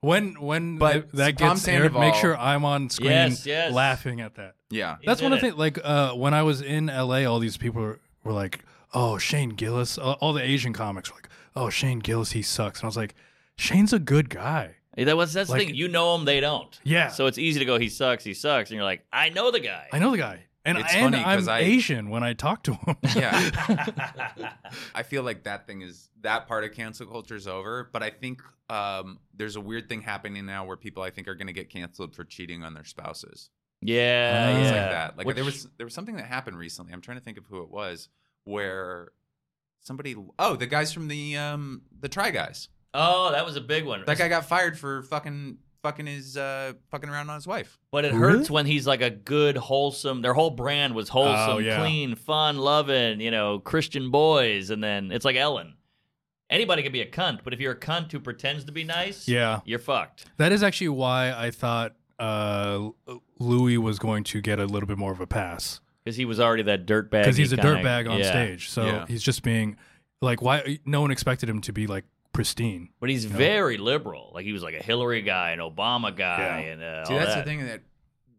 [SPEAKER 1] When when
[SPEAKER 3] But
[SPEAKER 1] th- that
[SPEAKER 3] Tom
[SPEAKER 1] gets aired, make
[SPEAKER 3] Sandoval-
[SPEAKER 1] sure I'm on screen
[SPEAKER 2] Yes, yes.
[SPEAKER 1] laughing at that.
[SPEAKER 3] yeah,
[SPEAKER 2] He's
[SPEAKER 1] That's one
[SPEAKER 2] in
[SPEAKER 1] of the
[SPEAKER 2] it.
[SPEAKER 1] things. Like uh, when I was in LA, all these people were, were like, "Oh, Shane Gillis." Uh, all the Asian comics were like, "Oh, Shane Gillis, he sucks." And I was like, "Shane's a good guy."
[SPEAKER 2] Yeah, That was that's
[SPEAKER 1] Like-
[SPEAKER 2] the thing. You know him, they don't.
[SPEAKER 1] Yeah.
[SPEAKER 2] So it's easy to go. He sucks. He sucks. And you're like, I know the guy.
[SPEAKER 1] I know the guy, and,
[SPEAKER 3] It's
[SPEAKER 1] and
[SPEAKER 3] funny 'cause
[SPEAKER 1] I'm
[SPEAKER 3] I-
[SPEAKER 1] Asian when I talk to him.
[SPEAKER 3] yeah. I feel like that thing is that part of cancel culture is over. But I think um, there's a weird thing happening now where people I think are going to get canceled for cheating on their spouses.
[SPEAKER 2] yeah,
[SPEAKER 1] Uh,
[SPEAKER 2] yeah.
[SPEAKER 3] things like that. Like
[SPEAKER 2] Which-
[SPEAKER 3] there was there was something that happened recently. I'm trying to think of who it was where somebody oh the guys from the um the try guys
[SPEAKER 2] Oh, that was a big one.
[SPEAKER 3] that guy got fired for fucking fucking his uh fucking around on his wife
[SPEAKER 2] But it
[SPEAKER 1] Really?
[SPEAKER 2] hurts when he's like a good, wholesome. Their whole brand was wholesome,
[SPEAKER 1] Oh, yeah.
[SPEAKER 2] clean, fun, loving. You know, Christian boys, and then it's like Ellen. Anybody can be a cunt, but if you're a cunt who pretends to be nice,
[SPEAKER 1] yeah,
[SPEAKER 2] you're fucked.
[SPEAKER 1] that is actually why I thought uh, L- Louis was going to get a little bit more of a pass
[SPEAKER 2] Because he was already that dirtbag.
[SPEAKER 1] because he's a
[SPEAKER 2] kinda-
[SPEAKER 1] dirtbag on
[SPEAKER 2] yeah.
[SPEAKER 1] stage. So
[SPEAKER 3] Yeah.
[SPEAKER 1] he's just being like, why? No one expected him to be like pristine.
[SPEAKER 2] But he's
[SPEAKER 1] No.
[SPEAKER 2] very liberal. Like he was like a Hillary guy, an Obama guy,
[SPEAKER 1] Yeah.
[SPEAKER 2] and uh,
[SPEAKER 3] see
[SPEAKER 2] all
[SPEAKER 3] that's
[SPEAKER 2] that.
[SPEAKER 3] the thing that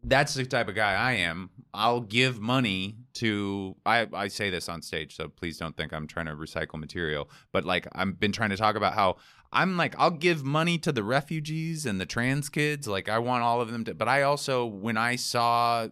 [SPEAKER 3] that's the type of guy I am I'll give money to I I say this on stage so please don't think I'm trying to recycle material but like I've been trying to talk about how I'm like I'll give money to the refugees and the trans kids like I want all of them to but I also when I saw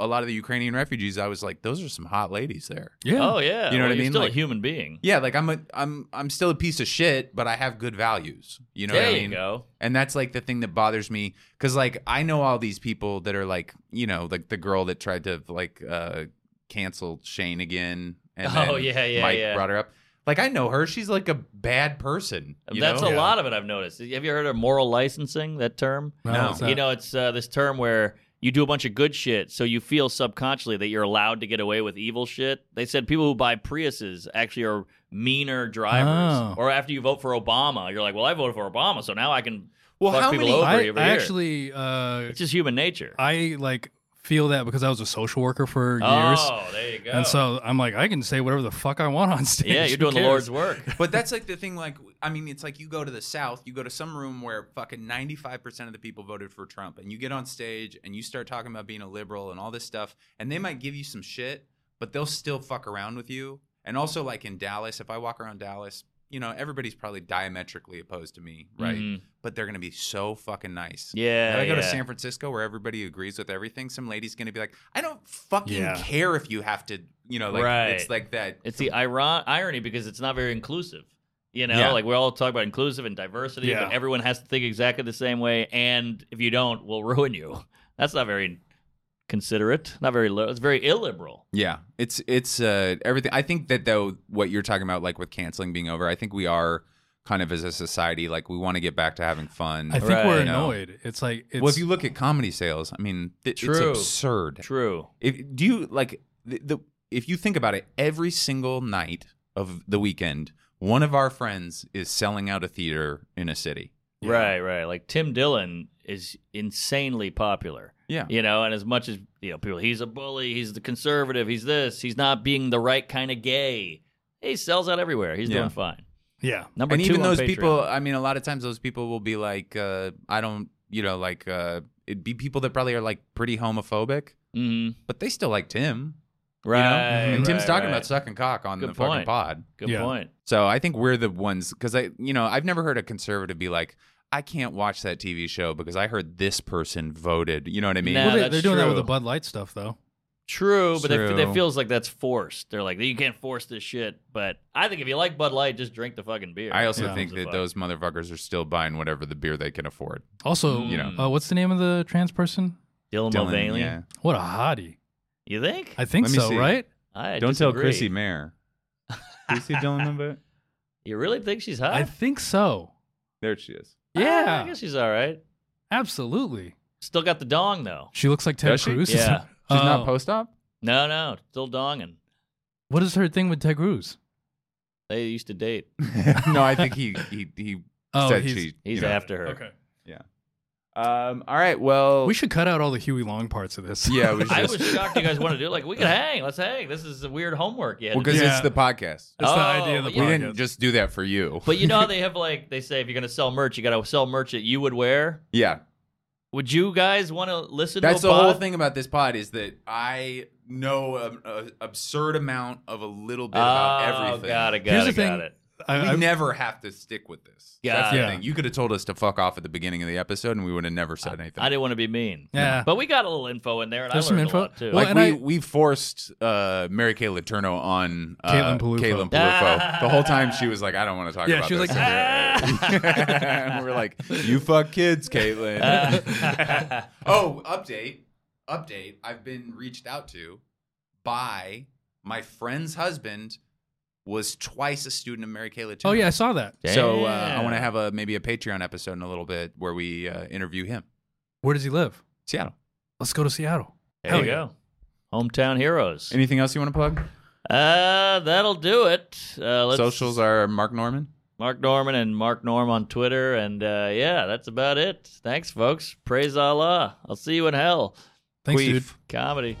[SPEAKER 3] a lot of the Ukrainian refugees I was like those are some hot ladies there.
[SPEAKER 1] Yeah,
[SPEAKER 2] Oh yeah,
[SPEAKER 3] You know
[SPEAKER 2] Well,
[SPEAKER 3] what I
[SPEAKER 2] you're
[SPEAKER 3] mean?
[SPEAKER 2] Still
[SPEAKER 3] Like-
[SPEAKER 2] a human being.
[SPEAKER 3] Yeah, like I'm a I'm I'm still a piece of shit, but I have good values. You know
[SPEAKER 2] there
[SPEAKER 3] what I
[SPEAKER 2] you
[SPEAKER 3] mean?
[SPEAKER 2] go.
[SPEAKER 3] And that's like the thing that bothers me because like I know all these people that are like you know like the girl that tried to like uh cancel Shane again. And
[SPEAKER 2] Oh,
[SPEAKER 3] then
[SPEAKER 2] yeah, yeah,
[SPEAKER 3] Mike
[SPEAKER 2] yeah.
[SPEAKER 3] brought her up. Like I know her. She's like a bad person. you
[SPEAKER 2] That's
[SPEAKER 3] know?
[SPEAKER 2] a
[SPEAKER 1] Yeah.
[SPEAKER 2] lot of it I've noticed. Have you heard of moral licensing? That term.
[SPEAKER 3] No.
[SPEAKER 1] it's not.
[SPEAKER 2] You know, it's uh, this term where you do a bunch of good shit, so you feel subconsciously that you're allowed to get away with evil shit. They said people who buy Priuses actually are meaner drivers.
[SPEAKER 1] Oh.
[SPEAKER 2] Or after you vote for Obama, you're like, well, I voted for Obama, so now I can.
[SPEAKER 3] Well,
[SPEAKER 2] fuck
[SPEAKER 3] how
[SPEAKER 2] people
[SPEAKER 3] many?
[SPEAKER 2] over
[SPEAKER 1] I,
[SPEAKER 2] over
[SPEAKER 1] I
[SPEAKER 2] here.
[SPEAKER 1] actually uh,
[SPEAKER 2] It's just human nature.
[SPEAKER 1] I like feel that because I was a social worker for years.
[SPEAKER 2] oh, there you go.
[SPEAKER 1] And so I'm like, I can say whatever the fuck I want on stage.
[SPEAKER 2] yeah, you're
[SPEAKER 1] Who
[SPEAKER 2] doing the
[SPEAKER 1] cares?
[SPEAKER 2] Lord's work.
[SPEAKER 3] But that's like the thing. Like I mean, it's like you go to the South, you go to some room where fucking ninety five percent of the people voted for Trump, and you get on stage and you start talking about being a liberal and all this stuff, and they might give you some shit, but they'll still fuck around with you. And also, like in Dallas, if I walk around Dallas, you know, everybody's probably diametrically opposed to me, right?
[SPEAKER 2] Mhm.
[SPEAKER 3] But they're gonna be so fucking nice.
[SPEAKER 2] Yeah.
[SPEAKER 3] And I go to
[SPEAKER 2] yeah.
[SPEAKER 3] San Francisco where everybody agrees with everything. Some lady's gonna be like, "I don't fucking
[SPEAKER 1] Yeah.
[SPEAKER 3] care if you have to," you know, like
[SPEAKER 2] Right.
[SPEAKER 3] it's like that.
[SPEAKER 2] It's the iron- irony because it's not very inclusive. You know,
[SPEAKER 3] Yeah.
[SPEAKER 2] like we all talk about inclusive and diversity,
[SPEAKER 1] Yeah.
[SPEAKER 2] but everyone has to think exactly the same way. And if you don't, we'll ruin you. That's not very considerate. Not very. Li- it's very illiberal.
[SPEAKER 3] Yeah, it's it's uh, everything. I think that though what you're talking about, like with canceling being over, I think we are kind of as a society like we want to get back to having fun.
[SPEAKER 1] I think
[SPEAKER 2] Right.
[SPEAKER 1] we're
[SPEAKER 2] You
[SPEAKER 3] know.
[SPEAKER 1] annoyed. It's like, it's,
[SPEAKER 3] well, if you look at comedy sales, I mean, th-
[SPEAKER 2] True.
[SPEAKER 3] it's absurd.
[SPEAKER 2] True.
[SPEAKER 3] If, do you like the, the if you think about it, every single night of the weekend, one of our friends is selling out a theater in a city.
[SPEAKER 1] Yeah.
[SPEAKER 2] Right, right. Like Tim Dillon is insanely popular.
[SPEAKER 3] Yeah.
[SPEAKER 2] You know, and as much as you know, people he's a bully, he's the conservative, he's this, he's not being the right kind of gay. He sells out everywhere. He's
[SPEAKER 3] Yeah.
[SPEAKER 2] doing fine.
[SPEAKER 1] Yeah.
[SPEAKER 2] Number
[SPEAKER 3] and
[SPEAKER 2] two
[SPEAKER 3] even
[SPEAKER 2] on
[SPEAKER 3] those
[SPEAKER 2] Patreon.
[SPEAKER 3] people, I mean, a lot of times those people will be like, uh, I don't, you know, like uh, it'd be people that probably are like pretty homophobic,
[SPEAKER 2] Mhm.
[SPEAKER 3] but they still like Tim.
[SPEAKER 2] right,
[SPEAKER 3] And
[SPEAKER 1] Mhm.
[SPEAKER 3] Tim's
[SPEAKER 2] right,
[SPEAKER 3] talking
[SPEAKER 2] right.
[SPEAKER 3] about sucking cock on
[SPEAKER 2] Good
[SPEAKER 3] the fucking
[SPEAKER 2] point.
[SPEAKER 3] pod.
[SPEAKER 2] Good
[SPEAKER 1] Yeah.
[SPEAKER 2] point.
[SPEAKER 3] So I think we're the ones because I, you know, I've never heard a conservative be like, I can't watch that TV show because I heard this person voted. You know what I mean?
[SPEAKER 2] Nah. Yeah,
[SPEAKER 1] well, they,
[SPEAKER 2] that's
[SPEAKER 1] they're doing that with the
[SPEAKER 2] true.
[SPEAKER 1] Bud Light stuff, though.
[SPEAKER 2] True, but That,
[SPEAKER 3] True.
[SPEAKER 2] that feels like that's forced. They're like, you can't force this shit. But I think if you like Bud Light, just drink the fucking beer.
[SPEAKER 3] I also
[SPEAKER 1] Yeah.
[SPEAKER 3] think that those motherfuckers are still buying whatever the beer they can afford.
[SPEAKER 1] Also,
[SPEAKER 2] Mm.
[SPEAKER 3] You know.
[SPEAKER 1] uh, what's the name of the trans person?
[SPEAKER 2] Dylan,
[SPEAKER 3] Dylan,
[SPEAKER 2] Mulvaney.
[SPEAKER 3] yeah.
[SPEAKER 1] What a hottie!
[SPEAKER 2] You think?
[SPEAKER 1] I think
[SPEAKER 3] Let me
[SPEAKER 1] so,
[SPEAKER 3] see.
[SPEAKER 1] right?
[SPEAKER 2] I
[SPEAKER 3] Don't tell
[SPEAKER 2] disagree.
[SPEAKER 3] Chrissy Mayer. Do you see Dylan Mulvaney?
[SPEAKER 2] You really think she's hot?
[SPEAKER 1] I think so.
[SPEAKER 3] There she is.
[SPEAKER 2] Ah,
[SPEAKER 1] Yeah,
[SPEAKER 2] I guess she's all right.
[SPEAKER 1] absolutely.
[SPEAKER 2] Still got the dong though.
[SPEAKER 1] She looks like Ted
[SPEAKER 3] Does she?
[SPEAKER 1] Cruz.
[SPEAKER 2] Yeah.
[SPEAKER 3] She's
[SPEAKER 1] Oh.
[SPEAKER 3] not post op.
[SPEAKER 2] No, no, still donging.
[SPEAKER 1] What is her thing with Ted Cruz?
[SPEAKER 2] They used to date.
[SPEAKER 3] no, I think he he he
[SPEAKER 1] Oh,
[SPEAKER 3] said
[SPEAKER 1] he's-
[SPEAKER 3] she.
[SPEAKER 2] He's
[SPEAKER 3] you know.
[SPEAKER 2] after her.
[SPEAKER 3] Um. All right. Well,
[SPEAKER 1] We should cut out all the Huey Long parts of this.
[SPEAKER 3] Yeah, we should.
[SPEAKER 2] I
[SPEAKER 3] Just-
[SPEAKER 2] was shocked you guys want to do it. like we could hang. Let's hang. This is a weird homework yet.
[SPEAKER 3] Well, because
[SPEAKER 1] Yeah.
[SPEAKER 3] it's the podcast.
[SPEAKER 1] That's the
[SPEAKER 2] Oh,
[SPEAKER 1] idea of the
[SPEAKER 2] yeah.
[SPEAKER 3] We
[SPEAKER 1] podcast.
[SPEAKER 3] didn't just do that for you.
[SPEAKER 2] but you know how they have like they say if you're gonna sell merch, you gotta sell merch that you would wear.
[SPEAKER 3] Yeah.
[SPEAKER 2] Would you guys want to listen?
[SPEAKER 3] That's
[SPEAKER 2] to
[SPEAKER 3] the
[SPEAKER 2] a
[SPEAKER 3] whole
[SPEAKER 2] pod?
[SPEAKER 3] thing about this pod is that I know an absurd amount of a little bit
[SPEAKER 2] Oh,
[SPEAKER 3] about everything.
[SPEAKER 2] got it. Got
[SPEAKER 1] Here's
[SPEAKER 2] it.
[SPEAKER 1] the
[SPEAKER 2] Got
[SPEAKER 1] thing.
[SPEAKER 2] it.
[SPEAKER 1] I-
[SPEAKER 3] We
[SPEAKER 1] I-
[SPEAKER 3] never have to stick with this.
[SPEAKER 2] Got
[SPEAKER 3] That's
[SPEAKER 1] it.
[SPEAKER 3] the
[SPEAKER 1] Yeah.
[SPEAKER 3] thing. You could have told us to fuck off at the beginning of the episode, and we would have never said anything.
[SPEAKER 2] I didn't want to be mean.
[SPEAKER 1] Yeah.
[SPEAKER 2] But we got a little info in there, and
[SPEAKER 1] There's
[SPEAKER 2] I
[SPEAKER 1] some
[SPEAKER 2] learned
[SPEAKER 1] info.
[SPEAKER 2] a lot too.
[SPEAKER 1] Well,
[SPEAKER 3] like
[SPEAKER 1] and
[SPEAKER 3] we,
[SPEAKER 1] I-
[SPEAKER 3] we forced uh, Mary Kay Letourneau on uh,
[SPEAKER 1] Caitlin Palufo.
[SPEAKER 3] Caitlin
[SPEAKER 2] Ah.
[SPEAKER 3] Palufo. the whole time she was like, "I don't want to talk
[SPEAKER 1] Yeah,
[SPEAKER 3] about
[SPEAKER 1] she was
[SPEAKER 3] this."
[SPEAKER 1] like, "Ah!"
[SPEAKER 3] and we're like, "You fuck kids, Caitlin." oh, update, update. I've been reached out to by my friend's husband was twice a student of Mary Kay Letourneau.
[SPEAKER 1] oh yeah, I saw that.
[SPEAKER 3] So uh, I want to have a maybe a Patreon episode in a little bit where we uh, interview him.
[SPEAKER 1] Where does he live?
[SPEAKER 3] Seattle.
[SPEAKER 1] Let's go to Seattle.
[SPEAKER 2] There you go. Hometown heroes.
[SPEAKER 3] Anything else you want to plug?
[SPEAKER 2] Uh, that'll do it. Uh, let's,
[SPEAKER 3] Socials are Mark Norman.
[SPEAKER 2] Mark Norman and Mark Norm on Twitter. And uh, yeah, that's about it. Thanks, folks. Praise Allah. I'll see you in hell.
[SPEAKER 1] Thanks,
[SPEAKER 3] Queef.
[SPEAKER 1] dude.
[SPEAKER 2] Comedy.